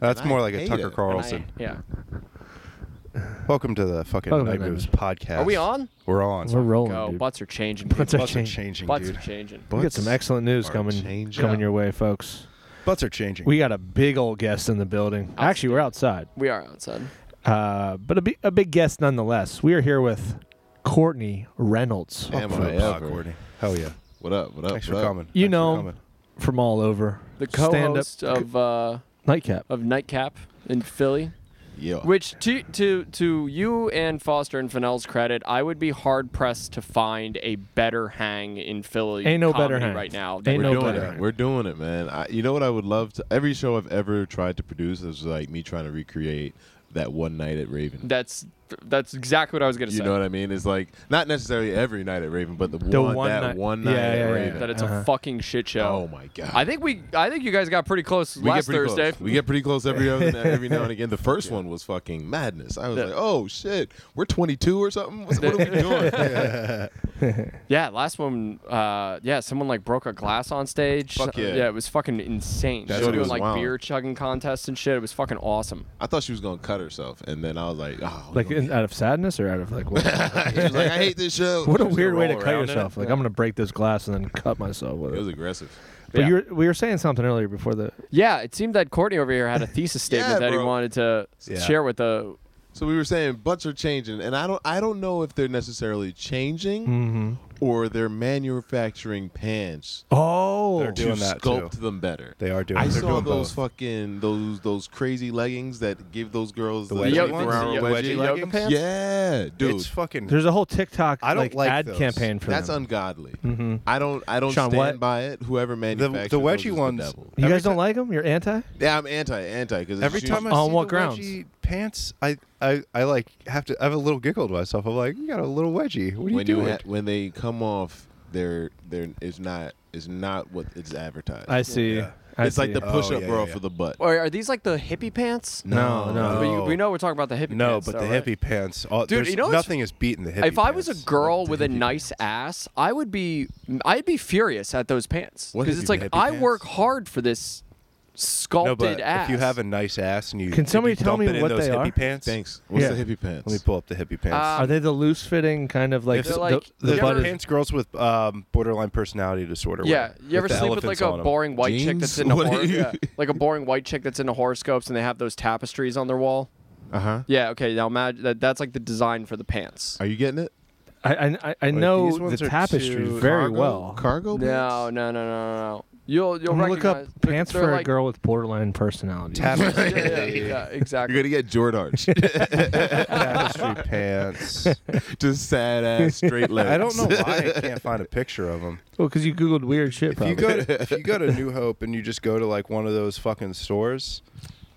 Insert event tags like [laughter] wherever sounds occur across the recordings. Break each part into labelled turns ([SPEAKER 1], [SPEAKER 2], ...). [SPEAKER 1] That's
[SPEAKER 2] And I
[SPEAKER 1] more like a
[SPEAKER 2] hate
[SPEAKER 1] Tucker
[SPEAKER 2] it.
[SPEAKER 1] Carlson.
[SPEAKER 3] Yeah.
[SPEAKER 1] Welcome to the fucking
[SPEAKER 3] Welcome to
[SPEAKER 1] Night
[SPEAKER 3] the Night
[SPEAKER 1] Moves
[SPEAKER 3] Moves.
[SPEAKER 1] podcast.
[SPEAKER 2] Are we on?
[SPEAKER 1] We're on.
[SPEAKER 4] We're rolling.
[SPEAKER 3] Go.
[SPEAKER 4] dude.
[SPEAKER 3] Butts are changing.
[SPEAKER 4] Butts
[SPEAKER 3] people.
[SPEAKER 4] are
[SPEAKER 1] Butts are
[SPEAKER 4] changing.
[SPEAKER 1] changing,
[SPEAKER 3] Butts
[SPEAKER 1] dude.
[SPEAKER 3] are changing.
[SPEAKER 4] we got some excellent news
[SPEAKER 1] are
[SPEAKER 4] coming
[SPEAKER 1] changing.
[SPEAKER 4] coming
[SPEAKER 3] Yeah.
[SPEAKER 4] your way, folks.
[SPEAKER 1] Butts are changing.
[SPEAKER 4] We got a big old guest in the building. Actually, we're outside,
[SPEAKER 3] We are outside.
[SPEAKER 4] uh, but a, bi- a big guest nonetheless. We are here with Courtney Reynolds
[SPEAKER 2] Damn
[SPEAKER 1] Fuck
[SPEAKER 2] I
[SPEAKER 1] for the pod,
[SPEAKER 2] ever.
[SPEAKER 1] Courtney. Hell yeah.
[SPEAKER 2] What up? What up?
[SPEAKER 1] Thanks for
[SPEAKER 2] what up?
[SPEAKER 1] coming.
[SPEAKER 4] You
[SPEAKER 1] Thanks for
[SPEAKER 4] know-
[SPEAKER 1] coming.
[SPEAKER 4] from all over
[SPEAKER 3] The
[SPEAKER 4] Stand up-
[SPEAKER 3] co-host of uh,
[SPEAKER 4] Nightcap.
[SPEAKER 3] of Nightcap in Philly,
[SPEAKER 2] Yeah.
[SPEAKER 3] which to to to you and Foster and Fennell's credit, I would be hard pressed to find a better hang in Philly.
[SPEAKER 4] Ain't no
[SPEAKER 3] comedy
[SPEAKER 4] better hang.
[SPEAKER 3] right now.
[SPEAKER 4] Ain't
[SPEAKER 2] We're
[SPEAKER 4] no
[SPEAKER 2] doing
[SPEAKER 4] better.
[SPEAKER 2] it. We're doing it, man. I, you know what I would love to? Every show I've ever tried to produce is like me trying to recreate that one night at Raven.
[SPEAKER 3] That's that's exactly what I was gonna
[SPEAKER 2] You
[SPEAKER 3] say.
[SPEAKER 2] know what I mean? It's like not necessarily every night at Raven, but the,
[SPEAKER 4] The
[SPEAKER 2] one,
[SPEAKER 4] one
[SPEAKER 2] that
[SPEAKER 4] night-
[SPEAKER 2] one
[SPEAKER 4] Yeah,
[SPEAKER 2] night at
[SPEAKER 4] yeah, yeah.
[SPEAKER 2] Raven.
[SPEAKER 3] that it's a
[SPEAKER 4] Uh-huh.
[SPEAKER 3] fucking shit
[SPEAKER 2] oh
[SPEAKER 3] show.
[SPEAKER 2] my god!
[SPEAKER 3] I think we I think you guys got pretty close
[SPEAKER 2] we get
[SPEAKER 3] last
[SPEAKER 2] pretty
[SPEAKER 3] Thursday.
[SPEAKER 2] Close. We get pretty close every
[SPEAKER 4] [laughs]
[SPEAKER 2] other, every now and again. The first one was fucking madness. I was
[SPEAKER 3] Yeah.
[SPEAKER 2] like, oh shit, we're 22 or something. What's-
[SPEAKER 4] [laughs]
[SPEAKER 2] What are we doing?
[SPEAKER 3] Yeah, last one. Uh, yeah, someone like broke a glass on stage.
[SPEAKER 2] Fuck yeah.
[SPEAKER 3] Yeah, it was fucking insane.
[SPEAKER 2] That
[SPEAKER 3] she
[SPEAKER 2] shit
[SPEAKER 3] was doing
[SPEAKER 2] was
[SPEAKER 3] like
[SPEAKER 2] wild.
[SPEAKER 3] beer chugging contests and shit. It was fucking awesome.
[SPEAKER 2] I thought she was gonna cut herself, and then I was like, oh,
[SPEAKER 4] Like
[SPEAKER 2] we're
[SPEAKER 4] in, out of sadness or out of like what?
[SPEAKER 2] gonna- [laughs] She was like, I hate this show.
[SPEAKER 4] what a
[SPEAKER 2] She was
[SPEAKER 4] weird
[SPEAKER 2] gonna
[SPEAKER 4] way to
[SPEAKER 2] roll
[SPEAKER 4] cut
[SPEAKER 2] around in it.
[SPEAKER 4] yourself. Like I'm gonna break this glass and then cut myself with
[SPEAKER 2] It was
[SPEAKER 4] it.
[SPEAKER 2] aggressive.
[SPEAKER 4] But
[SPEAKER 3] Yeah.
[SPEAKER 4] you were, we were saying something earlier before the
[SPEAKER 3] Yeah, it seemed that Courtney over here had
[SPEAKER 1] [laughs]
[SPEAKER 3] a thesis statement
[SPEAKER 2] Yeah,
[SPEAKER 3] that he
[SPEAKER 2] bro.
[SPEAKER 3] wanted to
[SPEAKER 1] Yeah.
[SPEAKER 3] share with the.
[SPEAKER 2] So we were saying butts are changing, and I don't, I don't know if they're necessarily changing
[SPEAKER 1] Mm-hmm.
[SPEAKER 2] or they're manufacturing pants
[SPEAKER 4] oh
[SPEAKER 1] They're doing
[SPEAKER 2] to
[SPEAKER 1] that too.
[SPEAKER 2] sculpt them better.
[SPEAKER 1] They are doing
[SPEAKER 2] I
[SPEAKER 1] they're
[SPEAKER 2] saw
[SPEAKER 1] doing
[SPEAKER 2] those
[SPEAKER 1] both.
[SPEAKER 2] fucking those those crazy leggings that give those girls
[SPEAKER 1] The
[SPEAKER 2] the,
[SPEAKER 1] wedgie
[SPEAKER 3] Yo-
[SPEAKER 1] ones?
[SPEAKER 2] brown
[SPEAKER 3] yo-
[SPEAKER 2] wedgie.
[SPEAKER 1] wedgie
[SPEAKER 3] yoga
[SPEAKER 1] leggings?
[SPEAKER 3] pants?
[SPEAKER 2] Yeah, dude,
[SPEAKER 1] It's fucking.
[SPEAKER 4] There's a whole TikTok
[SPEAKER 1] I don't like
[SPEAKER 4] ad
[SPEAKER 1] those.
[SPEAKER 4] campaign for
[SPEAKER 2] that's
[SPEAKER 4] them.
[SPEAKER 2] ungodly.
[SPEAKER 4] mm-hmm.
[SPEAKER 2] I don't, I don't
[SPEAKER 4] Sean,
[SPEAKER 2] stand
[SPEAKER 4] what?
[SPEAKER 2] by it. Whoever manufactured
[SPEAKER 1] the
[SPEAKER 2] those
[SPEAKER 1] wedgie
[SPEAKER 2] is
[SPEAKER 1] ones-
[SPEAKER 2] devil.
[SPEAKER 4] You
[SPEAKER 1] Every
[SPEAKER 4] guys don't
[SPEAKER 1] ti-
[SPEAKER 4] like them? You're anti?
[SPEAKER 2] Yeah, I'm anti, anti because
[SPEAKER 1] every time I
[SPEAKER 4] On
[SPEAKER 1] see
[SPEAKER 4] what
[SPEAKER 1] the
[SPEAKER 4] grounds?
[SPEAKER 1] wedgie pants, I, I I like have to. I have a little giggle to myself. I'm like, you got a little wedgie. What are you
[SPEAKER 2] when you
[SPEAKER 1] doing?
[SPEAKER 2] ha- when they come off, they're they're it's not it's not what it's advertised.
[SPEAKER 4] I see.
[SPEAKER 1] Yeah.
[SPEAKER 4] I
[SPEAKER 2] it's like
[SPEAKER 4] see.
[SPEAKER 2] the
[SPEAKER 1] Oh,
[SPEAKER 2] push up
[SPEAKER 1] yeah,
[SPEAKER 2] bra
[SPEAKER 1] yeah.
[SPEAKER 2] for the butt.
[SPEAKER 3] Or are these like the hippie pants?
[SPEAKER 4] No, no.
[SPEAKER 3] But you- we know we're talking about the hippie
[SPEAKER 1] No,
[SPEAKER 3] pants.
[SPEAKER 1] but
[SPEAKER 3] though,
[SPEAKER 1] the
[SPEAKER 3] right?
[SPEAKER 1] hippie pants. All,
[SPEAKER 3] Dude,
[SPEAKER 1] there's-
[SPEAKER 3] you know what's-
[SPEAKER 1] nothing is beating the hippie.
[SPEAKER 3] If I was a
[SPEAKER 1] pants.
[SPEAKER 3] girl
[SPEAKER 1] The
[SPEAKER 3] with a
[SPEAKER 1] hippie
[SPEAKER 3] nice
[SPEAKER 1] pants.
[SPEAKER 3] ass, I would be I'd be furious at those pants
[SPEAKER 2] What
[SPEAKER 3] because
[SPEAKER 2] hippie-
[SPEAKER 3] it's like
[SPEAKER 2] hippie
[SPEAKER 3] I
[SPEAKER 2] pants?
[SPEAKER 3] work hard for this sculpted
[SPEAKER 1] No, but
[SPEAKER 3] ass.
[SPEAKER 1] if you have a nice ass and you
[SPEAKER 4] Can
[SPEAKER 1] if you
[SPEAKER 4] somebody tell
[SPEAKER 1] dump
[SPEAKER 4] me
[SPEAKER 1] it in
[SPEAKER 4] what
[SPEAKER 1] those
[SPEAKER 4] they
[SPEAKER 1] hippie
[SPEAKER 4] are?
[SPEAKER 1] pants?
[SPEAKER 2] Thanks. What's
[SPEAKER 4] Yeah.
[SPEAKER 2] the hippie pants?
[SPEAKER 1] Let me pull up the hippie pants.
[SPEAKER 3] Uh,
[SPEAKER 4] Are they the loose fitting kind of like
[SPEAKER 1] If they're
[SPEAKER 4] the,
[SPEAKER 3] like-
[SPEAKER 4] the
[SPEAKER 1] the
[SPEAKER 3] you
[SPEAKER 4] butt
[SPEAKER 3] ever-
[SPEAKER 4] is-
[SPEAKER 1] pants girls with um, borderline personality disorder.
[SPEAKER 3] Yeah,
[SPEAKER 1] wear,
[SPEAKER 3] you ever
[SPEAKER 1] the
[SPEAKER 3] sleep with
[SPEAKER 1] elephants
[SPEAKER 3] like a
[SPEAKER 1] on 'em.
[SPEAKER 3] boring white chick
[SPEAKER 2] Jeans? [laughs]
[SPEAKER 3] that's into
[SPEAKER 2] What are
[SPEAKER 3] hor-
[SPEAKER 2] you-
[SPEAKER 3] yeah, like a boring white chick that's into horoscopes and they have those tapestries on their wall?
[SPEAKER 2] Uh huh.
[SPEAKER 3] Yeah, okay. Now imagine that that's like the design for the pants.
[SPEAKER 2] Are you getting it?
[SPEAKER 4] I, I, I- I
[SPEAKER 1] Wait,
[SPEAKER 4] know
[SPEAKER 1] these
[SPEAKER 4] the
[SPEAKER 1] ones are
[SPEAKER 4] tapestry
[SPEAKER 1] too-
[SPEAKER 4] very
[SPEAKER 2] Cargo-
[SPEAKER 4] well.
[SPEAKER 2] Cargo.
[SPEAKER 3] No, no, no, no, no. You'll you'll
[SPEAKER 4] I'm gonna look up
[SPEAKER 3] recognize- they're-
[SPEAKER 4] pants
[SPEAKER 3] they're
[SPEAKER 4] for
[SPEAKER 3] like-
[SPEAKER 4] a girl with borderline personality.
[SPEAKER 1] Tapestry,
[SPEAKER 3] Yeah,
[SPEAKER 2] [laughs]
[SPEAKER 3] yeah, yeah,
[SPEAKER 2] You're
[SPEAKER 3] exactly.
[SPEAKER 2] gonna get Jordarch. [laughs]
[SPEAKER 1] tapestry pants.
[SPEAKER 2] Just sad ass
[SPEAKER 4] [laughs]
[SPEAKER 2] straight
[SPEAKER 1] [laughs]
[SPEAKER 2] legs.
[SPEAKER 1] I don't know why I can't find a picture of them.
[SPEAKER 4] [laughs] well, because you googled weird shit.
[SPEAKER 1] If you go
[SPEAKER 4] Probably.
[SPEAKER 1] to, if you go to New Hope and you just go to like one of those fucking stores,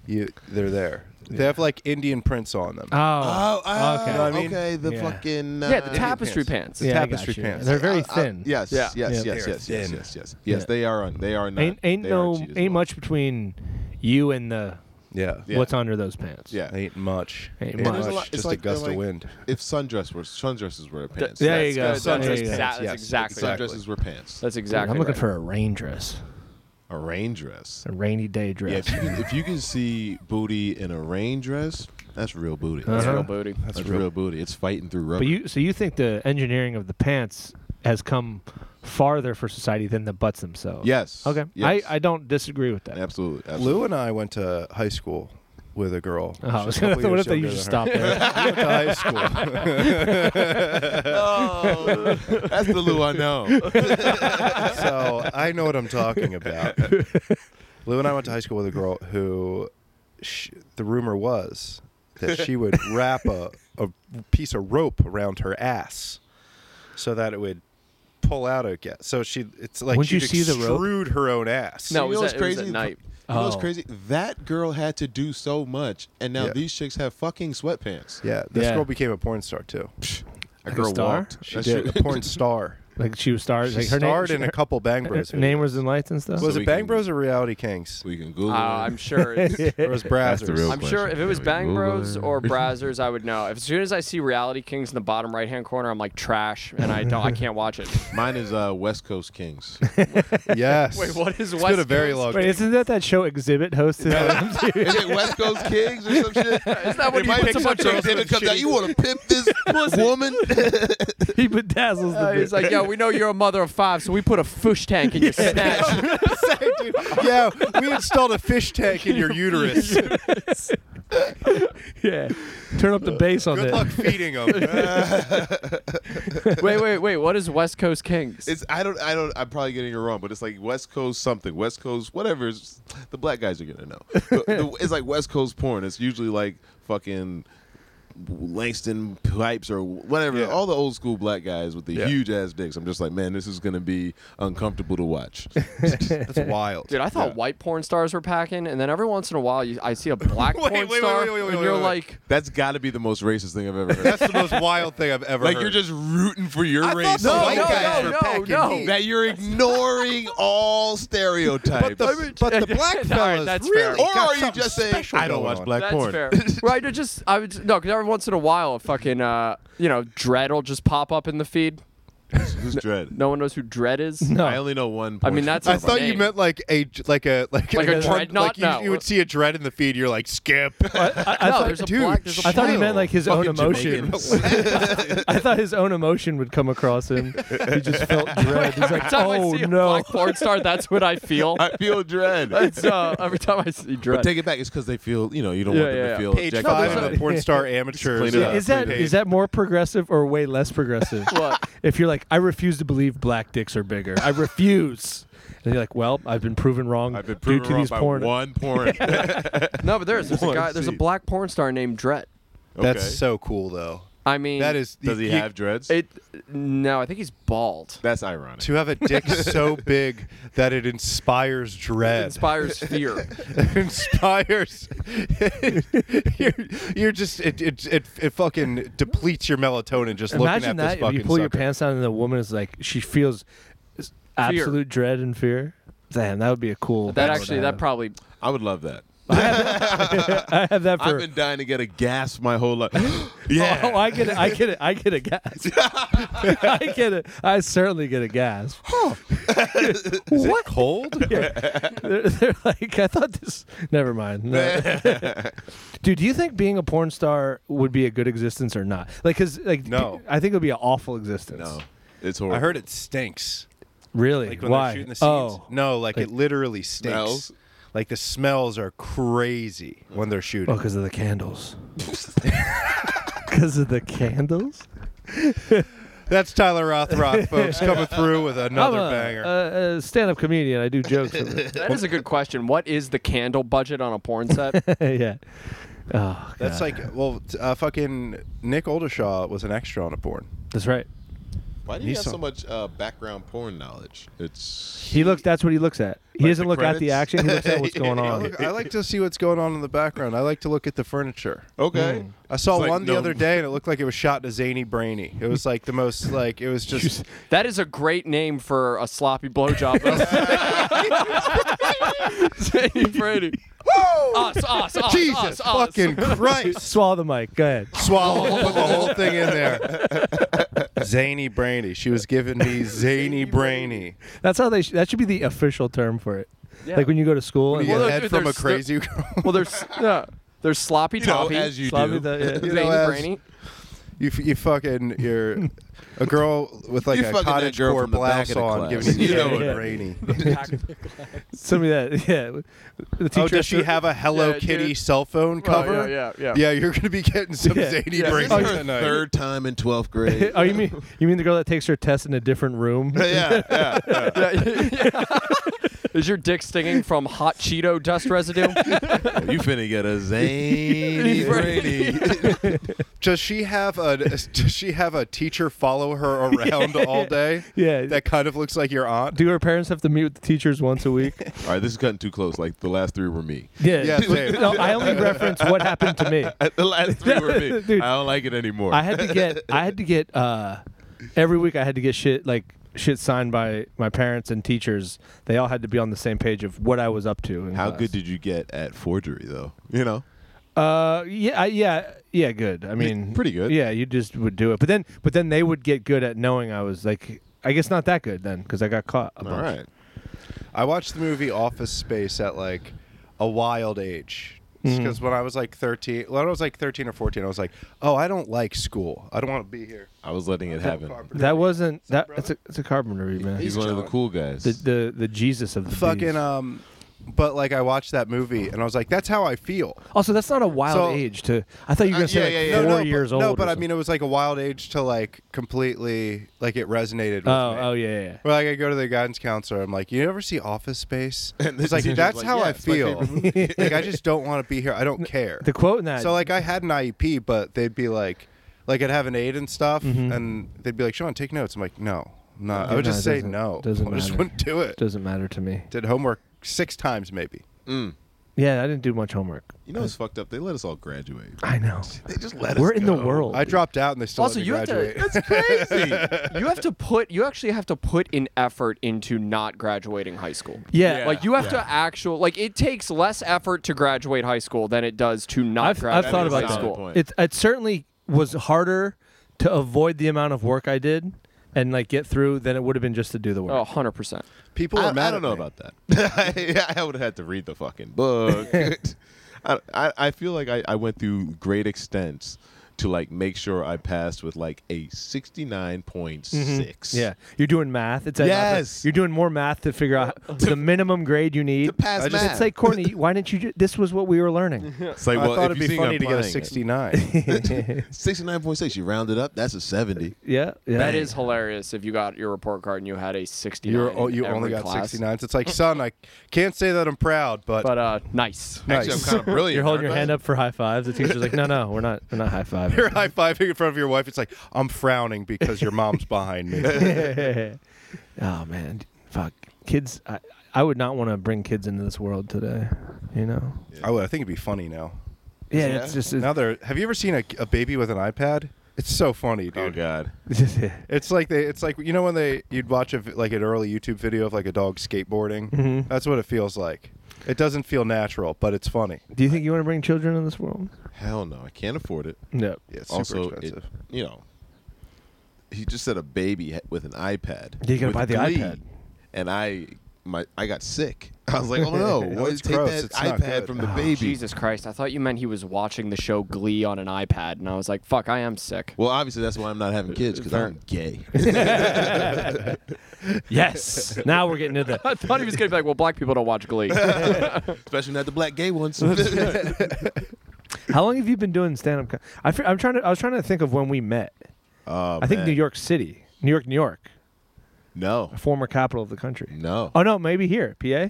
[SPEAKER 1] you they're there. They have like Indian prints on them.
[SPEAKER 4] oh,
[SPEAKER 2] Oh, oh,
[SPEAKER 4] Okay.
[SPEAKER 2] okay.
[SPEAKER 1] You know what I mean?
[SPEAKER 2] the
[SPEAKER 4] Yeah.
[SPEAKER 2] fucking uh,
[SPEAKER 3] Yeah, the tapestry pants.
[SPEAKER 4] yeah, I got
[SPEAKER 1] tapestry
[SPEAKER 4] you.
[SPEAKER 1] pants.
[SPEAKER 4] They're very
[SPEAKER 2] Uh, uh,
[SPEAKER 4] thin.
[SPEAKER 2] yes,
[SPEAKER 3] Yeah.
[SPEAKER 1] Yeah.
[SPEAKER 2] yes, yes, yes,
[SPEAKER 1] They are
[SPEAKER 2] yes,
[SPEAKER 1] thin.
[SPEAKER 2] yes, yes, yes, They are on. They are not.
[SPEAKER 4] Ain't ain't
[SPEAKER 2] they are
[SPEAKER 4] no
[SPEAKER 2] cheat as
[SPEAKER 4] ain't
[SPEAKER 2] well.
[SPEAKER 4] much between you and the
[SPEAKER 1] yeah.
[SPEAKER 2] Yeah.
[SPEAKER 4] what's under those pants.
[SPEAKER 2] Yeah.
[SPEAKER 1] Ain't much.
[SPEAKER 4] Ain't
[SPEAKER 1] Ain't much.
[SPEAKER 4] much. There's a
[SPEAKER 2] lot- it's
[SPEAKER 1] just
[SPEAKER 2] like
[SPEAKER 1] a
[SPEAKER 2] they're
[SPEAKER 1] gust of
[SPEAKER 2] like-
[SPEAKER 1] wind.
[SPEAKER 2] If sundress were sundresses were pants.
[SPEAKER 3] Th-
[SPEAKER 4] there you go.
[SPEAKER 3] that's
[SPEAKER 4] There
[SPEAKER 3] good. That's
[SPEAKER 4] you go.
[SPEAKER 3] exact- that's
[SPEAKER 1] Yes,
[SPEAKER 3] exactly.
[SPEAKER 1] exactly.
[SPEAKER 2] Sundresses were pants.
[SPEAKER 3] That's
[SPEAKER 4] Dude, I'm
[SPEAKER 3] exactly.
[SPEAKER 4] looking
[SPEAKER 3] right.
[SPEAKER 4] for a rain dress,
[SPEAKER 2] a rain dress.
[SPEAKER 4] a rainy day
[SPEAKER 2] Yeah,
[SPEAKER 4] dress.
[SPEAKER 2] if you, can, if you can see booty in a rain dress, that's real booty.
[SPEAKER 4] Uh-huh.
[SPEAKER 2] That's,
[SPEAKER 3] That's
[SPEAKER 2] real,
[SPEAKER 3] real booty.
[SPEAKER 1] That's
[SPEAKER 2] that's
[SPEAKER 1] real.
[SPEAKER 2] real. booty. It's fighting through rubber.
[SPEAKER 4] But you so you think the engineering of the pants has come farther for society than the butts themselves?
[SPEAKER 2] yes.
[SPEAKER 4] Okay.
[SPEAKER 2] Yes.
[SPEAKER 4] I, I don't disagree with that.
[SPEAKER 2] absolutely. absolutely.
[SPEAKER 1] Lou and I went to high school with a girl.
[SPEAKER 4] Oh, I was
[SPEAKER 1] She's a
[SPEAKER 4] gonna,
[SPEAKER 1] couple
[SPEAKER 4] what
[SPEAKER 1] years
[SPEAKER 4] if they
[SPEAKER 1] younger
[SPEAKER 4] you just
[SPEAKER 1] than her.
[SPEAKER 4] stop there?
[SPEAKER 1] I went to high school.
[SPEAKER 4] [laughs]
[SPEAKER 2] Oh, [laughs] that's the Lou I [laughs] know.
[SPEAKER 1] so I know what I'm talking about. Lou and I went to high school with a girl who, sh the rumor was that she would wrap a, a piece of rope around her ass, so that it would pull out again. So she, it's like
[SPEAKER 4] Wouldn't
[SPEAKER 1] she'd
[SPEAKER 4] you see the rope?
[SPEAKER 1] extrude her own ass.
[SPEAKER 3] No,
[SPEAKER 2] You
[SPEAKER 3] it was,
[SPEAKER 2] know what's
[SPEAKER 3] at, it was at
[SPEAKER 2] crazy?
[SPEAKER 3] night.
[SPEAKER 2] You know what's
[SPEAKER 4] Oh.
[SPEAKER 2] crazy? That girl had to do so much, and now
[SPEAKER 1] Yeah.
[SPEAKER 2] these chicks have fucking sweatpants.
[SPEAKER 1] Yeah, this
[SPEAKER 4] Yeah.
[SPEAKER 1] girl became a porn star too.
[SPEAKER 2] A
[SPEAKER 4] Like a
[SPEAKER 2] girl
[SPEAKER 4] star?
[SPEAKER 2] walked.
[SPEAKER 1] She
[SPEAKER 2] That
[SPEAKER 1] did [laughs]
[SPEAKER 2] shit-
[SPEAKER 1] a porn star.
[SPEAKER 4] Like she was starred.
[SPEAKER 1] She
[SPEAKER 4] like her
[SPEAKER 1] starred
[SPEAKER 4] name,
[SPEAKER 1] in a couple Bang
[SPEAKER 4] her,
[SPEAKER 1] Bros.
[SPEAKER 4] her name was in lights and stuff. [laughs]
[SPEAKER 1] was it
[SPEAKER 2] So we
[SPEAKER 1] Bang
[SPEAKER 2] can-
[SPEAKER 1] Bros or Reality Kings?
[SPEAKER 2] We can Google
[SPEAKER 3] Uh,
[SPEAKER 2] it.
[SPEAKER 3] I'm sure. It's,
[SPEAKER 1] Or was
[SPEAKER 2] That's the
[SPEAKER 1] Brazzers?
[SPEAKER 2] real
[SPEAKER 3] I'm sure if it was Bang
[SPEAKER 2] Google
[SPEAKER 3] Bros
[SPEAKER 2] it.
[SPEAKER 3] or
[SPEAKER 1] [laughs]
[SPEAKER 3] Brazzers, I would know. As soon as I see Reality Kings in the bottom right hand corner, I'm like trash, and I don't. I can't watch it.
[SPEAKER 2] Mine is uh, West Coast Kings.
[SPEAKER 1] [laughs] yes.
[SPEAKER 3] [laughs] Wait, what is
[SPEAKER 1] It's
[SPEAKER 3] West
[SPEAKER 1] been a very
[SPEAKER 3] Coast?
[SPEAKER 1] long
[SPEAKER 4] Wait, isn't that that show Exhibit hosted? by MTV?
[SPEAKER 2] is it West Coast Kings or some shit? Is that
[SPEAKER 3] when he puts a bunch of
[SPEAKER 2] You want to pimp this woman?
[SPEAKER 4] [laughs] he bedazzles the
[SPEAKER 3] Uh, he's
[SPEAKER 4] bit.
[SPEAKER 3] like, yo, we know you're a mother of five, so we put a fish
[SPEAKER 1] [laughs]
[SPEAKER 3] tank in your snatch.
[SPEAKER 1] yeah, we installed a fish tank in
[SPEAKER 3] [laughs]
[SPEAKER 1] your uterus.
[SPEAKER 4] yeah. Turn up the bass on
[SPEAKER 1] Good
[SPEAKER 4] that.
[SPEAKER 1] luck feeding
[SPEAKER 3] [laughs]
[SPEAKER 1] them.
[SPEAKER 3] [laughs] wait, wait, wait. What is West Coast Kings?
[SPEAKER 2] it's I don't I don't I'm probably getting it wrong, but it's like West Coast something, West Coast whatever. It's, the black guys are gonna know. But
[SPEAKER 1] [laughs]
[SPEAKER 2] the- it's like West Coast porn. It's usually like fucking Langston Pipes or whatever.
[SPEAKER 1] Yeah.
[SPEAKER 2] All the old school black guys with the
[SPEAKER 1] Yeah.
[SPEAKER 2] huge ass dicks. I'm just like, man, this is gonna be uncomfortable
[SPEAKER 1] [laughs]
[SPEAKER 2] to watch.
[SPEAKER 1] That's wild.
[SPEAKER 3] Dude, I thought
[SPEAKER 2] Yeah.
[SPEAKER 3] white porn stars were packing, and then every once in a while, you, I see a
[SPEAKER 1] [laughs]
[SPEAKER 3] black
[SPEAKER 1] Wait,
[SPEAKER 3] porn
[SPEAKER 1] wait, wait,
[SPEAKER 3] star,
[SPEAKER 1] wait, wait, wait,
[SPEAKER 3] and
[SPEAKER 1] wait,
[SPEAKER 3] you're
[SPEAKER 1] wait.
[SPEAKER 3] like,
[SPEAKER 2] That's got to be the most racist thing I've ever heard.
[SPEAKER 1] That's the most wild thing I've ever
[SPEAKER 2] like
[SPEAKER 1] heard.
[SPEAKER 2] you're just rooting for your
[SPEAKER 1] I thought
[SPEAKER 2] race.
[SPEAKER 1] the
[SPEAKER 3] No,
[SPEAKER 1] white
[SPEAKER 3] no,
[SPEAKER 1] guys
[SPEAKER 3] no,
[SPEAKER 1] were
[SPEAKER 3] no,
[SPEAKER 1] packing
[SPEAKER 3] no.
[SPEAKER 1] heat.
[SPEAKER 2] [laughs] That you're ignoring
[SPEAKER 1] [laughs]
[SPEAKER 2] all stereotypes.
[SPEAKER 1] But the, but
[SPEAKER 3] [laughs]
[SPEAKER 1] the black
[SPEAKER 3] Alright,
[SPEAKER 1] fellas
[SPEAKER 3] that's fair.
[SPEAKER 1] really
[SPEAKER 2] or
[SPEAKER 1] got
[SPEAKER 2] are you
[SPEAKER 1] something
[SPEAKER 2] just saying
[SPEAKER 1] special
[SPEAKER 2] I don't
[SPEAKER 1] going
[SPEAKER 2] watch
[SPEAKER 1] on.
[SPEAKER 2] black
[SPEAKER 3] That's
[SPEAKER 2] porn?
[SPEAKER 3] fair.
[SPEAKER 1] [laughs]
[SPEAKER 3] right? I just, I would just, no, because every once in a while, a fucking, uh, you know, Dread will just pop up in the feed.
[SPEAKER 2] Who's dread?
[SPEAKER 3] No one knows who Dread is.
[SPEAKER 4] [laughs] no.
[SPEAKER 2] I only know one.
[SPEAKER 3] I mean, that's
[SPEAKER 1] I
[SPEAKER 3] his
[SPEAKER 1] thought you
[SPEAKER 3] name.
[SPEAKER 1] meant like a like a like,
[SPEAKER 3] Like a
[SPEAKER 1] one-
[SPEAKER 3] dreadnought?
[SPEAKER 1] Like you,
[SPEAKER 3] No.
[SPEAKER 1] you would see a dread in the feed. You're like skip.
[SPEAKER 3] [laughs]
[SPEAKER 4] I,
[SPEAKER 1] [laughs]
[SPEAKER 4] I
[SPEAKER 3] No,
[SPEAKER 4] thought,
[SPEAKER 3] there's a
[SPEAKER 1] dude,
[SPEAKER 3] black. There's a
[SPEAKER 4] I thought he
[SPEAKER 3] black-
[SPEAKER 4] meant like his own
[SPEAKER 2] Fucking [laughs]
[SPEAKER 4] emotions. [laughs] I thought his own emotion would come across him. He just felt dread.
[SPEAKER 3] [laughs] [laughs]
[SPEAKER 4] He's
[SPEAKER 3] Every
[SPEAKER 4] like,
[SPEAKER 3] time
[SPEAKER 4] oh
[SPEAKER 3] I see a
[SPEAKER 4] no. [laughs]
[SPEAKER 3] black porn star, that's what I feel.
[SPEAKER 2] [laughs] I feel dread.
[SPEAKER 3] [laughs] It's, uh, every time I see Dread.
[SPEAKER 2] But take it back. It's because they feel, you know, you don't
[SPEAKER 3] Yeah,
[SPEAKER 2] want them
[SPEAKER 3] yeah, yeah.
[SPEAKER 2] to feel.
[SPEAKER 1] Page
[SPEAKER 2] objectified.
[SPEAKER 1] five
[SPEAKER 4] there's
[SPEAKER 1] of
[SPEAKER 4] a-
[SPEAKER 1] the porn star amateur.
[SPEAKER 2] Clean it up.
[SPEAKER 4] Is that is that more progressive or way less progressive?
[SPEAKER 3] What?
[SPEAKER 4] if you're like, I refuse to believe black dicks are bigger. I refuse. And you're like, well, I've been proven wrong
[SPEAKER 2] I've been proven
[SPEAKER 4] due to
[SPEAKER 2] wrong
[SPEAKER 4] these
[SPEAKER 2] by
[SPEAKER 4] porn.
[SPEAKER 2] one porn.
[SPEAKER 3] No, but there's there's a
[SPEAKER 2] Wanna
[SPEAKER 3] guy. There's a
[SPEAKER 2] see.
[SPEAKER 3] black porn star named Dread.
[SPEAKER 1] That's
[SPEAKER 2] [laughs] Okay.
[SPEAKER 1] so cool though.
[SPEAKER 3] I mean,
[SPEAKER 1] That is
[SPEAKER 2] Does he
[SPEAKER 1] you-
[SPEAKER 2] have dreads?
[SPEAKER 3] it. No, I think he's bald.
[SPEAKER 2] that's ironic.
[SPEAKER 1] to have a dick so big that it inspires
[SPEAKER 3] It
[SPEAKER 1] dread.
[SPEAKER 3] inspires fear.
[SPEAKER 1] [laughs] It inspires. [laughs] you're, you're just it, it it it fucking depletes your melatonin just
[SPEAKER 4] Imagine
[SPEAKER 1] looking at
[SPEAKER 4] that
[SPEAKER 1] this
[SPEAKER 4] if
[SPEAKER 1] fucking
[SPEAKER 4] you pull your
[SPEAKER 1] sucker.
[SPEAKER 4] pants down and the woman is like, she feels absolute dread and fear. Damn, that would be a cool.
[SPEAKER 3] That
[SPEAKER 4] power to
[SPEAKER 3] actually, that
[SPEAKER 4] have.
[SPEAKER 3] probably.
[SPEAKER 2] I would love that.
[SPEAKER 4] [laughs] I have that
[SPEAKER 2] I've
[SPEAKER 4] for.
[SPEAKER 2] been dying to get a gas my whole [gasps] life.
[SPEAKER 4] [laughs]
[SPEAKER 2] yeah.
[SPEAKER 4] Oh, I get it. I get it. I get a gas.
[SPEAKER 1] [laughs]
[SPEAKER 4] [laughs] I get it. I certainly get a gas.
[SPEAKER 1] [laughs] Is it
[SPEAKER 4] [laughs]
[SPEAKER 1] cold?
[SPEAKER 4] They're, they're like, I thought this. Never mind. [laughs] No. Dude, do you think being a porn star would be a good existence or not? Like, cause like,
[SPEAKER 1] No.
[SPEAKER 4] I think it would be an awful
[SPEAKER 2] [laughs]
[SPEAKER 4] existence.
[SPEAKER 2] no, it's horrible.
[SPEAKER 1] I heard it stinks.
[SPEAKER 4] Really?
[SPEAKER 1] Like when
[SPEAKER 4] Why?
[SPEAKER 1] they're shooting the scenes.
[SPEAKER 4] oh,
[SPEAKER 1] No, like, it literally stinks.
[SPEAKER 2] Smells?
[SPEAKER 1] Like the smells are crazy when they're shooting.
[SPEAKER 4] because Oh, of
[SPEAKER 1] [laughs]
[SPEAKER 4] the candles. Because of the candles.
[SPEAKER 1] That's Tyler Rothrock, folks, coming through with another
[SPEAKER 4] I'm a,
[SPEAKER 1] banger.
[SPEAKER 4] A, a stand-up comedian. I do jokes. with
[SPEAKER 1] [laughs]
[SPEAKER 4] it. [laughs]
[SPEAKER 3] That is a good question. What is the candle budget on a porn set?
[SPEAKER 4] yeah. Oh,
[SPEAKER 1] That's
[SPEAKER 4] God.
[SPEAKER 1] like, well, t- uh, fucking Nick Oldershaw was an extra on a porn.
[SPEAKER 4] that's right.
[SPEAKER 2] Why do you have
[SPEAKER 1] Nissan.
[SPEAKER 2] so much uh, background porn knowledge? It's
[SPEAKER 4] He looks. That's what he looks at. He
[SPEAKER 2] Like
[SPEAKER 4] doesn't
[SPEAKER 2] the
[SPEAKER 4] look at the
[SPEAKER 2] credits?
[SPEAKER 4] action. He looks
[SPEAKER 1] [laughs]
[SPEAKER 4] at what's going
[SPEAKER 1] I,
[SPEAKER 4] on.
[SPEAKER 1] look, I like to see what's going on in the background. I like to look at the furniture.
[SPEAKER 2] okay.
[SPEAKER 1] I saw
[SPEAKER 2] It's like
[SPEAKER 1] one the
[SPEAKER 2] no-
[SPEAKER 1] other day, and it looked like it was shot in a zany brainy. It was like the most like it [laughs] was just
[SPEAKER 3] that is a great name for a sloppy blowjob. [laughs] Zany Brady.
[SPEAKER 1] Ah,
[SPEAKER 3] Us, us, us,
[SPEAKER 1] Jesus
[SPEAKER 3] us, us.
[SPEAKER 1] fucking Christ.
[SPEAKER 4] [laughs] Swallow the mic. Go ahead.
[SPEAKER 1] Swallow, put [laughs] the whole thing in there. [laughs] Zany brainy. She was giving me zany brainy.
[SPEAKER 4] That's how they. Sh- that should be the official term for it.
[SPEAKER 3] Yeah.
[SPEAKER 4] Like when you go to school and
[SPEAKER 1] You get
[SPEAKER 3] Well,
[SPEAKER 1] head
[SPEAKER 3] dude,
[SPEAKER 1] from a
[SPEAKER 3] there's-
[SPEAKER 1] crazy [laughs] girl.
[SPEAKER 3] Well, there's yeah, there's
[SPEAKER 2] [laughs]
[SPEAKER 3] sloppy
[SPEAKER 2] You know,
[SPEAKER 3] toppy.
[SPEAKER 2] as you
[SPEAKER 4] Slap me
[SPEAKER 2] do. [laughs]
[SPEAKER 4] the- yeah.
[SPEAKER 1] You know, as-
[SPEAKER 3] Zany Brainy.
[SPEAKER 1] You, f- you fucking you're a girl with like
[SPEAKER 2] You
[SPEAKER 1] a
[SPEAKER 2] fucking that
[SPEAKER 1] cottage
[SPEAKER 2] girl
[SPEAKER 1] core
[SPEAKER 2] from the back
[SPEAKER 1] blouse
[SPEAKER 2] of the
[SPEAKER 1] on,
[SPEAKER 2] class.
[SPEAKER 1] giving you
[SPEAKER 2] You
[SPEAKER 4] know
[SPEAKER 1] zany
[SPEAKER 4] it.
[SPEAKER 1] brainy. [laughs]
[SPEAKER 4] Some of that. [laughs] Yeah. The teacher
[SPEAKER 1] oh, does she
[SPEAKER 4] has to-
[SPEAKER 1] have a Hello
[SPEAKER 3] Yeah,
[SPEAKER 1] Kitty
[SPEAKER 3] dude.
[SPEAKER 1] cell phone
[SPEAKER 3] Oh,
[SPEAKER 1] cover?
[SPEAKER 3] yeah, yeah, yeah.
[SPEAKER 1] Yeah, you're gonna be getting some
[SPEAKER 4] Yeah.
[SPEAKER 1] zany
[SPEAKER 3] Yeah.
[SPEAKER 1] brainy
[SPEAKER 2] This is her
[SPEAKER 1] tonight.
[SPEAKER 2] third time in 12th grade.
[SPEAKER 4] [laughs] Oh, you mean you mean the girl that takes her test in a
[SPEAKER 1] [laughs]
[SPEAKER 4] different room?
[SPEAKER 2] [laughs] yeah, yeah, yeah.
[SPEAKER 3] [laughs] Is your dick stinging from hot Cheeto dust residue?
[SPEAKER 2] [laughs] You finna get a zany
[SPEAKER 3] Brady.
[SPEAKER 2] [laughs] Brady.
[SPEAKER 1] Does she have a [laughs] Does she have a teacher follow her
[SPEAKER 2] [laughs]
[SPEAKER 1] around all day?
[SPEAKER 4] [laughs] Yeah.
[SPEAKER 1] That kind of looks like your aunt.
[SPEAKER 4] Do her parents have to meet with the teachers once
[SPEAKER 1] [laughs]
[SPEAKER 4] a week?
[SPEAKER 2] All right, this is cutting too close. Like the last three were me.
[SPEAKER 4] Yeah.
[SPEAKER 1] Yeah, same.
[SPEAKER 4] no, I only reference what happened to me.
[SPEAKER 2] [laughs] The last three were me.
[SPEAKER 4] [laughs]
[SPEAKER 2] [laughs]
[SPEAKER 4] Dude.
[SPEAKER 2] I don't like it anymore.
[SPEAKER 4] I had to get I had to get uh every week I had to get shit like shit signed by my parents and teachers. They all had to be on the same page of what I was up to. in
[SPEAKER 2] How
[SPEAKER 4] class.
[SPEAKER 2] good did you get at forgery, though? You know,
[SPEAKER 4] Uh, yeah, I, yeah, yeah, good. I mean,
[SPEAKER 2] pretty good.
[SPEAKER 4] Yeah, you just would do it, but then, but then they would get good at knowing I was like, I guess not that good then, because I got caught. A
[SPEAKER 2] all
[SPEAKER 4] bunch.
[SPEAKER 2] right.
[SPEAKER 1] I watched the movie Office Space at like a wild age.
[SPEAKER 4] Mm-hmm.
[SPEAKER 1] Because when I was like 13, when I was like 13 or 14, I was like, oh, I don't like school. I don't want to be here.
[SPEAKER 2] I was letting it happen.
[SPEAKER 1] Carpenter.
[SPEAKER 4] That wasn't
[SPEAKER 1] that
[SPEAKER 4] that.
[SPEAKER 1] brother?
[SPEAKER 4] It's a, it's a carpenter review, man.
[SPEAKER 2] He's one of the
[SPEAKER 1] John.
[SPEAKER 2] cool guys.
[SPEAKER 4] the the the Jesus of the bees.
[SPEAKER 1] Fucking, um, but like I watched that movie and I was like, that's how I feel.
[SPEAKER 4] Also, that's not a wild
[SPEAKER 1] So-
[SPEAKER 4] age to. I thought you were
[SPEAKER 2] Uh,
[SPEAKER 4] gonna say
[SPEAKER 2] yeah,
[SPEAKER 4] like
[SPEAKER 2] yeah, yeah.
[SPEAKER 4] four
[SPEAKER 1] no, no,
[SPEAKER 4] years
[SPEAKER 1] but,
[SPEAKER 4] old.
[SPEAKER 1] No,
[SPEAKER 4] or
[SPEAKER 1] but I
[SPEAKER 4] something.
[SPEAKER 1] mean, it was like a wild age to like completely, like it resonated with
[SPEAKER 4] Oh,
[SPEAKER 1] me.
[SPEAKER 4] oh yeah, yeah.
[SPEAKER 1] Well, like I go to the guidance counselor. I'm like, you ever see Office
[SPEAKER 4] [laughs]
[SPEAKER 1] Space?
[SPEAKER 2] And the
[SPEAKER 1] It's like
[SPEAKER 2] teacher's
[SPEAKER 1] that's
[SPEAKER 2] like,
[SPEAKER 1] how
[SPEAKER 2] "Yeah,
[SPEAKER 1] I
[SPEAKER 2] it's my
[SPEAKER 1] feel. [laughs]
[SPEAKER 2] favorite
[SPEAKER 1] like I just don't want to be here. I don't care.
[SPEAKER 4] The quote in that.
[SPEAKER 1] So like I had an IEP, but they'd be like, like I'd have an aide and stuff, and they'd be like, Sean, take notes. I'm like, no, I'm not. I would
[SPEAKER 4] Mm-hmm. Uh, No,
[SPEAKER 1] just
[SPEAKER 4] it
[SPEAKER 1] say
[SPEAKER 4] doesn't-
[SPEAKER 1] no. [laughs]
[SPEAKER 4] doesn't
[SPEAKER 1] I just
[SPEAKER 4] matter.
[SPEAKER 1] wouldn't do it.
[SPEAKER 4] doesn't matter to me.
[SPEAKER 1] Did homework six times maybe.
[SPEAKER 2] Mm.
[SPEAKER 4] Yeah, I didn't do much homework.
[SPEAKER 2] You know, it's fucked up. They let us all graduate.
[SPEAKER 4] I know.
[SPEAKER 2] They just let us.
[SPEAKER 4] We're in the
[SPEAKER 2] go.
[SPEAKER 4] world.
[SPEAKER 1] I dropped out and they still
[SPEAKER 3] also,
[SPEAKER 1] let me
[SPEAKER 3] you have to.
[SPEAKER 1] graduate.
[SPEAKER 3] [laughs] That's crazy. you have to put. You actually have to put in effort into not graduating high school.
[SPEAKER 4] Yeah.
[SPEAKER 2] Yeah.
[SPEAKER 3] Like you have
[SPEAKER 2] Yeah.
[SPEAKER 3] to actual. Like it takes less effort to graduate high school than it does to not
[SPEAKER 4] I've, I've
[SPEAKER 3] graduate
[SPEAKER 4] thought
[SPEAKER 2] That is a
[SPEAKER 4] about
[SPEAKER 3] high
[SPEAKER 4] that.
[SPEAKER 2] solid
[SPEAKER 3] school.
[SPEAKER 2] point.
[SPEAKER 4] It, it certainly was harder to avoid the amount of work I did and like get through than it would have been just to do the work.
[SPEAKER 3] Oh, 100 percent.
[SPEAKER 1] People
[SPEAKER 2] I,
[SPEAKER 1] are mad.
[SPEAKER 2] I don't
[SPEAKER 1] at
[SPEAKER 2] know
[SPEAKER 1] me.
[SPEAKER 2] about that. [laughs] Yeah, I would have had to read the fucking book. [laughs] I, I I feel like I, I went through great extents to like make sure I passed with like a sixty nine point six.
[SPEAKER 4] Mm-hmm. Yeah, you're doing math. It's at
[SPEAKER 2] Yes.
[SPEAKER 4] You're doing more math to
[SPEAKER 1] [laughs]
[SPEAKER 4] figure out the minimum grade you need
[SPEAKER 2] to pass
[SPEAKER 1] I just-
[SPEAKER 2] math.
[SPEAKER 4] It's
[SPEAKER 1] [laughs]
[SPEAKER 4] like Courtney. why didn't you? Ju- this was what we were [laughs] learning.
[SPEAKER 2] It's like,
[SPEAKER 1] I
[SPEAKER 2] well,
[SPEAKER 1] thought
[SPEAKER 2] if
[SPEAKER 1] it'd be
[SPEAKER 2] you think I'm
[SPEAKER 1] funny to get a
[SPEAKER 2] playing
[SPEAKER 1] [laughs] 69.
[SPEAKER 2] it. [laughs] Sixty-nine point six. You round it up. That's a seventy.
[SPEAKER 4] yeah, yeah.
[SPEAKER 3] That is hilarious. If you got your report card and you had a 69,
[SPEAKER 1] You're, oh, you
[SPEAKER 3] in every
[SPEAKER 1] only got
[SPEAKER 3] class.
[SPEAKER 1] 69s. It's like, son, I can't say that I'm proud, but,
[SPEAKER 3] But uh, nice.
[SPEAKER 1] nice.
[SPEAKER 2] Actually, I'm kind of brilliant.
[SPEAKER 4] You're holding your
[SPEAKER 2] aren't
[SPEAKER 4] hand
[SPEAKER 2] I?
[SPEAKER 4] up for high fives. The teacher's like, no, no, we're not. We're not high five.
[SPEAKER 1] [laughs] [laughs] You're high fiving in front of your wife. It's like I'm frowning because your
[SPEAKER 2] [laughs]
[SPEAKER 1] mom's behind me.
[SPEAKER 4] [laughs] oh man, fuck kids. I, I would not want to bring kids into this world today. You know.
[SPEAKER 1] I would. I think it'd be funny now.
[SPEAKER 4] Yeah,
[SPEAKER 2] Yeah.
[SPEAKER 4] it's just. [laughs]
[SPEAKER 1] Now
[SPEAKER 4] It's,
[SPEAKER 1] they're. Have you ever seen a, a baby with an iPad? It's so funny, dude.
[SPEAKER 2] Oh God.
[SPEAKER 1] It's like they. It's like you know when they you'd watch a, vi- like an early YouTube video of like a dog skateboarding.
[SPEAKER 2] Mm-hmm.
[SPEAKER 1] That's what it feels like. It doesn't feel natural, but it's funny.
[SPEAKER 4] Do you think you want to bring children in this world?
[SPEAKER 2] Hell no. I can't afford it. [laughs]
[SPEAKER 4] No.
[SPEAKER 1] Yeah, it's
[SPEAKER 2] also,
[SPEAKER 1] super
[SPEAKER 2] it-
[SPEAKER 1] expensive.
[SPEAKER 2] you know, he just said a baby ha- with an iPad.
[SPEAKER 4] Yeah, you gotta
[SPEAKER 2] with
[SPEAKER 4] buy the
[SPEAKER 2] Glee,
[SPEAKER 4] iPad.
[SPEAKER 2] And I, my, I got sick. [laughs] I was like, oh no,
[SPEAKER 4] [laughs]
[SPEAKER 1] No,
[SPEAKER 2] what,
[SPEAKER 1] it's
[SPEAKER 2] take
[SPEAKER 1] gross.
[SPEAKER 2] that
[SPEAKER 1] It's not
[SPEAKER 2] iPad
[SPEAKER 1] good.
[SPEAKER 2] from the
[SPEAKER 4] Oh,
[SPEAKER 2] baby.
[SPEAKER 3] Jesus Christ! I thought you meant he was watching the show Glee on an iPad, and I was like, "Fuck, I am sick."
[SPEAKER 2] Well, obviously that's why I'm not having kids because I'm gay.
[SPEAKER 4] [laughs] Yes. now we're getting to the.
[SPEAKER 3] I thought he was gonna be like, "Well, black people don't watch [laughs] Glee."
[SPEAKER 2] Especially not the black gay
[SPEAKER 4] [laughs]
[SPEAKER 2] ones.
[SPEAKER 4] Oh, How long have you been doing stand up? I, fr- I'm trying to. I was trying to think of when we met.
[SPEAKER 2] [laughs] Oh,
[SPEAKER 4] I think
[SPEAKER 2] man.
[SPEAKER 4] New York City, New York, New York,
[SPEAKER 2] No,
[SPEAKER 4] former capital of the country.
[SPEAKER 2] no,
[SPEAKER 4] Oh no, maybe here, PA.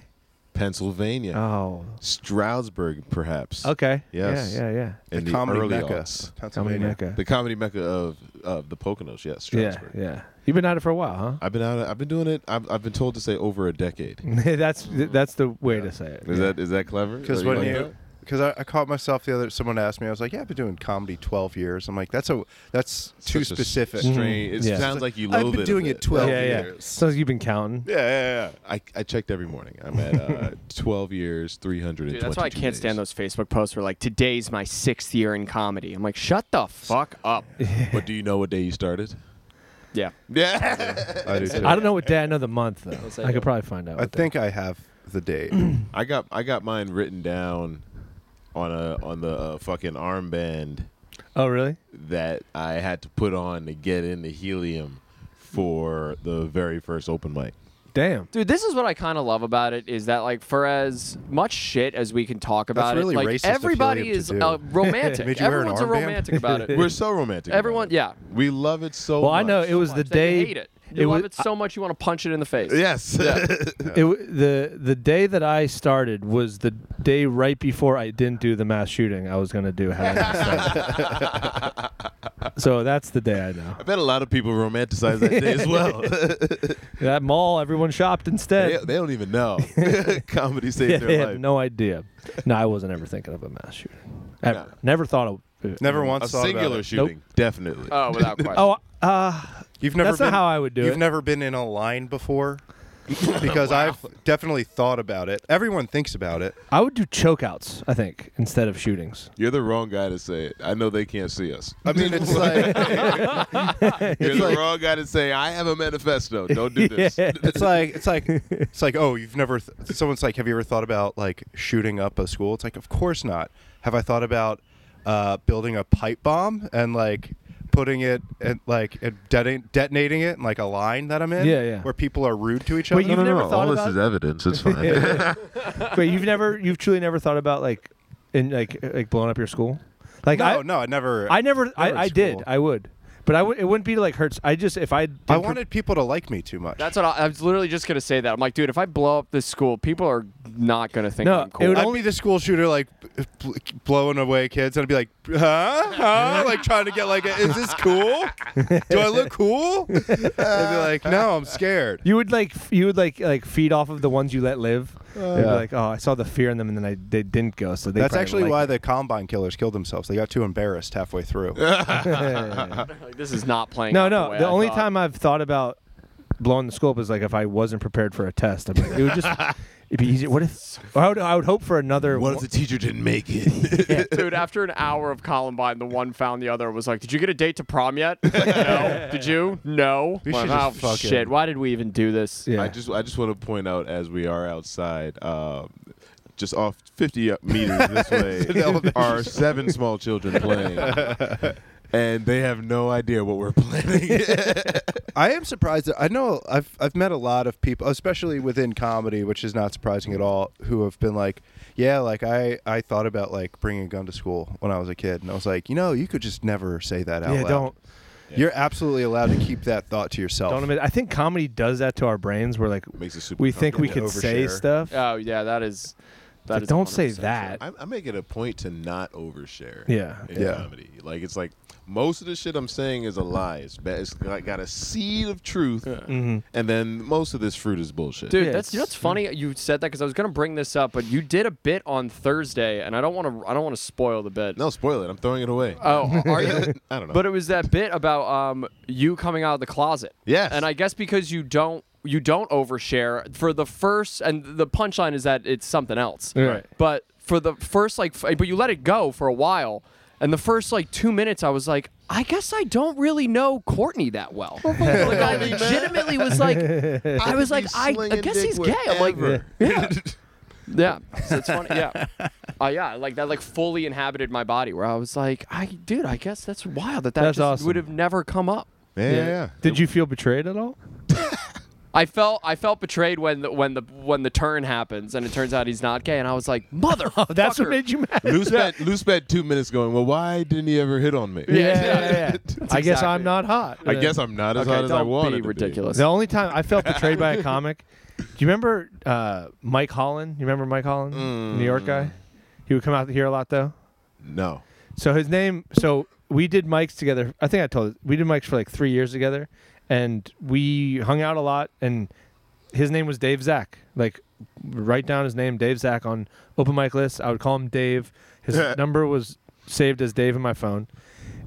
[SPEAKER 2] Pennsylvania,
[SPEAKER 4] Oh.
[SPEAKER 2] Stroudsburg, perhaps.
[SPEAKER 4] Okay.
[SPEAKER 2] Yes.
[SPEAKER 4] Yeah. Yeah. Yeah.
[SPEAKER 2] In the,
[SPEAKER 1] comedy
[SPEAKER 2] early
[SPEAKER 1] mecca,
[SPEAKER 2] aughts.
[SPEAKER 4] Comedy
[SPEAKER 1] Pennsylvania.
[SPEAKER 4] Mecca.
[SPEAKER 2] The comedy mecca of of the Poconos. Yes,
[SPEAKER 4] Yeah.
[SPEAKER 2] Stroudsburg.
[SPEAKER 4] Yeah. You've been at it for a while,
[SPEAKER 2] I've been out. I've been doing it. I've, I've been told to say over a decade.
[SPEAKER 4] huh? [laughs] that's that's the way to say it.
[SPEAKER 2] Is
[SPEAKER 4] Yeah.
[SPEAKER 2] that is that clever?
[SPEAKER 1] Because
[SPEAKER 2] Are
[SPEAKER 1] when
[SPEAKER 2] like
[SPEAKER 1] you, because I, I caught myself the other. Someone asked me. I was like, "Yeah, I've been doing comedy 12 years." I'm like, "That's a that's
[SPEAKER 2] that?
[SPEAKER 1] too
[SPEAKER 2] Such a
[SPEAKER 1] specific."
[SPEAKER 2] Strange. It
[SPEAKER 4] Yeah.
[SPEAKER 2] sounds like you
[SPEAKER 1] I've
[SPEAKER 2] loathe
[SPEAKER 1] been
[SPEAKER 2] it a
[SPEAKER 1] doing
[SPEAKER 2] bit.
[SPEAKER 1] it 12
[SPEAKER 4] yeah, yeah.
[SPEAKER 1] years.
[SPEAKER 4] So you've been counting.
[SPEAKER 2] Yeah, yeah, yeah. I, I checked every morning. I'm at [laughs] uh, 12 years, 322
[SPEAKER 3] Dude, that's why I can't
[SPEAKER 2] days.
[SPEAKER 3] stand those Facebook posts where like today's my sixth year in comedy. I'm like, shut the fuck up.
[SPEAKER 2] But do you know [laughs] what day you started?
[SPEAKER 3] [laughs] yeah.
[SPEAKER 2] Yeah. [laughs]
[SPEAKER 1] I do too.
[SPEAKER 4] Mm-hmm. I don't know what day. I know the month though.
[SPEAKER 3] I
[SPEAKER 4] I
[SPEAKER 3] do.
[SPEAKER 4] could probably find out.
[SPEAKER 1] I
[SPEAKER 4] what day.
[SPEAKER 1] think I have the
[SPEAKER 4] [clears throat]
[SPEAKER 1] date.
[SPEAKER 2] I got I got mine written down on a on the uh, fucking armband
[SPEAKER 4] Oh really?
[SPEAKER 2] that I had to put on to get into helium for the very first open mic.
[SPEAKER 4] Damn.
[SPEAKER 3] Dude, this is what I kind of love about it is that like for as much shit as we can talk about
[SPEAKER 1] really
[SPEAKER 3] it, like
[SPEAKER 1] racist of
[SPEAKER 3] everybody
[SPEAKER 1] Helium to
[SPEAKER 3] is
[SPEAKER 1] do. [laughs]
[SPEAKER 3] uh, romantic.
[SPEAKER 1] Made you wear an
[SPEAKER 3] Everyone's a
[SPEAKER 1] armband?
[SPEAKER 3] romantic
[SPEAKER 1] [laughs]
[SPEAKER 3] about it.
[SPEAKER 2] We're so romantic. about
[SPEAKER 3] Everyone,
[SPEAKER 2] it.
[SPEAKER 3] yeah.
[SPEAKER 2] We love it so
[SPEAKER 4] Well,
[SPEAKER 2] much.
[SPEAKER 4] I know it was the
[SPEAKER 3] That
[SPEAKER 4] day.
[SPEAKER 3] you hate it. You
[SPEAKER 4] it
[SPEAKER 3] love
[SPEAKER 4] was
[SPEAKER 3] it so much you want to punch it in the face.
[SPEAKER 2] Yes. [laughs]
[SPEAKER 4] it w- the the day that I started was the day right before I didn't do the mass shooting I was gonna do. had I started.
[SPEAKER 2] [laughs]
[SPEAKER 4] so that's the day I know.
[SPEAKER 2] I bet a lot of people romanticize that day
[SPEAKER 4] [laughs]
[SPEAKER 2] as well.
[SPEAKER 4] That mall, everyone
[SPEAKER 2] [laughs]
[SPEAKER 4] shopped
[SPEAKER 2] they,
[SPEAKER 4] instead.
[SPEAKER 2] they don't even know. [laughs] Comedy saved
[SPEAKER 4] Yeah,
[SPEAKER 2] their
[SPEAKER 4] [laughs] they
[SPEAKER 2] life.
[SPEAKER 4] had no idea. No, I wasn't ever thinking of a mass shooting. Ever.
[SPEAKER 2] No.
[SPEAKER 4] Never thought of. uh,
[SPEAKER 1] Never
[SPEAKER 2] a
[SPEAKER 1] once thought about
[SPEAKER 2] singular
[SPEAKER 1] it.
[SPEAKER 2] shooting, definitely.
[SPEAKER 1] [laughs]
[SPEAKER 3] Oh, without question.
[SPEAKER 4] Oh, Uh,
[SPEAKER 1] You've never
[SPEAKER 4] That's
[SPEAKER 1] been,
[SPEAKER 4] not how I would do
[SPEAKER 1] You've
[SPEAKER 4] it.
[SPEAKER 1] never been in a line [laughs] before, because I've definitely thought about it. Everyone thinks about it.
[SPEAKER 4] I would do chokeouts, I think, instead of shootings.
[SPEAKER 2] You're the wrong guy to say it. I know they can't see us.
[SPEAKER 1] I mean, [laughs]
[SPEAKER 2] [laughs]
[SPEAKER 1] it's like
[SPEAKER 2] You're the
[SPEAKER 1] like-
[SPEAKER 2] wrong guy to say I have a manifesto. Don't
[SPEAKER 4] [laughs]
[SPEAKER 2] do this.
[SPEAKER 4] Yeah.
[SPEAKER 1] it's like it's [laughs] like it's like oh, you've never. Th- someone's like, have you ever thought about like shooting up a school? It's like, of course not. Have I thought about uh, building a pipe bomb and like putting it and like and deton- detonating it in like a line that I'm in?
[SPEAKER 4] Yeah, yeah.
[SPEAKER 1] Where people are rude to each
[SPEAKER 4] Wait,
[SPEAKER 1] other.
[SPEAKER 4] you've never thought
[SPEAKER 2] All
[SPEAKER 4] about
[SPEAKER 2] this is evidence. It's
[SPEAKER 4] [laughs]
[SPEAKER 2] fine.
[SPEAKER 4] Wait, you've never, you've truly never thought about like, in like, uh, like blowing up your school? Like,
[SPEAKER 1] no,
[SPEAKER 4] I,
[SPEAKER 1] no, I never.
[SPEAKER 4] I never,
[SPEAKER 1] Never
[SPEAKER 4] I, I
[SPEAKER 1] at
[SPEAKER 4] did,
[SPEAKER 1] school.
[SPEAKER 4] I would, but I would, it wouldn't be to like hurts. I just if I, did
[SPEAKER 1] I
[SPEAKER 4] per-
[SPEAKER 1] wanted people to like me too much.
[SPEAKER 3] That's what I, I was literally just gonna say. That I'm like, dude, if I blow up this school, people are not gonna think
[SPEAKER 4] No,
[SPEAKER 3] I'm cool.
[SPEAKER 4] it would
[SPEAKER 1] I'd be the school shooter, like b- bl- blowing away kids, and I'd be like, "Huh?
[SPEAKER 4] [laughs]
[SPEAKER 1] Huh?" Like trying to get like, a, "Is this cool? Do I look cool?" They'd be like, "No, I'm scared."
[SPEAKER 4] You would like, f- you would like, like feed off of the ones you let live. You'd be
[SPEAKER 1] Uh, Yeah.
[SPEAKER 4] like, oh, I saw the fear in them, and then I they didn't go. So they
[SPEAKER 1] That's
[SPEAKER 4] probably
[SPEAKER 1] actually
[SPEAKER 4] like
[SPEAKER 1] why
[SPEAKER 4] it.
[SPEAKER 1] the Combine killers killed themselves. They got too embarrassed halfway
[SPEAKER 4] [laughs]
[SPEAKER 1] through.
[SPEAKER 3] [laughs]
[SPEAKER 1] [laughs]
[SPEAKER 3] Like, this is not playing.
[SPEAKER 4] No,
[SPEAKER 3] out
[SPEAKER 4] no.
[SPEAKER 3] The, way
[SPEAKER 4] The,
[SPEAKER 3] I
[SPEAKER 4] only
[SPEAKER 3] thought.
[SPEAKER 4] time I've thought about blowing the scope is like if I wasn't prepared for a test. I'm like, it would just
[SPEAKER 1] [laughs]
[SPEAKER 4] it'd be easier. What if I would, I would hope for another.
[SPEAKER 2] [laughs] what if
[SPEAKER 4] one-
[SPEAKER 2] the teacher didn't make it?
[SPEAKER 3] [laughs] Dude, after an hour of Columbine, the one found the other and was like, "Did you get a date to prom yet?
[SPEAKER 4] [laughs]
[SPEAKER 3] no. Did you? No.
[SPEAKER 1] We
[SPEAKER 3] Like,
[SPEAKER 1] should
[SPEAKER 3] oh
[SPEAKER 1] just fucking-
[SPEAKER 3] shit! Why did we even do this?
[SPEAKER 4] yeah.
[SPEAKER 2] I just I just want to point out as we are outside, um, just off 50 meters this
[SPEAKER 3] [laughs]
[SPEAKER 2] way are seven small children playing, and they have no idea what we're
[SPEAKER 3] [laughs]
[SPEAKER 2] planning.
[SPEAKER 1] I am surprised. That, I know I've I've met a lot of people, especially within comedy, which is not surprising at all, who have been like, "Yeah, like I I thought about like bringing a gun to school when I was a kid, and I was like, you know, you could just never say that out
[SPEAKER 4] yeah,
[SPEAKER 1] loud.
[SPEAKER 4] don't
[SPEAKER 1] You're absolutely allowed to keep that thought to yourself.
[SPEAKER 4] don't admit. I think comedy does that to our brains. We're like,
[SPEAKER 2] Makes it super.
[SPEAKER 4] we think we could
[SPEAKER 1] comfortable.
[SPEAKER 4] say
[SPEAKER 1] Overshare.
[SPEAKER 4] stuff.
[SPEAKER 3] Oh yeah, that is. That
[SPEAKER 4] Like,
[SPEAKER 3] is
[SPEAKER 4] don't say
[SPEAKER 3] 100% true.
[SPEAKER 4] that.
[SPEAKER 2] I, I make it a point to not overshare.
[SPEAKER 4] Yeah.
[SPEAKER 2] in
[SPEAKER 1] Yeah.
[SPEAKER 2] comedy. Like it's like most of the shit I'm saying is a lie. It's bad. It's like got a seed of truth,
[SPEAKER 3] Mm-hmm.
[SPEAKER 2] and then most of this fruit is bullshit.
[SPEAKER 3] Dude,
[SPEAKER 4] Yeah,
[SPEAKER 3] that's you know,
[SPEAKER 4] it's-
[SPEAKER 3] it's funny you said that because I was gonna bring this up, but you did a bit on Thursday, and I don't want to I don't want to spoil the bit.
[SPEAKER 2] No, spoil it. I'm throwing it away.
[SPEAKER 3] Oh, are you?
[SPEAKER 2] [laughs] I don't know.
[SPEAKER 3] but it was that bit about um you coming out of the closet.
[SPEAKER 2] Yes.
[SPEAKER 3] And I guess because you don't you don't overshare for the first and the punchline is that it's something else.
[SPEAKER 4] Right.
[SPEAKER 3] But for the first like f- but you let it go for a while. And the first like two minutes, I was like, I guess I don't really know Courtney that well. [laughs] like, I legitimately was like, I was like, I, I guess he's gay. I'm like, yeah, [laughs] yeah. So it's funny. Yeah. Uh, yeah, like that, like fully inhabited my body. Where I was like, I, dude, I guess that's wild that that
[SPEAKER 4] That's
[SPEAKER 3] just
[SPEAKER 4] awesome.
[SPEAKER 3] would have never come up.
[SPEAKER 2] yeah, yeah. yeah.
[SPEAKER 4] Did you feel betrayed at all?
[SPEAKER 3] I felt, I felt betrayed when the when the when the turn happens, and it turns out he's not gay, and I was like, mother.
[SPEAKER 4] That's what made you
[SPEAKER 3] [laughs]
[SPEAKER 4] mad.
[SPEAKER 2] Lou spent Lou spent two minutes going. Well, why didn't he ever hit on me?
[SPEAKER 4] Yeah,
[SPEAKER 3] Yeah.
[SPEAKER 4] yeah,
[SPEAKER 2] [laughs]
[SPEAKER 4] yeah. I guess
[SPEAKER 3] exactly-
[SPEAKER 4] I'm not hot.
[SPEAKER 2] I guess I'm not as
[SPEAKER 3] okay,
[SPEAKER 2] hot as
[SPEAKER 3] don't
[SPEAKER 2] I wanted.
[SPEAKER 3] be
[SPEAKER 2] to
[SPEAKER 3] ridiculous.
[SPEAKER 4] The only time I felt betrayed by a comic, do you remember uh, Mike Holland? You remember Mike Holland,
[SPEAKER 2] Mm.
[SPEAKER 4] New York guy? He would come out here a lot though.
[SPEAKER 2] No.
[SPEAKER 4] So his name. So we did mics together. I think I told we did mics for like three years together, and we hung out a lot. And his name was Dave Zach. Like write down his name, Dave Zach, on open mic lists. I would call him Dave. His number was saved as Dave in my phone.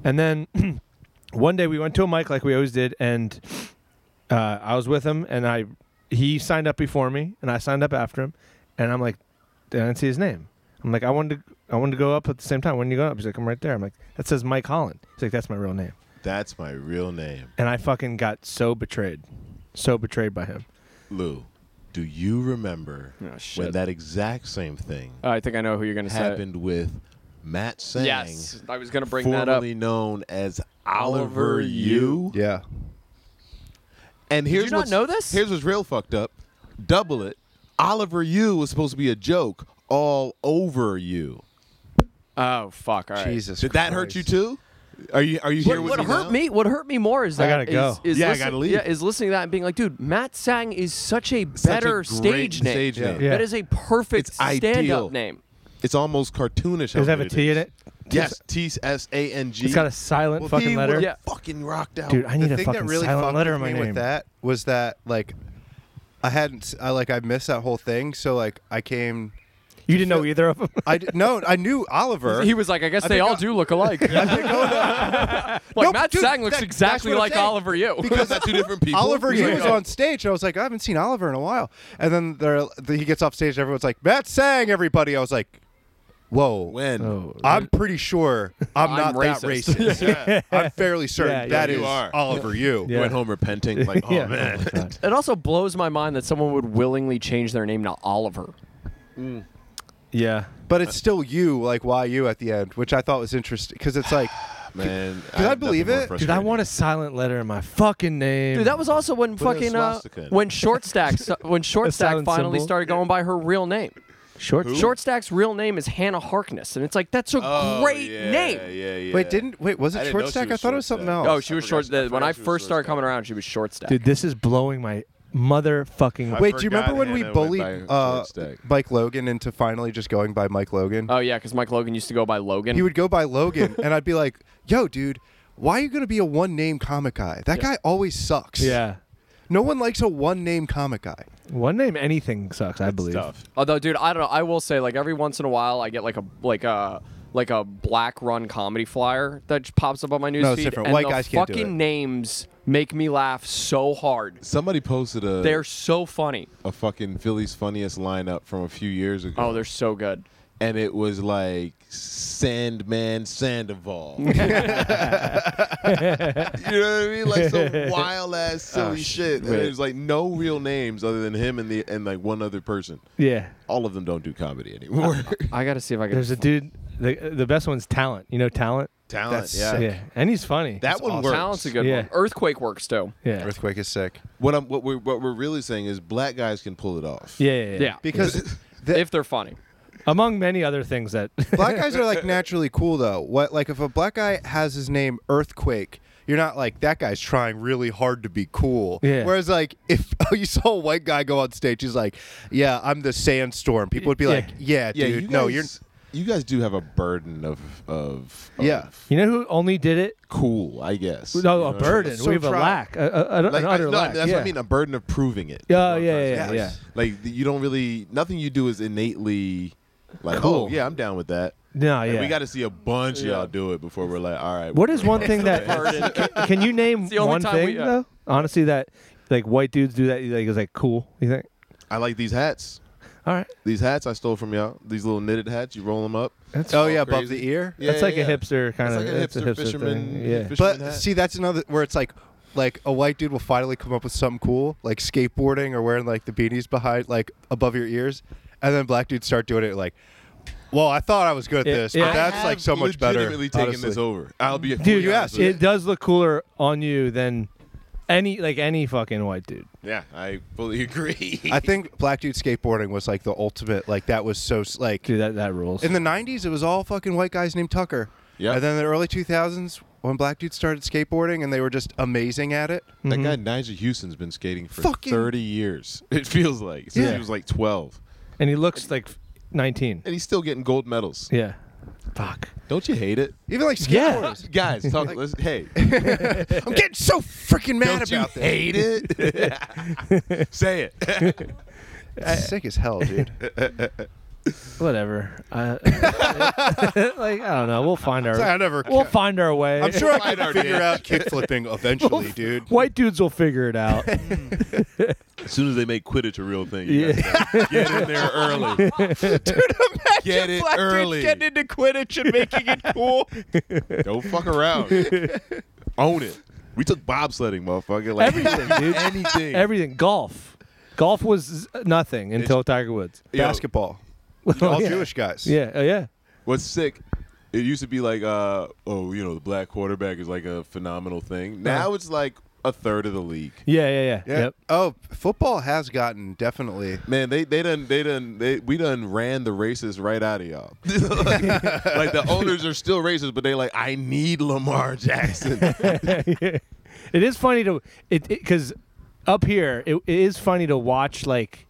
[SPEAKER 4] And then [clears throat] one day we went to a mic like we always did, and uh, I was with him, and I he signed up before me, and I signed up after him, and I'm like, I didn't see his name. I'm like, I wanted to, I wanted to go up at the same time. When you go up, he's like, I'm right there. I'm like, that says Mike Holland. He's like, that's my real name,
[SPEAKER 2] That's my real name,
[SPEAKER 4] and I fucking got so betrayed, so betrayed by him.
[SPEAKER 2] Lou. Do you remember
[SPEAKER 3] Oh,
[SPEAKER 2] when
[SPEAKER 3] shit.
[SPEAKER 2] that exact same thing
[SPEAKER 3] Uh, I think I know who you're gonna
[SPEAKER 2] happened with Matt
[SPEAKER 3] say.
[SPEAKER 2] Sang,
[SPEAKER 3] Yes, I was gonna bring that up.
[SPEAKER 2] formerly known as
[SPEAKER 3] Oliver
[SPEAKER 2] Oliver Yu?
[SPEAKER 1] Yeah.
[SPEAKER 2] And here's
[SPEAKER 3] you not
[SPEAKER 2] what's-
[SPEAKER 3] know this?
[SPEAKER 2] Here's what's real fucked up. Double it. Oliver Yu was supposed to be a joke all over you.
[SPEAKER 3] Oh fuck! All right.
[SPEAKER 1] Jesus.
[SPEAKER 2] Did that hurt you
[SPEAKER 1] Christ.
[SPEAKER 2] too? Are you are you here with
[SPEAKER 3] What, what
[SPEAKER 2] me
[SPEAKER 3] hurt
[SPEAKER 2] now?
[SPEAKER 3] me? What hurt me more is
[SPEAKER 4] I
[SPEAKER 3] that
[SPEAKER 4] gotta go.
[SPEAKER 3] is- is
[SPEAKER 2] Yeah, I
[SPEAKER 3] listen-
[SPEAKER 2] gotta leave.
[SPEAKER 3] Yeah, is listening to that and being like, dude, Matt Sang is such a
[SPEAKER 2] Such a
[SPEAKER 3] better
[SPEAKER 2] great
[SPEAKER 3] stage name.
[SPEAKER 2] stage
[SPEAKER 1] Yeah.
[SPEAKER 2] name.
[SPEAKER 4] Yeah.
[SPEAKER 3] That is a perfect
[SPEAKER 2] It's
[SPEAKER 3] stand-up
[SPEAKER 2] ideal.
[SPEAKER 3] name.
[SPEAKER 2] It's almost cartoonish. how
[SPEAKER 4] Does it have a
[SPEAKER 2] good
[SPEAKER 4] T in
[SPEAKER 2] is.
[SPEAKER 4] it?
[SPEAKER 2] Yes, T S A N G.
[SPEAKER 4] It's got a silent
[SPEAKER 2] Well,
[SPEAKER 4] fucking
[SPEAKER 2] he
[SPEAKER 4] letter.
[SPEAKER 2] would've
[SPEAKER 3] Yeah.
[SPEAKER 2] Fucking rocked out,
[SPEAKER 4] Dude, I need
[SPEAKER 1] the
[SPEAKER 4] a
[SPEAKER 1] thing that
[SPEAKER 4] fucking
[SPEAKER 1] really
[SPEAKER 4] silent
[SPEAKER 1] fucked
[SPEAKER 4] letter
[SPEAKER 1] with
[SPEAKER 4] in
[SPEAKER 1] me
[SPEAKER 4] my name.
[SPEAKER 1] with that was that like I hadn't I like I missed that whole thing, so like I came
[SPEAKER 4] You didn't know either of them.
[SPEAKER 1] I d- no, I knew Oliver.
[SPEAKER 3] [laughs] He was like, I guess
[SPEAKER 1] I
[SPEAKER 3] they
[SPEAKER 1] think
[SPEAKER 3] all
[SPEAKER 1] I-
[SPEAKER 3] do look alike.
[SPEAKER 1] I think [laughs] Oliver-
[SPEAKER 3] like
[SPEAKER 1] Nope,
[SPEAKER 3] Matt
[SPEAKER 1] dude,
[SPEAKER 3] Sang looks
[SPEAKER 1] that-
[SPEAKER 3] exactly
[SPEAKER 1] that's what I'm
[SPEAKER 3] like
[SPEAKER 1] saying.
[SPEAKER 3] Oliver you.
[SPEAKER 4] [laughs]
[SPEAKER 2] Because they're two different people.
[SPEAKER 1] Oliver
[SPEAKER 2] He's
[SPEAKER 1] he
[SPEAKER 2] like,
[SPEAKER 1] was
[SPEAKER 2] oh,
[SPEAKER 1] on stage. And I was like, I haven't seen Oliver in a while. And then there, he gets off stage. and Everyone's like, Matt Sang. Everybody, I was like, Whoa.
[SPEAKER 2] "Oh, When?
[SPEAKER 4] Oh,
[SPEAKER 2] [laughs]
[SPEAKER 1] I'm pretty sure I'm,
[SPEAKER 3] I'm
[SPEAKER 1] not
[SPEAKER 3] racist.
[SPEAKER 1] that racist. I'm fairly certain
[SPEAKER 4] Yeah, yeah,
[SPEAKER 1] that
[SPEAKER 2] you
[SPEAKER 1] is
[SPEAKER 2] are.
[SPEAKER 1] Oliver. You.
[SPEAKER 4] Yeah.
[SPEAKER 2] Went home
[SPEAKER 4] [laughs]
[SPEAKER 2] repenting. Like, oh, man.
[SPEAKER 3] It also blows my mind that someone would willingly change their name to Oliver.
[SPEAKER 4] yeah.
[SPEAKER 1] But it's still you, like why you at the end, which I thought was interesting because it's like
[SPEAKER 2] [laughs] Man.
[SPEAKER 1] I believe it?
[SPEAKER 4] Dude, I want a silent letter in my fucking name.
[SPEAKER 3] Dude, that was also when
[SPEAKER 2] a
[SPEAKER 3] fucking uh,
[SPEAKER 2] swastika.
[SPEAKER 3] when Short Stack st- when Short
[SPEAKER 4] A
[SPEAKER 3] Stack
[SPEAKER 4] silent
[SPEAKER 3] finally
[SPEAKER 4] symbol.
[SPEAKER 3] started going by her real name.
[SPEAKER 4] short.
[SPEAKER 3] Short Stack's real name is Hannah Harkness, and it's like that's a
[SPEAKER 2] Oh,
[SPEAKER 3] great
[SPEAKER 2] yeah,
[SPEAKER 3] name.
[SPEAKER 2] Yeah, yeah.
[SPEAKER 1] wait, didn't wait? Was
[SPEAKER 2] I
[SPEAKER 1] it
[SPEAKER 2] didn't
[SPEAKER 1] short
[SPEAKER 2] know she
[SPEAKER 1] stack?
[SPEAKER 2] was
[SPEAKER 1] I thought it
[SPEAKER 2] Short
[SPEAKER 1] was something
[SPEAKER 2] Stack.
[SPEAKER 1] else.
[SPEAKER 3] Oh,
[SPEAKER 2] I
[SPEAKER 3] she was
[SPEAKER 2] forgot
[SPEAKER 3] short.
[SPEAKER 2] she- I
[SPEAKER 3] the- when
[SPEAKER 2] forgot
[SPEAKER 3] I
[SPEAKER 2] she was Short
[SPEAKER 3] first started
[SPEAKER 2] Stack.
[SPEAKER 3] coming around, she was Short Stack.
[SPEAKER 4] Dude, this is blowing my motherfucking.
[SPEAKER 2] I
[SPEAKER 1] wait, do you
[SPEAKER 2] forgot
[SPEAKER 1] remember when we
[SPEAKER 2] Hannah went
[SPEAKER 1] bullied
[SPEAKER 2] by Short
[SPEAKER 1] uh,
[SPEAKER 2] Stack.
[SPEAKER 1] Mike Logan into finally just going by Mike Logan?
[SPEAKER 2] Uh,
[SPEAKER 3] oh yeah, because Mike Logan used to go by Logan.
[SPEAKER 1] he would go by Logan, and
[SPEAKER 2] [laughs]
[SPEAKER 1] I'd be like, "Yo, dude, why are you gonna be a one name comic guy? That guy always sucks.
[SPEAKER 4] Yeah.
[SPEAKER 1] no one likes a one name comic guy.
[SPEAKER 4] One name anything sucks, I believe.
[SPEAKER 2] Stuff.
[SPEAKER 3] Although, dude, I don't know. I will say, like every once in a while, I get like a like a like a black run comedy flyer that just pops up on my newsfeed.
[SPEAKER 1] No, it's different.
[SPEAKER 3] And
[SPEAKER 1] White
[SPEAKER 3] the
[SPEAKER 1] guys can't do
[SPEAKER 3] fucking
[SPEAKER 1] it.
[SPEAKER 3] names make me laugh so hard.
[SPEAKER 2] Somebody posted a
[SPEAKER 3] They're so funny.
[SPEAKER 2] a fucking Philly's funniest lineup from a few years ago.
[SPEAKER 3] Oh, they're so good.
[SPEAKER 2] and it was like Sandman Sandoval. [laughs] you know what I mean? Like some wild ass silly shit. And
[SPEAKER 3] wait.
[SPEAKER 2] there's like no real names other than him and the and like one other person.
[SPEAKER 4] Yeah.
[SPEAKER 2] All of them don't do comedy anymore.
[SPEAKER 3] I gotta see if I can.
[SPEAKER 4] There's a dude. The the best one's talent. You know talent.
[SPEAKER 2] Talent,
[SPEAKER 1] That's
[SPEAKER 2] yeah.
[SPEAKER 1] sick.
[SPEAKER 4] Yeah, and he's funny.
[SPEAKER 2] That one works.
[SPEAKER 3] Talent's a good
[SPEAKER 4] Yeah.
[SPEAKER 3] one. Earthquake works too.
[SPEAKER 4] yeah.
[SPEAKER 1] Earthquake is sick
[SPEAKER 2] What I'm what we're what we're really saying is black guys can pull it off.
[SPEAKER 4] yeah. Yeah.
[SPEAKER 3] Yeah,
[SPEAKER 1] because
[SPEAKER 3] if they're funny.
[SPEAKER 4] Among many other things that. [laughs]
[SPEAKER 1] black guys are like naturally cool though. What like if a black guy has his name Earthquake, you're not like that guy's trying really hard to be cool.
[SPEAKER 4] Yeah.
[SPEAKER 1] Whereas like if [laughs] you saw a white guy go on stage, he's like, "Yeah, I'm the Sandstorm." People would be
[SPEAKER 4] Yeah.
[SPEAKER 1] like, "Yeah,
[SPEAKER 2] Yeah,
[SPEAKER 1] dude,
[SPEAKER 2] you guys,
[SPEAKER 1] no, you're
[SPEAKER 2] you guys do have a burden of of, of
[SPEAKER 1] Yeah.
[SPEAKER 4] you know who only did it?
[SPEAKER 2] cool, I guess. You know
[SPEAKER 4] No, a
[SPEAKER 2] what I mean?
[SPEAKER 4] burden.
[SPEAKER 1] So
[SPEAKER 4] we have a
[SPEAKER 1] proud.
[SPEAKER 4] lack. A, a, a,
[SPEAKER 2] Like,
[SPEAKER 4] an
[SPEAKER 2] I-
[SPEAKER 4] utter
[SPEAKER 2] no,
[SPEAKER 4] lack.
[SPEAKER 2] that's
[SPEAKER 4] yeah.
[SPEAKER 2] what I mean. A burden of proving it.
[SPEAKER 4] Yeah,
[SPEAKER 2] You know what I'm
[SPEAKER 4] yeah,
[SPEAKER 2] trying to
[SPEAKER 4] yeah,
[SPEAKER 2] say?
[SPEAKER 1] yeah.
[SPEAKER 2] Like th- you don't really, nothing you do is innately like,
[SPEAKER 4] Cool.
[SPEAKER 2] oh yeah, I'm down with that.
[SPEAKER 4] No,
[SPEAKER 2] And
[SPEAKER 4] yeah.
[SPEAKER 2] we got to see a bunch
[SPEAKER 3] Yeah.
[SPEAKER 2] of y'all do it before we're like, all right.
[SPEAKER 4] What
[SPEAKER 2] we're [laughs]
[SPEAKER 4] is one
[SPEAKER 2] gonna
[SPEAKER 4] thing that?
[SPEAKER 3] Burden.
[SPEAKER 4] [laughs] Can, can you name
[SPEAKER 3] the only
[SPEAKER 4] one
[SPEAKER 3] time
[SPEAKER 4] thing
[SPEAKER 3] we- uh,
[SPEAKER 4] though? Honestly, that like white dudes do that. Like is like cool. You think?
[SPEAKER 2] I like these hats.
[SPEAKER 4] All right,
[SPEAKER 2] These hats I stole from y'all. These little knitted hats. You roll them up.
[SPEAKER 4] that's
[SPEAKER 1] oh
[SPEAKER 2] all
[SPEAKER 1] yeah, above
[SPEAKER 2] crazy.
[SPEAKER 1] the ear."
[SPEAKER 2] Yeah, E-
[SPEAKER 4] that's like
[SPEAKER 2] yeah,
[SPEAKER 4] a
[SPEAKER 2] yeah.
[SPEAKER 4] hipster
[SPEAKER 2] It's
[SPEAKER 4] kind of.
[SPEAKER 2] like a
[SPEAKER 4] that's
[SPEAKER 2] hipster, fisherman.
[SPEAKER 4] thing. Yeah.
[SPEAKER 2] fisherman
[SPEAKER 1] But
[SPEAKER 2] hat.
[SPEAKER 1] see, that's another where it's like, like a white dude will finally come up with something cool, like skateboarding or wearing like the beanies behind, like above your ears, and then black dudes start doing it like, well, I thought I was good at
[SPEAKER 4] Yeah,
[SPEAKER 1] this,
[SPEAKER 4] yeah.
[SPEAKER 1] but
[SPEAKER 4] I
[SPEAKER 1] that's
[SPEAKER 2] have
[SPEAKER 1] like so much better.
[SPEAKER 2] Legitimately taking this
[SPEAKER 1] honestly.
[SPEAKER 2] over. I'll be.
[SPEAKER 4] Dude,
[SPEAKER 2] fully honest
[SPEAKER 1] yes,
[SPEAKER 2] with you.
[SPEAKER 4] it does look cooler on you than any like any fucking white dude.
[SPEAKER 2] Yeah, I fully [laughs] agree.
[SPEAKER 1] I think black dude skateboarding was like the ultimate. Like that was so s- like
[SPEAKER 4] Dude, that that rules.
[SPEAKER 1] in the '90s, it was all fucking white guys named Tucker.
[SPEAKER 2] Yep.
[SPEAKER 1] And then the early 2000s, when black dudes started skateboarding and they were just amazing at it.
[SPEAKER 4] Mm-hmm.
[SPEAKER 2] That guy Nigel Houston's been skating for
[SPEAKER 1] Fucking-
[SPEAKER 2] 30 years. It feels like since
[SPEAKER 1] Yeah.
[SPEAKER 2] he was like 12,
[SPEAKER 4] and he looks like 19.
[SPEAKER 2] and he's still getting gold medals.
[SPEAKER 4] Yeah. Fuck.
[SPEAKER 2] Don't you hate it,
[SPEAKER 1] Even like
[SPEAKER 4] Yeah.
[SPEAKER 1] skateboarders.
[SPEAKER 4] [laughs]
[SPEAKER 2] guys? Talk. let's, hey,
[SPEAKER 1] I'm getting so freaking mad
[SPEAKER 2] don't you
[SPEAKER 1] about this.
[SPEAKER 2] hate it? Say it. [laughs]
[SPEAKER 1] It's sick as hell, [laughs] dude.
[SPEAKER 4] Whatever.
[SPEAKER 1] [laughs]
[SPEAKER 4] Uh, [laughs] like I don't know. We'll find our.
[SPEAKER 1] Sorry, I never.
[SPEAKER 4] We'll find our way.
[SPEAKER 1] I'm
[SPEAKER 4] [laughs]
[SPEAKER 1] sure I
[SPEAKER 2] Find
[SPEAKER 1] can
[SPEAKER 2] our
[SPEAKER 1] figure
[SPEAKER 2] dick.
[SPEAKER 1] out kick [laughs] flipping eventually, dude.
[SPEAKER 4] White dudes will figure
[SPEAKER 1] [laughs]
[SPEAKER 4] it out.
[SPEAKER 2] As soon as they make Quidditch a real thing,
[SPEAKER 4] you
[SPEAKER 2] [laughs] get in there early. Get it
[SPEAKER 3] Black dudes
[SPEAKER 2] early.
[SPEAKER 3] getting into Quidditch and making it cool.
[SPEAKER 2] [laughs] Don't fuck around. Own it. We took bobsledding, motherfucker. Like
[SPEAKER 4] Everything,
[SPEAKER 2] [laughs]
[SPEAKER 4] dude.
[SPEAKER 2] Anything.
[SPEAKER 4] Everything. Golf. Golf was nothing until Tiger Woods.
[SPEAKER 1] [laughs]
[SPEAKER 2] Yo,
[SPEAKER 1] Basketball.
[SPEAKER 4] Oh,
[SPEAKER 1] All
[SPEAKER 4] yeah.
[SPEAKER 1] Jewish guys.
[SPEAKER 4] Yeah. Oh, yeah.
[SPEAKER 2] What's sick? It used to be like, uh, oh, you know, the black quarterback is like a phenomenal thing. Now it's like a third of the league.
[SPEAKER 4] Yeah. Yeah. Yeah.
[SPEAKER 1] Yeah.
[SPEAKER 4] Yep.
[SPEAKER 1] Oh, football has gotten definitely.
[SPEAKER 2] Man, they they done they done they we done ran the racists right out of y'all. like, the owners are still racist, but they like I need Lamar Jackson.
[SPEAKER 4] [laughs] it is funny to it because up here it, it is funny to watch like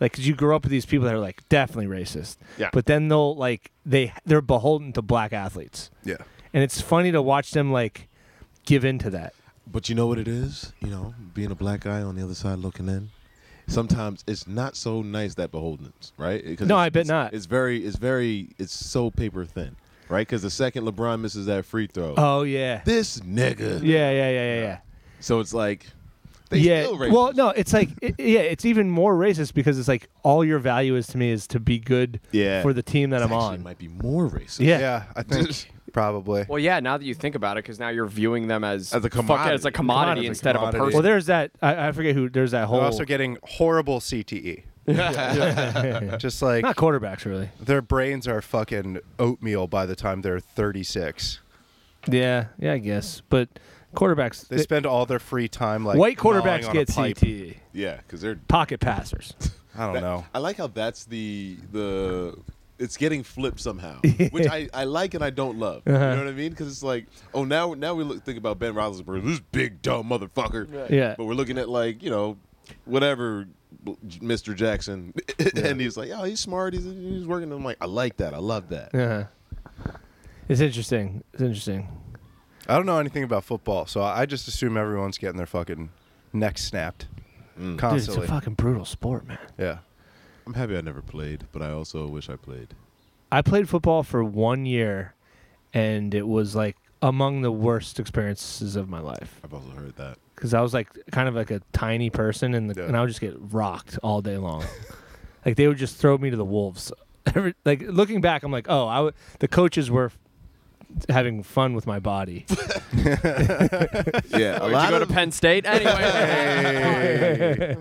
[SPEAKER 4] like 'cause you grow up with these people that are like definitely racist
[SPEAKER 2] Yeah.
[SPEAKER 4] but then they'll like they they're beholden to black athletes
[SPEAKER 1] Yeah.
[SPEAKER 4] and it's funny to watch them like give in to that
[SPEAKER 2] but you know what it is? You know, being a black guy on the other side looking in, sometimes it's not so nice that beholdens, right? 'Cause
[SPEAKER 4] No,
[SPEAKER 2] it's-
[SPEAKER 4] I bet
[SPEAKER 2] it's-
[SPEAKER 4] not.
[SPEAKER 2] It's very, it's very, it's so paper thin, right? Because the second LeBron misses that free throw,
[SPEAKER 4] Oh yeah.
[SPEAKER 2] this nigga.
[SPEAKER 4] Yeah, yeah, yeah, yeah, yeah.
[SPEAKER 2] So it's like, they
[SPEAKER 4] yeah.
[SPEAKER 2] still racist.
[SPEAKER 4] Well, no, it's like it, yeah, it's even more racist because it's like all your value is to me is to be good
[SPEAKER 2] Yeah.
[SPEAKER 4] for the team that
[SPEAKER 2] It's
[SPEAKER 4] I'm
[SPEAKER 2] actually
[SPEAKER 4] on.
[SPEAKER 2] might be more racist.
[SPEAKER 4] Yeah.
[SPEAKER 1] Yeah, I [laughs] think probably.
[SPEAKER 3] Well, yeah. Now that you think about it, because now you're viewing them as
[SPEAKER 2] As a
[SPEAKER 3] fuck it,
[SPEAKER 2] commodity.
[SPEAKER 3] as a commodity,
[SPEAKER 1] Commodity.
[SPEAKER 3] instead of a
[SPEAKER 1] Commodity.
[SPEAKER 3] person.
[SPEAKER 4] well, there's that. I, I forget who. There's that whole.
[SPEAKER 1] They're also getting horrible CTE. Just like
[SPEAKER 4] not quarterbacks really.
[SPEAKER 1] their brains are fucking oatmeal by the time they're 36.
[SPEAKER 4] Yeah, yeah, I guess. But quarterbacks,
[SPEAKER 1] They
[SPEAKER 4] they-
[SPEAKER 1] spend all their free time like
[SPEAKER 4] white
[SPEAKER 1] gnawing
[SPEAKER 4] quarterbacks
[SPEAKER 1] on
[SPEAKER 4] get
[SPEAKER 1] a pipe.
[SPEAKER 4] CTE.
[SPEAKER 2] Yeah, because they're
[SPEAKER 4] Pocket passers.
[SPEAKER 1] I don't
[SPEAKER 2] That-
[SPEAKER 1] know.
[SPEAKER 2] I like how that's the the it's getting flipped
[SPEAKER 4] [laughs]
[SPEAKER 2] somehow, which I, I like and I don't love. You
[SPEAKER 4] Uh-huh.
[SPEAKER 2] know what I mean? Because it's like, oh, now now we look, think about Ben Roethlisberger, this big dumb motherfucker.
[SPEAKER 4] Yeah.
[SPEAKER 2] But we're looking at like you know, whatever, Mr. Jackson, [laughs] and he's like, oh, he's smart. He's he's working. I'm like, I like that. I love that.
[SPEAKER 4] [laughs] Uh-huh. It's interesting. It's interesting.
[SPEAKER 1] I don't know anything about football, so I I just assume everyone's getting their fucking neck snapped
[SPEAKER 4] Mm. Dude, it's
[SPEAKER 1] constantly.
[SPEAKER 4] a fucking brutal sport, man.
[SPEAKER 1] yeah.
[SPEAKER 2] I'm happy I never played, but I also wish I played.
[SPEAKER 4] I played football for one year, and it was like among the worst experiences of my life
[SPEAKER 2] I've also heard that.
[SPEAKER 4] because I was like kind of like a tiny person, and the,
[SPEAKER 1] Yeah.
[SPEAKER 4] and I would just get rocked all day long. [laughs] like they would just throw me to the wolves. [laughs] Every, like looking back, I'm like, oh, I w- the coaches were f- having fun with my body.
[SPEAKER 2] [laughs] Yeah, a
[SPEAKER 3] Did you
[SPEAKER 2] lot,
[SPEAKER 3] go to
[SPEAKER 2] of,
[SPEAKER 3] Penn State anyway?
[SPEAKER 2] a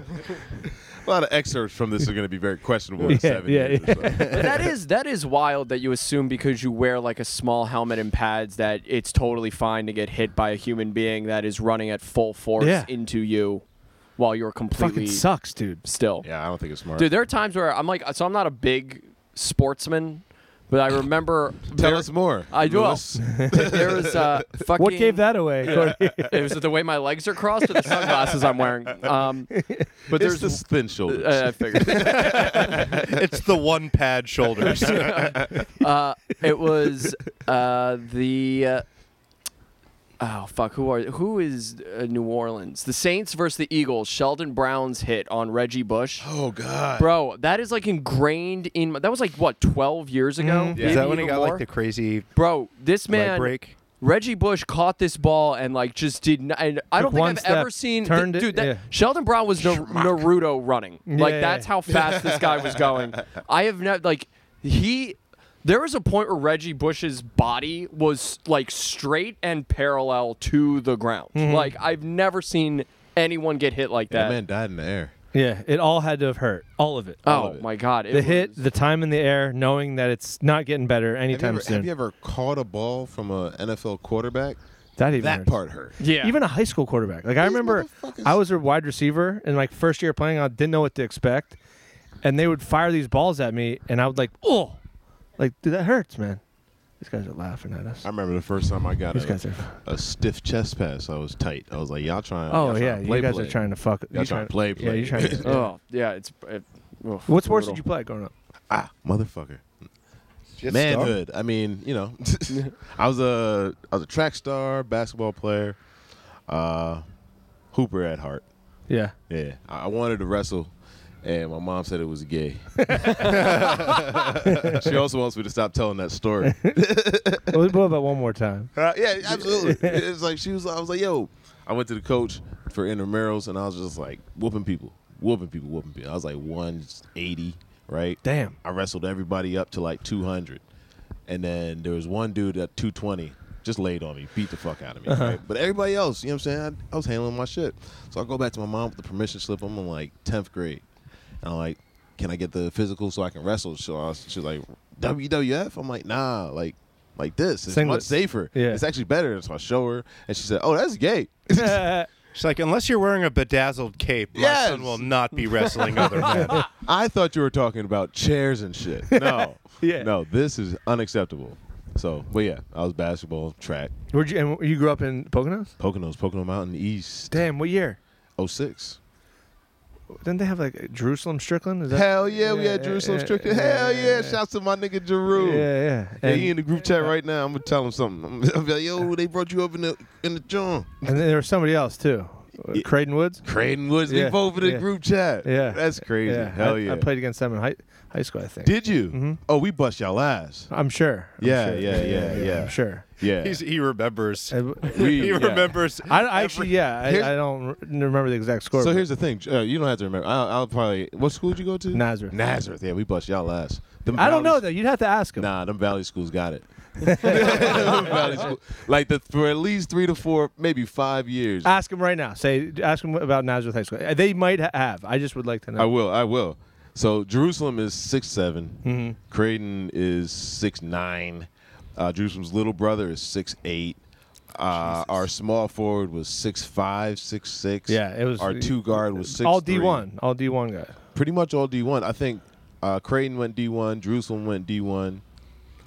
[SPEAKER 2] lot of excerpts from this are going to be very questionable. in
[SPEAKER 4] [laughs] Yeah,
[SPEAKER 2] seven
[SPEAKER 4] yeah,
[SPEAKER 2] years or so. [laughs]
[SPEAKER 3] But that is that is wild that you assume because you wear like a small helmet and pads that it's totally fine to get hit by a human being that is running at full force
[SPEAKER 4] Yeah.
[SPEAKER 3] into you while you're completely
[SPEAKER 4] fucking sucks, dude.
[SPEAKER 3] still.
[SPEAKER 2] Yeah, I don't think it's smart.
[SPEAKER 3] Dude, there are times where I'm like, so I'm not a big sportsman, but I
[SPEAKER 1] [laughs]
[SPEAKER 3] remember
[SPEAKER 2] Tell
[SPEAKER 3] there,
[SPEAKER 2] us more.
[SPEAKER 3] I will.
[SPEAKER 2] Lewis.
[SPEAKER 3] there was uh, fucking.
[SPEAKER 4] What gave that away? Cody?
[SPEAKER 3] It was the way my legs are crossed or the sunglasses I'm wearing. Um, [laughs] but
[SPEAKER 2] It's
[SPEAKER 3] there's
[SPEAKER 2] the thin shoulders.
[SPEAKER 3] uh, [laughs] I figured.
[SPEAKER 1] it's the one pad shoulders.
[SPEAKER 3] uh, it was uh, the uh, oh fuck who are who is uh, New Orleans? The Saints versus the Eagles. Sheldon Brown's hit on Reggie
[SPEAKER 1] [gasps]
[SPEAKER 3] Bush.
[SPEAKER 2] [laughs] oh God.
[SPEAKER 3] Bro, that is like ingrained in. my- That was like what twelve years ago.
[SPEAKER 4] Mhm.
[SPEAKER 2] Yeah.
[SPEAKER 1] Mm-hmm. Is
[SPEAKER 3] Maybe
[SPEAKER 1] that when he
[SPEAKER 3] even
[SPEAKER 1] got
[SPEAKER 3] more?
[SPEAKER 1] like the crazy
[SPEAKER 3] Bro, this
[SPEAKER 1] leg
[SPEAKER 3] man
[SPEAKER 1] break?
[SPEAKER 3] Reggie Bush caught this ball and like just did not. And I
[SPEAKER 4] Took
[SPEAKER 3] don't think
[SPEAKER 4] one
[SPEAKER 3] I've
[SPEAKER 4] step,
[SPEAKER 3] ever seen
[SPEAKER 4] turned it,
[SPEAKER 3] dude. That,
[SPEAKER 4] yeah.
[SPEAKER 3] Sheldon Brown was Na- Naruto running. like
[SPEAKER 4] Yeah,
[SPEAKER 3] that's
[SPEAKER 4] yeah.
[SPEAKER 3] how fast this guy was going. I have never like he. There was a point where Reggie Bush's body was like straight and parallel to the ground.
[SPEAKER 4] Mm-hmm.
[SPEAKER 3] Like I've never seen anyone get hit like
[SPEAKER 2] That
[SPEAKER 3] that.
[SPEAKER 2] man died in the air.
[SPEAKER 4] [laughs] yeah, it all had to have hurt. All of it.
[SPEAKER 2] all of
[SPEAKER 3] oh
[SPEAKER 2] it.
[SPEAKER 3] my god! It
[SPEAKER 4] the hit,
[SPEAKER 3] was-
[SPEAKER 4] the time in the air, knowing that it's not getting better
[SPEAKER 2] Have you,
[SPEAKER 4] anytime
[SPEAKER 2] ever,
[SPEAKER 4] soon.
[SPEAKER 2] have you ever caught a ball from an NFL quarterback?
[SPEAKER 4] that even
[SPEAKER 2] That
[SPEAKER 4] hurts.
[SPEAKER 2] part hurt.
[SPEAKER 3] yeah.
[SPEAKER 4] Even a high school quarterback. Like I remember,
[SPEAKER 2] motherfuckers-
[SPEAKER 4] I was a wide receiver and like first year playing, I didn't know what to expect, and they would fire these balls at me, and I would like, oh, like dude, that hurts, man. These guys are laughing at us.
[SPEAKER 2] I remember the first time I got
[SPEAKER 4] These guys
[SPEAKER 2] a,
[SPEAKER 4] are.
[SPEAKER 2] a stiff chest pass. I was tight. I was like, y'all trying.
[SPEAKER 4] Oh
[SPEAKER 2] y'all
[SPEAKER 4] yeah,
[SPEAKER 2] trying to
[SPEAKER 4] you
[SPEAKER 2] play,
[SPEAKER 4] guys
[SPEAKER 2] play.
[SPEAKER 4] are trying to fuck.
[SPEAKER 2] Y'all trying to play,
[SPEAKER 4] Yeah,
[SPEAKER 2] play.
[SPEAKER 4] you're trying.
[SPEAKER 2] [laughs]
[SPEAKER 4] To, [laughs]
[SPEAKER 3] oh yeah, it's. It, oof,
[SPEAKER 4] what sports did you
[SPEAKER 3] brutal.
[SPEAKER 4] play growing up?
[SPEAKER 2] Ah, motherfucker.
[SPEAKER 1] Get stung.
[SPEAKER 2] Manhood. I mean, you know, [laughs] I was a I was a track star, basketball player, uh, hooper at heart.
[SPEAKER 4] Yeah.
[SPEAKER 2] Yeah, I I wanted to wrestle, and my mom said it was gay. she also wants me to stop telling that story.
[SPEAKER 4] well, [laughs] what about one
[SPEAKER 2] [laughs]
[SPEAKER 4] more time?
[SPEAKER 2] Uh, yeah, absolutely. It's like she was. I was like, yo, I went to the coach for intramurals, and I was just like whooping people, whooping people, whooping people. I was like 180, right? [laughs]
[SPEAKER 4] Damn.
[SPEAKER 2] I wrestled everybody up to like 200, and then there was one dude at 220. Just laid on me, beat the fuck out of me. right? But everybody else, you know what I'm saying? I, I was handling my shit. So I go back to my mom with the permission slip. I'm in like 10th grade. And I'm like, can I get the physical so I can wrestle? So I was, she's like, WWF? I'm like, nah, like like this. It's much
[SPEAKER 4] Singlets.
[SPEAKER 2] safer.
[SPEAKER 4] Yeah.
[SPEAKER 2] It's actually better. So I show her and she said, Oh, that's gay. yeah.
[SPEAKER 1] She's like, unless you're wearing a bedazzled cape, my
[SPEAKER 2] Yes.
[SPEAKER 1] son will not be wrestling other men.
[SPEAKER 4] [laughs]
[SPEAKER 2] I thought you were talking about chairs and shit. No.
[SPEAKER 4] Yeah.
[SPEAKER 2] No, this is unacceptable. So, but yeah, I was basketball, track,
[SPEAKER 4] Where'd you? And you grew up in Poconos?
[SPEAKER 2] Poconos, Pocono Mountain East, Oh,
[SPEAKER 4] Damn. What year?
[SPEAKER 2] 06.
[SPEAKER 4] Didn't they have like Jerusalem Strickland? Is that?
[SPEAKER 2] Hell yeah, we had
[SPEAKER 4] Yeah,
[SPEAKER 2] Jerusalem
[SPEAKER 4] yeah,
[SPEAKER 2] Strickland.
[SPEAKER 4] yeah,
[SPEAKER 2] Hell
[SPEAKER 4] yeah,
[SPEAKER 2] yeah.
[SPEAKER 4] yeah.
[SPEAKER 2] Shouts to my nigga Jeru.
[SPEAKER 4] Yeah, yeah.
[SPEAKER 2] Yeah,
[SPEAKER 4] And,
[SPEAKER 2] he in the group chat right now. I'm gonna tell him something. I'm, gonna be like, yo, they brought you up in the in the John.
[SPEAKER 4] and then there was somebody else too. uh, Creighton Woods.
[SPEAKER 2] Creighton Woods.
[SPEAKER 4] Yeah,
[SPEAKER 2] We both in the
[SPEAKER 4] yeah.
[SPEAKER 2] group chat.
[SPEAKER 4] Yeah.
[SPEAKER 2] That's crazy.
[SPEAKER 4] Yeah,
[SPEAKER 2] Hell
[SPEAKER 4] I,
[SPEAKER 2] yeah.
[SPEAKER 4] I played against them in high, high school, I think.
[SPEAKER 2] Did you? Oh, we bust y'all ass.
[SPEAKER 4] I'm sure. I'm
[SPEAKER 2] Yeah,
[SPEAKER 4] sure.
[SPEAKER 2] yeah, yeah, yeah.
[SPEAKER 4] I'm sure.
[SPEAKER 2] Yeah.
[SPEAKER 1] He's, he remembers.
[SPEAKER 4] I,
[SPEAKER 2] [laughs]
[SPEAKER 4] [laughs]
[SPEAKER 2] We-
[SPEAKER 1] he
[SPEAKER 2] yeah.
[SPEAKER 1] remembers.
[SPEAKER 4] I, I actually, yeah, I,
[SPEAKER 2] Here's-
[SPEAKER 4] I don't re- remember the exact score.
[SPEAKER 2] So
[SPEAKER 4] but
[SPEAKER 2] here's the thing. Uh, you don't have to remember. I'll, I'll probably. What school did you go to?
[SPEAKER 4] Nazareth.
[SPEAKER 2] Nazareth. Yeah, we bust y'all ass. Them
[SPEAKER 4] I
[SPEAKER 2] Valley-
[SPEAKER 4] don't know though. You'd have to ask him.
[SPEAKER 2] Nah, them valley schools got it. [laughs] Them valley school- like the for at least three to four, maybe five years.
[SPEAKER 4] Ask him right now. Say, ask him about Nazareth High School. Uh, They might ha- have. I just would like to know.
[SPEAKER 2] I will. I will. So Jerusalem is six
[SPEAKER 4] Mm-hmm.
[SPEAKER 2] Creighton is six nine. Uh, Jerusalem's little brother is six eight. Uh, our small forward was six five, six six.
[SPEAKER 4] Yeah, it was-
[SPEAKER 2] Our two guard was six.
[SPEAKER 4] all D one, all D one guy.
[SPEAKER 2] Pretty much all D one. I think uh, Creighton went D one. Jerusalem went D one.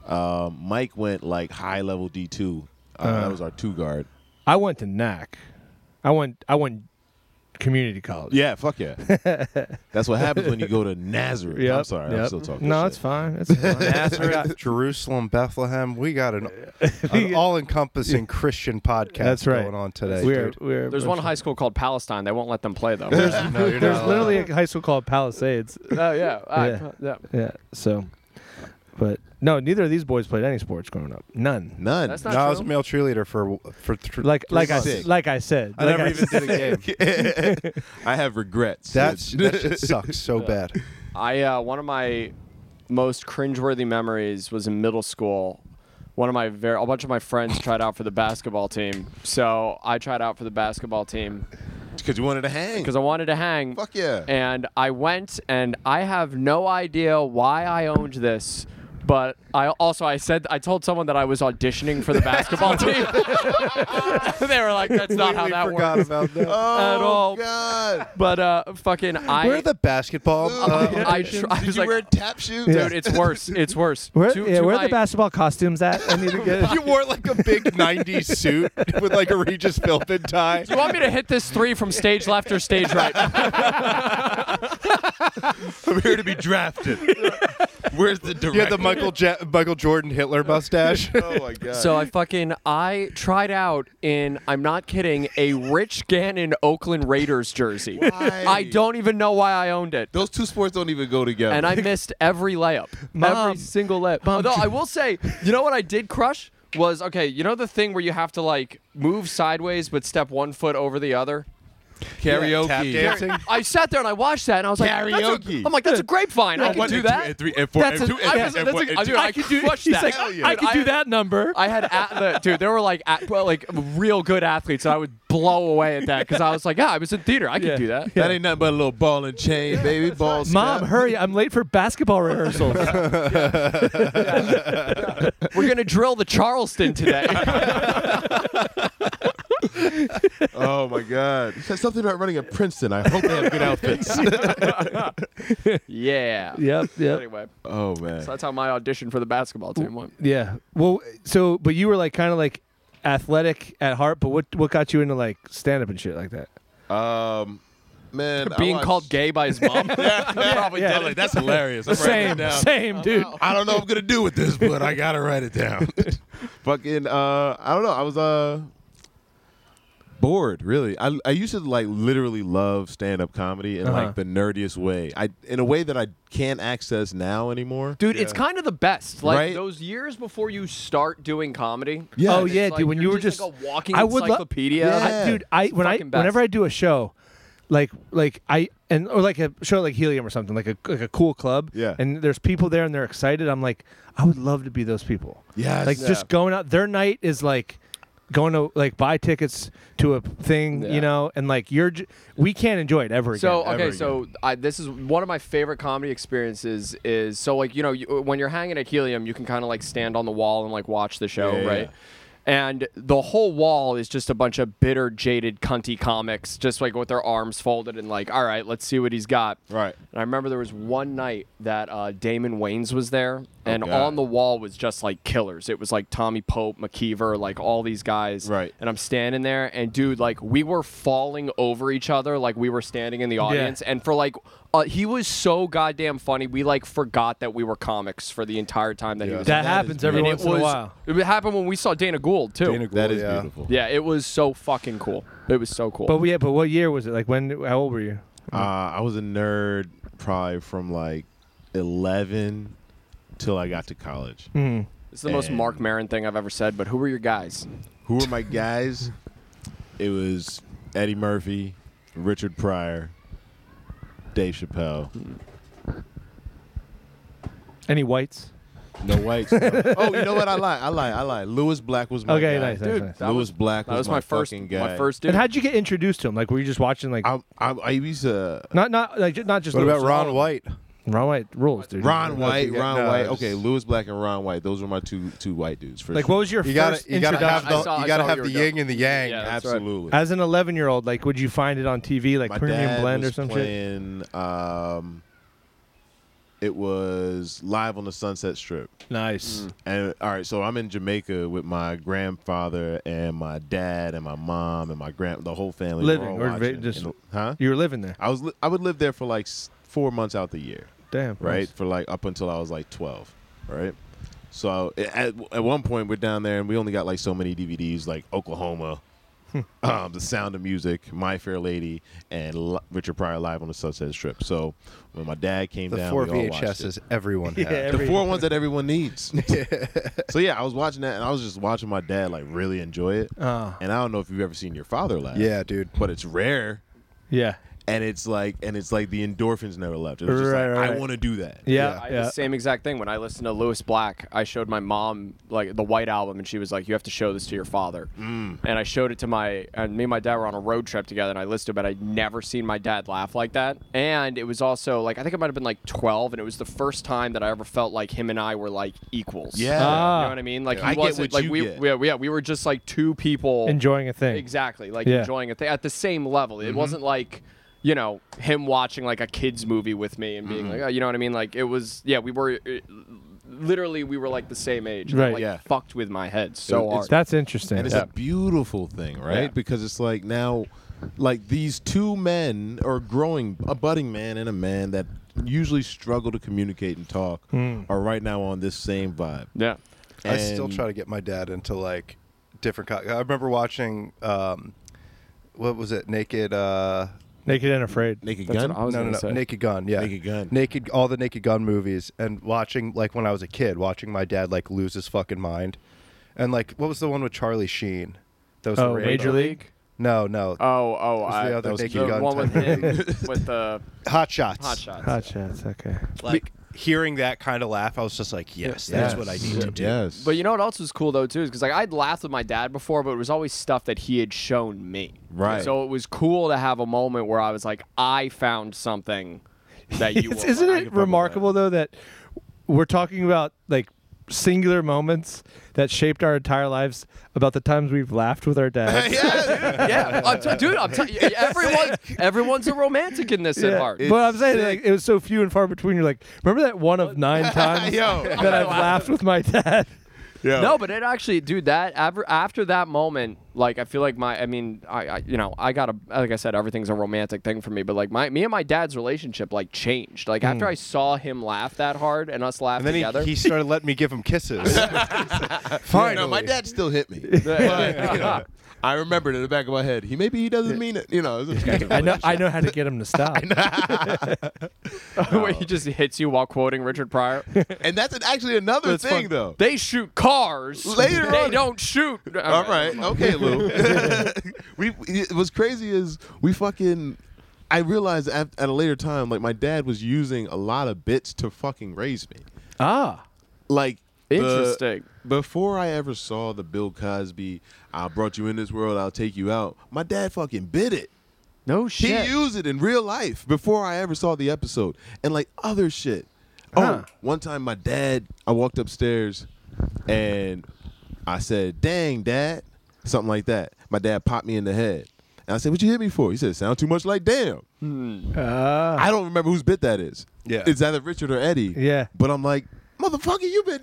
[SPEAKER 2] Um, Mike went like high level D two. Uh, that was our two guard.
[SPEAKER 4] I went to NAC. I went. I went community college.
[SPEAKER 2] Yeah, fuck yeah. [laughs] That's what happens when you go to Nazareth.
[SPEAKER 4] Yep,
[SPEAKER 2] I'm sorry, I'm
[SPEAKER 4] yep.
[SPEAKER 2] still talking.
[SPEAKER 4] No,
[SPEAKER 2] shit.
[SPEAKER 4] it's fine. It's
[SPEAKER 2] [laughs]
[SPEAKER 4] fine. I got-
[SPEAKER 1] Jerusalem, Bethlehem. We got an, an all-encompassing Christian podcast
[SPEAKER 4] That's right.
[SPEAKER 1] going on today.
[SPEAKER 4] we're,
[SPEAKER 1] dude.
[SPEAKER 4] we're,
[SPEAKER 3] There's one high uh, school called Palestine. They won't let them play
[SPEAKER 2] [laughs]
[SPEAKER 1] [laughs]
[SPEAKER 3] though.
[SPEAKER 1] No, you're
[SPEAKER 4] There's
[SPEAKER 1] not
[SPEAKER 4] literally
[SPEAKER 1] allowed.
[SPEAKER 4] a high school called Palisades.
[SPEAKER 3] Oh
[SPEAKER 4] [laughs]
[SPEAKER 3] yeah. I-
[SPEAKER 4] Yeah.
[SPEAKER 3] yeah.
[SPEAKER 4] Yeah. So, but no, neither of these boys played any sports growing up. None.
[SPEAKER 2] None.
[SPEAKER 3] That's
[SPEAKER 1] No,
[SPEAKER 3] not
[SPEAKER 1] I
[SPEAKER 3] true.
[SPEAKER 1] was a male cheerleader for for th-
[SPEAKER 4] Like like I
[SPEAKER 2] months.
[SPEAKER 4] like I said.
[SPEAKER 1] I
[SPEAKER 4] like
[SPEAKER 1] never even did a game.
[SPEAKER 2] [laughs] I have regrets.
[SPEAKER 1] That
[SPEAKER 2] [laughs]
[SPEAKER 1] sh- that shit sucks so bad.
[SPEAKER 3] I uh, one of my most cringeworthy memories was in middle school. One of my very a bunch of my friends tried out for the basketball team, so I tried out for the basketball team
[SPEAKER 2] because you wanted to hang.
[SPEAKER 3] because I wanted to hang.
[SPEAKER 2] Fuck yeah.
[SPEAKER 3] And I went, and I have no idea why I owned this. But I also I said I told someone that I was auditioning
[SPEAKER 4] [laughs]
[SPEAKER 3] for the basketball team. they were like, "That's not how
[SPEAKER 1] Completely
[SPEAKER 3] that
[SPEAKER 1] forgot
[SPEAKER 3] works."
[SPEAKER 1] about that.
[SPEAKER 2] oh,
[SPEAKER 3] at all.
[SPEAKER 2] God.
[SPEAKER 3] But uh, fucking I
[SPEAKER 1] We're the
[SPEAKER 2] [laughs]
[SPEAKER 1] basketball.
[SPEAKER 2] Oh,
[SPEAKER 1] uh,
[SPEAKER 3] Um, I, tr- I
[SPEAKER 2] Did
[SPEAKER 3] was
[SPEAKER 2] you
[SPEAKER 3] like,
[SPEAKER 2] wear tap shoes?
[SPEAKER 4] Yeah.
[SPEAKER 3] dude, it's worse. It's worse.
[SPEAKER 4] [laughs] Where,
[SPEAKER 3] To-
[SPEAKER 4] yeah,
[SPEAKER 3] to
[SPEAKER 4] where are
[SPEAKER 3] my-
[SPEAKER 4] the basketball costumes at? I need
[SPEAKER 1] [laughs]
[SPEAKER 4] to
[SPEAKER 1] [laughs]
[SPEAKER 4] get.
[SPEAKER 1] you wore like a big '90s suit with like a Regis Philbin tie.
[SPEAKER 3] Do you want me to hit this three from stage left or stage right?
[SPEAKER 2] I'm here to be
[SPEAKER 3] [laughs]
[SPEAKER 2] drafted. Where's the director?
[SPEAKER 1] [laughs] You had the Michael ja- Michael Jordan Hitler mustache.
[SPEAKER 2] Oh my God.
[SPEAKER 3] [laughs] so I fucking I tried out in I'm not kidding a Rich Gannon Oakland Raiders jersey.
[SPEAKER 2] Why?
[SPEAKER 3] I don't even know why I owned it.
[SPEAKER 2] those two sports don't even go together.
[SPEAKER 3] And
[SPEAKER 2] [laughs]
[SPEAKER 3] I missed every layup,
[SPEAKER 4] Mom.
[SPEAKER 3] every single layup. Although I will say, you know what I did crush was okay. You know the thing where you have to like move sideways but step one foot over the other.
[SPEAKER 2] karaoke.
[SPEAKER 1] Tap dancing.
[SPEAKER 3] I sat there and I watched that and I was like, That's a,
[SPEAKER 2] Karaoke.
[SPEAKER 3] I'm like, that's a grapevine. I can
[SPEAKER 2] one
[SPEAKER 3] do
[SPEAKER 2] and two
[SPEAKER 3] that.
[SPEAKER 2] and three and four
[SPEAKER 3] That's
[SPEAKER 2] and
[SPEAKER 3] a-
[SPEAKER 2] two
[SPEAKER 3] I
[SPEAKER 2] and-
[SPEAKER 3] was-
[SPEAKER 2] and
[SPEAKER 3] that's
[SPEAKER 2] one
[SPEAKER 3] a-
[SPEAKER 2] and
[SPEAKER 3] I-
[SPEAKER 2] two.
[SPEAKER 3] dude, I could do. He's like,
[SPEAKER 2] Hell yeah.
[SPEAKER 3] I could do that
[SPEAKER 4] number.
[SPEAKER 3] I had at the dude. There were like at, well, like real good athletes, and I would blow away at that because I was like, yeah, I was in theater. I could
[SPEAKER 4] Yeah.
[SPEAKER 3] do that.
[SPEAKER 2] That ain't nothing but a little ball and
[SPEAKER 3] [laughs]
[SPEAKER 2] chain, baby. Ball.
[SPEAKER 4] Mom,
[SPEAKER 2] snap.
[SPEAKER 4] hurry! I'm late for basketball rehearsals.
[SPEAKER 3] We're gonna drill the Charleston [laughs] today.
[SPEAKER 2] Oh my [laughs] God. It says something about running at Princeton. I hope they have [laughs] good outfits.
[SPEAKER 3] yeah.
[SPEAKER 4] yep, yep.
[SPEAKER 3] Anyway,
[SPEAKER 2] oh man.
[SPEAKER 3] so that's how my audition for the basketball team went.
[SPEAKER 4] Yeah. Well, so but you were like kind of like athletic at heart, but what what got you into like stand up and shit like that?
[SPEAKER 2] Um, man, I
[SPEAKER 3] Being
[SPEAKER 2] watched-
[SPEAKER 3] called gay by his
[SPEAKER 2] [laughs]
[SPEAKER 3] mom.
[SPEAKER 2] probably
[SPEAKER 4] yeah.
[SPEAKER 2] did. Like, that's hilarious. I'm writing
[SPEAKER 4] Same,
[SPEAKER 2] it down.
[SPEAKER 4] same, dude.
[SPEAKER 2] I don't know what I'm gonna do with this, but I gotta write it down. [laughs] Fucking, uh, I don't know. I was uh bored, really. I I used to like literally love stand up comedy in
[SPEAKER 4] Uh-huh.
[SPEAKER 2] like the nerdiest way. I in a way that I can't access now anymore.
[SPEAKER 3] Dude, it's kind of the best. Like
[SPEAKER 2] Right?
[SPEAKER 3] those years before you start doing comedy.
[SPEAKER 2] Yeah.
[SPEAKER 4] oh
[SPEAKER 2] it's
[SPEAKER 4] yeah,
[SPEAKER 3] like
[SPEAKER 4] dude. When
[SPEAKER 3] you're
[SPEAKER 4] you were
[SPEAKER 3] just
[SPEAKER 4] just,
[SPEAKER 3] like a walking
[SPEAKER 4] I would lo-
[SPEAKER 3] encyclopedia.
[SPEAKER 2] Yeah.
[SPEAKER 4] I, dude, I when I
[SPEAKER 3] fucking best.
[SPEAKER 4] whenever I do a show, like like I and or like a show like Helium or something, like a like a cool club.
[SPEAKER 2] Yeah.
[SPEAKER 4] And there's people there and they're excited. I'm like, I would love to be those people.
[SPEAKER 2] Yes.
[SPEAKER 4] Like just going out. Their night is like going to like buy tickets to a thing,
[SPEAKER 3] Yeah.
[SPEAKER 4] you know, and like you're j- we can't enjoy it ever
[SPEAKER 3] So
[SPEAKER 4] again.
[SPEAKER 3] okay,
[SPEAKER 2] ever
[SPEAKER 3] so I, this is one of my favorite comedy experiences. Is so like you know you, when you're hanging at Helium, you can kind of like stand on the wall and like watch the show,
[SPEAKER 2] Yeah, yeah,
[SPEAKER 3] right?
[SPEAKER 2] yeah.
[SPEAKER 3] And the whole wall is just a bunch of bitter, jaded, cunty comics, just like with their arms folded and like, all right, let's see what he's got.
[SPEAKER 2] Right.
[SPEAKER 3] And I remember there was one night that uh, Damon Wayans was there, and
[SPEAKER 2] God.
[SPEAKER 3] on the wall was just like killers. It was like Tommy Pope, McKeever, like all these guys.
[SPEAKER 2] Right.
[SPEAKER 3] And I'm standing there, and dude, like we were falling over each other, like we were standing in the audience. And for like Uh, he was so goddamn funny. We like forgot that we were comics for the entire time that he
[SPEAKER 1] Yeah.
[SPEAKER 3] was.
[SPEAKER 4] That,
[SPEAKER 1] is
[SPEAKER 4] happens every
[SPEAKER 3] and
[SPEAKER 4] once
[SPEAKER 3] it
[SPEAKER 4] in
[SPEAKER 3] was.
[SPEAKER 4] a while.
[SPEAKER 3] It happened when we saw Dana Gould too.
[SPEAKER 1] Dana
[SPEAKER 2] That
[SPEAKER 1] Gould,
[SPEAKER 2] is
[SPEAKER 1] yeah.
[SPEAKER 2] beautiful.
[SPEAKER 3] yeah, it was so fucking cool. It was so cool.
[SPEAKER 4] But we, but what year was it? Like when? How old were you?
[SPEAKER 2] Uh, I was a nerd probably from like 11 till I got to college.
[SPEAKER 4] Mm.
[SPEAKER 3] it's the most
[SPEAKER 2] and-
[SPEAKER 3] Mark Maron thing I've ever said. But who were your guys?
[SPEAKER 2] Who were my guys? It was Eddie Murphy, Richard Pryor, Dave Chappelle.
[SPEAKER 4] Any whites?
[SPEAKER 2] No whites. no. Oh, you know [laughs] what? I lie. I lie. I lie. Louis Black was my
[SPEAKER 4] Okay,
[SPEAKER 2] guy.
[SPEAKER 4] nice, nice, Dude, nice.
[SPEAKER 3] that
[SPEAKER 2] Louis
[SPEAKER 3] was-
[SPEAKER 2] Black
[SPEAKER 3] That
[SPEAKER 2] was,
[SPEAKER 3] was my first,
[SPEAKER 2] fucking guy.
[SPEAKER 3] my first dude.
[SPEAKER 4] And how'd you get introduced to him? Like, were you just watching like
[SPEAKER 2] I, I, I used to.
[SPEAKER 4] not not like ju- not just
[SPEAKER 1] What
[SPEAKER 4] Louis,
[SPEAKER 1] about Ron White?
[SPEAKER 4] Ron White rules, dude.
[SPEAKER 2] Ron
[SPEAKER 1] know if
[SPEAKER 2] White,
[SPEAKER 1] you get-
[SPEAKER 2] Ron
[SPEAKER 1] no,
[SPEAKER 2] White.
[SPEAKER 1] just-
[SPEAKER 2] Okay, Louis Black and Ron White. Those were my two two white dudes. For
[SPEAKER 4] Like,
[SPEAKER 2] sure.
[SPEAKER 4] what was your
[SPEAKER 1] You gotta,
[SPEAKER 4] first
[SPEAKER 1] you gotta have
[SPEAKER 3] introduction.
[SPEAKER 1] the,
[SPEAKER 3] I saw-
[SPEAKER 1] you
[SPEAKER 3] I
[SPEAKER 1] gotta
[SPEAKER 3] saw
[SPEAKER 1] have
[SPEAKER 3] where
[SPEAKER 1] the
[SPEAKER 3] you were
[SPEAKER 1] yin and the yang.
[SPEAKER 3] Yeah, that's right.
[SPEAKER 2] Absolutely.
[SPEAKER 4] As an 11 year old, like, would you find it on TV, like
[SPEAKER 2] my
[SPEAKER 4] Premium
[SPEAKER 2] dad
[SPEAKER 4] Blend
[SPEAKER 2] was
[SPEAKER 4] or some shit?
[SPEAKER 2] playing, Um, it was live on the Sunset Strip. Mm.
[SPEAKER 4] Nice.
[SPEAKER 2] And all right, so I'm in Jamaica with my grandfather and my dad and my mom and my grand the whole family. We're
[SPEAKER 4] Living
[SPEAKER 2] all
[SPEAKER 4] or va-
[SPEAKER 2] watching.
[SPEAKER 4] just-
[SPEAKER 2] And- huh?
[SPEAKER 4] You were living there.
[SPEAKER 2] I was li- I would live there for like s- four months out the year,
[SPEAKER 4] Damn.
[SPEAKER 2] right? For like up until I was like 12, right? So I- at, at one point we're down there and we only got like so many DVDs, like Oklahoma,
[SPEAKER 1] Hmm.
[SPEAKER 2] um, The Sound of Music, My Fair Lady, and Li- Richard Pryor live on the Sunset Strip. So when my dad came
[SPEAKER 1] The
[SPEAKER 2] down,
[SPEAKER 1] four
[SPEAKER 2] we all watched it
[SPEAKER 1] VHSs
[SPEAKER 3] [laughs]
[SPEAKER 1] everyone
[SPEAKER 4] Yeah,
[SPEAKER 1] had.
[SPEAKER 2] the
[SPEAKER 4] Every-
[SPEAKER 2] four ones that everyone
[SPEAKER 1] [laughs]
[SPEAKER 2] needs. [laughs] so yeah, I was watching that, and I was just watching my dad like really enjoy it.
[SPEAKER 4] Uh,
[SPEAKER 2] And I don't know if you've ever seen your father laugh.
[SPEAKER 1] Yeah, dude.
[SPEAKER 2] but it's rare,
[SPEAKER 4] yeah.
[SPEAKER 2] and it's like, and it's like the endorphins never left. It was just
[SPEAKER 4] Right,
[SPEAKER 2] like,
[SPEAKER 4] right,
[SPEAKER 2] I
[SPEAKER 4] right.
[SPEAKER 2] want to do that.
[SPEAKER 4] Yeah.
[SPEAKER 3] I,
[SPEAKER 4] yeah.
[SPEAKER 3] The same exact thing. When I listened to Lewis Black, I showed my mom like the White Album, and she was like, "You have to show this to your father." Mm. And I showed it to my and me and my dad were on a road trip together, and I listened to it. But I'd never seen my dad laugh like that, and it was also like I think I might have been like 12, and it was the first time that I ever felt like him and I were like equals.
[SPEAKER 2] Yeah.
[SPEAKER 4] Ah.
[SPEAKER 3] you know what I mean? Like
[SPEAKER 2] I
[SPEAKER 3] he
[SPEAKER 2] get
[SPEAKER 3] wasn't
[SPEAKER 2] what
[SPEAKER 3] like
[SPEAKER 2] you
[SPEAKER 3] we
[SPEAKER 2] get.
[SPEAKER 3] yeah yeah we were just like two people
[SPEAKER 4] Enjoying a thing.
[SPEAKER 3] Exactly, like
[SPEAKER 4] Yeah.
[SPEAKER 3] enjoying it at the same level. It wasn't like you know him watching like a kids movie with me and being like, oh, you know what I mean? Like it was, yeah, we were uh, literally we were like the same age. and it,
[SPEAKER 4] Right,
[SPEAKER 3] like,
[SPEAKER 2] yeah.
[SPEAKER 3] Fucked with my head so
[SPEAKER 2] It's-
[SPEAKER 3] hard.
[SPEAKER 4] That's interesting.
[SPEAKER 2] and it's a beautiful thing, right?
[SPEAKER 3] Yeah.
[SPEAKER 2] Because it's like now, like these two men are growing, a budding man and a man that usually struggle to communicate and talk are right now on this same vibe.
[SPEAKER 3] yeah.
[SPEAKER 1] I still
[SPEAKER 2] And-
[SPEAKER 1] try to get my dad into like different. Co- I remember watching, um, what was it? Naked. Uh,
[SPEAKER 4] Naked and Afraid.
[SPEAKER 2] Naked
[SPEAKER 3] That's
[SPEAKER 2] Gun.
[SPEAKER 3] what I was
[SPEAKER 1] no, no,
[SPEAKER 3] gonna
[SPEAKER 1] no.
[SPEAKER 3] say.
[SPEAKER 1] Naked Gun. Yeah.
[SPEAKER 2] Naked Gun.
[SPEAKER 1] Naked. All the Naked Gun movies, and watching like when I was a kid, watching my dad like lose his fucking mind, and like what was the one with Charlie Sheen? That was
[SPEAKER 4] Oh,
[SPEAKER 1] the rainbow.
[SPEAKER 4] Major League.
[SPEAKER 1] No, no.
[SPEAKER 3] Oh, oh,
[SPEAKER 1] was
[SPEAKER 3] I,
[SPEAKER 1] the other
[SPEAKER 2] was
[SPEAKER 1] Naked
[SPEAKER 3] the
[SPEAKER 1] Gun
[SPEAKER 3] one with
[SPEAKER 1] type
[SPEAKER 3] him
[SPEAKER 1] movie.
[SPEAKER 3] with the
[SPEAKER 1] Hot Shots.
[SPEAKER 3] hot shots.
[SPEAKER 4] Hot shots. Okay.
[SPEAKER 1] Like hearing that kind of laugh, I was just like, yes, that's
[SPEAKER 4] Yes.
[SPEAKER 1] what I need to do.
[SPEAKER 2] Yes. [laughs]
[SPEAKER 3] But you know what else was cool though too is because like I'd laughed with my dad before, but it was always stuff that he had shown me.
[SPEAKER 2] Right.
[SPEAKER 3] So it was cool to have a moment where I was like, I found something that you.
[SPEAKER 4] [laughs] It's-
[SPEAKER 3] won't
[SPEAKER 4] isn't
[SPEAKER 3] find.
[SPEAKER 4] it remarkable though that we're talking about like singular moments that shaped our entire lives about the times we've laughed with our
[SPEAKER 2] [laughs]
[SPEAKER 4] dads? [laughs]
[SPEAKER 3] yeah, [laughs] yeah, I'm t- dude. I'm telling you, everyone, everyone's a romantic in this at heart.
[SPEAKER 4] But I'm saying like it was so few and far between. You're like, remember that one of
[SPEAKER 2] [laughs]
[SPEAKER 4] nine times
[SPEAKER 2] Yo.
[SPEAKER 4] that I've laughed with my dad?
[SPEAKER 2] Yeah.
[SPEAKER 3] No, but it actually, dude. That after, after that moment, like I feel like my, I mean, I, I, you know, I got a, like I said, everything's a romantic thing for me. But like my, me and my dad's relationship like changed. Like after I saw him laugh that hard and us laugh
[SPEAKER 1] And then
[SPEAKER 3] together,
[SPEAKER 1] he, he started letting me give him kisses. Finally.
[SPEAKER 2] No, my dad still hit me. But, you know, I remembered in the back of my head, he maybe he doesn't mean it. You know, it's a-
[SPEAKER 4] [laughs] I know. [laughs] I know how to get him to stop.
[SPEAKER 3] [laughs] where he
[SPEAKER 2] Oh.
[SPEAKER 3] just hits you while quoting
[SPEAKER 2] [laughs]
[SPEAKER 3] Richard Pryor.
[SPEAKER 2] and that's an- actually another
[SPEAKER 4] That's
[SPEAKER 2] thing,
[SPEAKER 4] fun.
[SPEAKER 2] though.
[SPEAKER 3] They shoot cars.
[SPEAKER 2] Later
[SPEAKER 3] they
[SPEAKER 2] on-
[SPEAKER 3] don't shoot. Okay,
[SPEAKER 2] All right, okay, Lou. [laughs] we it was crazy is we fucking. I realized at, at a later time, like my dad was using a lot of bits to fucking raise me.
[SPEAKER 4] ah,
[SPEAKER 2] Like the-
[SPEAKER 3] Interesting.
[SPEAKER 2] before I ever saw the Bill Cosby, I brought you in this world, I'll take you out. My dad fucking bit it.
[SPEAKER 3] No
[SPEAKER 2] He
[SPEAKER 3] shit.
[SPEAKER 2] used it in real life before I ever saw the episode and like other shit. Oh, one
[SPEAKER 4] Huh.
[SPEAKER 2] time my dad, I walked upstairs and I said, "Dang, dad," something like that. My dad popped me in the head, and I said, "What you hit me for?" He said, "Sound too much like damn."
[SPEAKER 4] ah.
[SPEAKER 2] I don't remember whose bit that is.
[SPEAKER 1] Hmm. Yeah.
[SPEAKER 2] it's either Richard or Eddie.
[SPEAKER 4] Yeah. [laughs]
[SPEAKER 2] but I'm like, motherfucker, you been.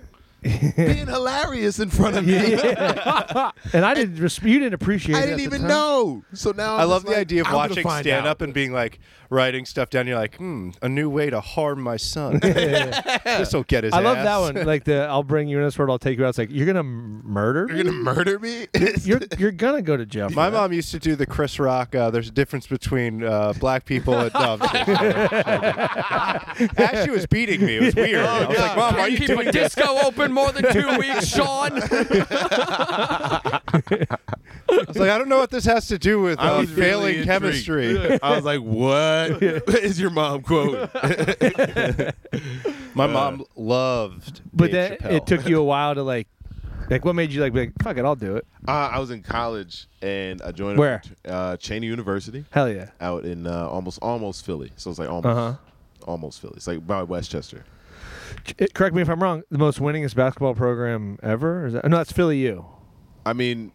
[SPEAKER 2] being hilarious in front of me.
[SPEAKER 4] Yeah. and I didn't. Res- you didn't appreciate.
[SPEAKER 2] I
[SPEAKER 4] it
[SPEAKER 2] didn't
[SPEAKER 4] at the
[SPEAKER 2] even
[SPEAKER 4] time.
[SPEAKER 2] know. So now I'm
[SPEAKER 1] I love
[SPEAKER 2] just
[SPEAKER 1] the
[SPEAKER 2] like,
[SPEAKER 1] idea of
[SPEAKER 2] I'm gonna
[SPEAKER 1] watching
[SPEAKER 2] find
[SPEAKER 1] stand [laughs]
[SPEAKER 2] out.
[SPEAKER 1] up and being like writing stuff down. You're like, hmm, a new way to harm my
[SPEAKER 4] [laughs]
[SPEAKER 1] son. [laughs] this will get his.
[SPEAKER 4] I love
[SPEAKER 1] ass.
[SPEAKER 4] that one. Like the I'll bring you in this world. I'll take you out. It's like you're gonna m- murder.
[SPEAKER 2] You're
[SPEAKER 4] me?
[SPEAKER 2] gonna murder [laughs] me.
[SPEAKER 4] You're you're gonna go to jail.
[SPEAKER 1] [laughs]
[SPEAKER 4] for
[SPEAKER 1] My
[SPEAKER 4] that.
[SPEAKER 1] mom used to do the Chris Rock. Uh, there's a difference between uh, black people and no, I'm
[SPEAKER 4] [laughs]
[SPEAKER 1] kidding. As she was beating me, it was
[SPEAKER 4] Oh,
[SPEAKER 1] weird. I was like, Mom, why are
[SPEAKER 3] Can't
[SPEAKER 1] you
[SPEAKER 3] keep
[SPEAKER 1] doing
[SPEAKER 3] a
[SPEAKER 1] this?
[SPEAKER 3] disco open more than two
[SPEAKER 2] [laughs]
[SPEAKER 3] weeks, Sean.
[SPEAKER 1] I was like, I don't know what this has to do with uh,
[SPEAKER 2] really
[SPEAKER 1] failing
[SPEAKER 2] intrigued.
[SPEAKER 4] [laughs]
[SPEAKER 1] chemistry.
[SPEAKER 2] [laughs] I was like, "What [laughs] is your mom quote?" [laughs]
[SPEAKER 1] My mom loved,
[SPEAKER 4] But
[SPEAKER 1] Dave
[SPEAKER 4] then
[SPEAKER 1] Chappelle.
[SPEAKER 4] it
[SPEAKER 2] [laughs]
[SPEAKER 4] took you a while to like, like what made you like, be like fuck it, I'll do it.
[SPEAKER 2] Uh, I was in college and I joined
[SPEAKER 4] Where?
[SPEAKER 2] uh, Cheney University
[SPEAKER 4] Hell yeah.
[SPEAKER 2] out in uh, almost almost Philly. So it's like almost
[SPEAKER 4] Uh-huh.
[SPEAKER 2] almost Philly. It's like by Westchester.
[SPEAKER 4] Ch- it- correct me if I'm wrong. The most winningest basketball program ever. Is that, no, that's Philly U.
[SPEAKER 2] I mean,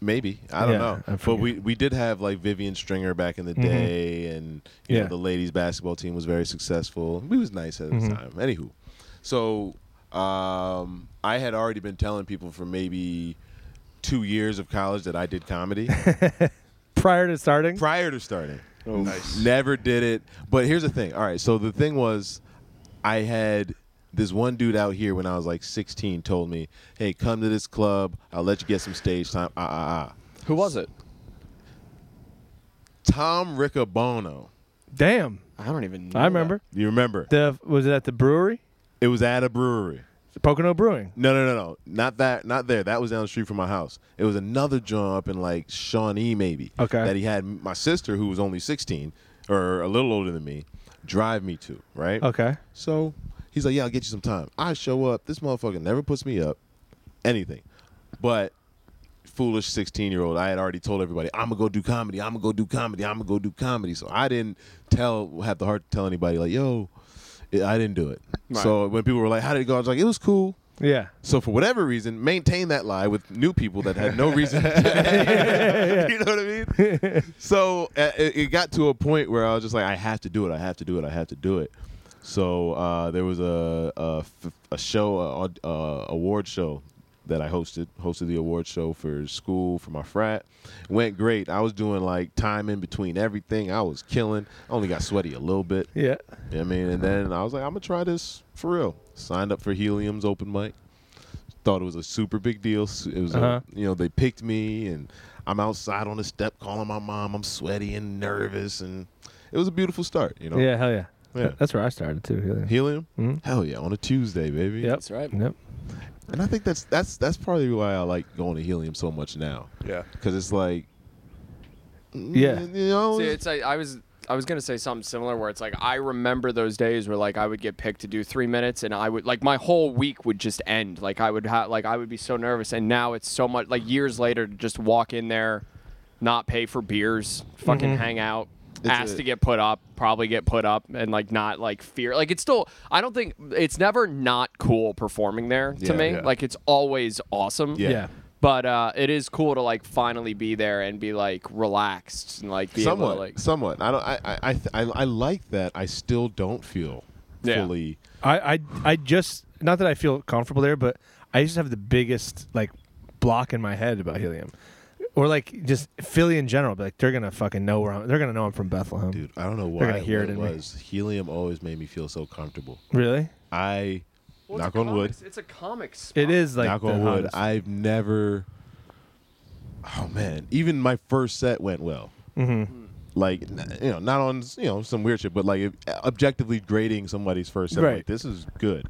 [SPEAKER 2] maybe I don't
[SPEAKER 4] Yeah,
[SPEAKER 2] know.
[SPEAKER 4] I
[SPEAKER 2] but
[SPEAKER 4] forget. Mm-hmm.
[SPEAKER 2] we we did have like Vivian Stringer back in the day, and you
[SPEAKER 4] Yeah.
[SPEAKER 2] know the ladies basketball team was very successful. We was nice at
[SPEAKER 4] Mm-hmm.
[SPEAKER 2] the time. Anywho, so um, I had already been telling people for maybe two years of college that I did comedy.
[SPEAKER 4] Prior to starting,
[SPEAKER 2] prior to starting.
[SPEAKER 3] Oh,
[SPEAKER 2] Never did it. But here's the thing. All right, so the thing was I had this one dude out here when I was like 16 told me, "Hey, come to this club. I'll let you get some stage time." Ah ah ah.
[SPEAKER 3] Who was it?
[SPEAKER 2] Tom Riccobono.
[SPEAKER 4] damn,
[SPEAKER 3] I don't even. know
[SPEAKER 4] I remember.
[SPEAKER 2] You remember?
[SPEAKER 4] The was it at the brewery,
[SPEAKER 2] It was at a brewery.
[SPEAKER 4] Pocono Brewing?
[SPEAKER 2] No, no, no, no. Not that. Not there. That was down the street from my house. It was another joint up in like Shawnee, maybe.
[SPEAKER 4] Okay.
[SPEAKER 2] That he had my sister, who was only 16 or a little older than me, drive me to. Right.
[SPEAKER 4] Okay,
[SPEAKER 2] So he's like, "Yeah, I'll get you some time." I show up. This motherfucker never puts me up, anything. But foolish sixteen-year-old, I had already told everybody, "I'm gonna go do comedy. I'm gonna go do comedy. I'm gonna go do comedy." So I didn't tell, have the heart to tell anybody, like, "Yo, I I didn't do it."
[SPEAKER 3] Right.
[SPEAKER 2] So when people were like, "How did it go?" I was like, "It was cool."
[SPEAKER 4] yeah.
[SPEAKER 2] So for whatever reason, maintain that lie with new people that had no reason. [laughs] you know what I mean? So uh, it, it got to a point where I was just like, I have to do it. I have to do it. I have to do it. So uh, there was a a, f- a show, a, aud- uh award show that I hosted. Hosted the award show for school for my frat. Went great. I was doing like time in between everything. I was killing. I only got sweaty a little bit.
[SPEAKER 4] Yeah,
[SPEAKER 2] You know what I mean, and then I was like, I'm gonna try this for real. Signed up for Helium's open mic. Thought it was a super big deal. S- It was, a-
[SPEAKER 4] Uh-huh.
[SPEAKER 2] you know, they picked me, and I'm outside on the step calling my mom. I'm sweaty and nervous, and it was a beautiful start. You know,
[SPEAKER 4] yeah, hell yeah.
[SPEAKER 2] Yeah.
[SPEAKER 4] That's where I started too. Really.
[SPEAKER 2] Helium,
[SPEAKER 4] Mhm.
[SPEAKER 2] hell yeah, on a Tuesday, baby.
[SPEAKER 4] Yep.
[SPEAKER 3] That's right.
[SPEAKER 4] Yep.
[SPEAKER 2] And I think that's that's that's probably why I like going to Helium so much now,
[SPEAKER 1] Yeah.
[SPEAKER 2] because it's like,
[SPEAKER 4] Yeah.
[SPEAKER 2] mm, you know,
[SPEAKER 3] See, it's like, I was I was gonna say something similar where it's like I remember those days where like I would get picked to do three minutes and I would like my whole week would just end. Like I would ha- like I would be so nervous and now it's so much like years later to just walk in there, not pay for beers, fucking hang out.
[SPEAKER 2] It's
[SPEAKER 3] ask
[SPEAKER 2] a-
[SPEAKER 3] to get put up, probably get put up, and like not like fear. Like it's still, I don't think it's never not cool performing there to
[SPEAKER 2] Yeah,
[SPEAKER 3] me.
[SPEAKER 2] yeah.
[SPEAKER 3] Like it's always awesome.
[SPEAKER 2] Yeah.
[SPEAKER 4] Yeah.
[SPEAKER 3] But uh, it is cool to like finally be there and be like relaxed and like be
[SPEAKER 2] somewhat,
[SPEAKER 3] able to like.
[SPEAKER 2] somewhat. I don't. I, I, I, th- I, I like that. I still don't feel
[SPEAKER 3] Yeah.
[SPEAKER 2] fully.
[SPEAKER 4] I, I I just not that I feel comfortable there, but I just have the biggest like block in my head about helium, or like just Philly in general. But like they're gonna fucking know where I'm. They're gonna know I'm from Bethlehem.
[SPEAKER 2] Dude, I don't know why
[SPEAKER 4] They're gonna hear
[SPEAKER 2] what
[SPEAKER 4] it in me.
[SPEAKER 2] was. Helium always made me feel so comfortable.
[SPEAKER 4] Really?
[SPEAKER 2] I knock on wood.
[SPEAKER 3] It's a comic spot.
[SPEAKER 4] It is like
[SPEAKER 2] knock
[SPEAKER 4] the
[SPEAKER 2] on wood.
[SPEAKER 4] hottest.
[SPEAKER 2] I've never Oh man, even my first set went well. Mm.
[SPEAKER 4] Mhm.
[SPEAKER 2] Like n- you know, not on you know some weird shit, but like if- objectively grading somebody's first set, I'm
[SPEAKER 4] Right.
[SPEAKER 2] like this is good.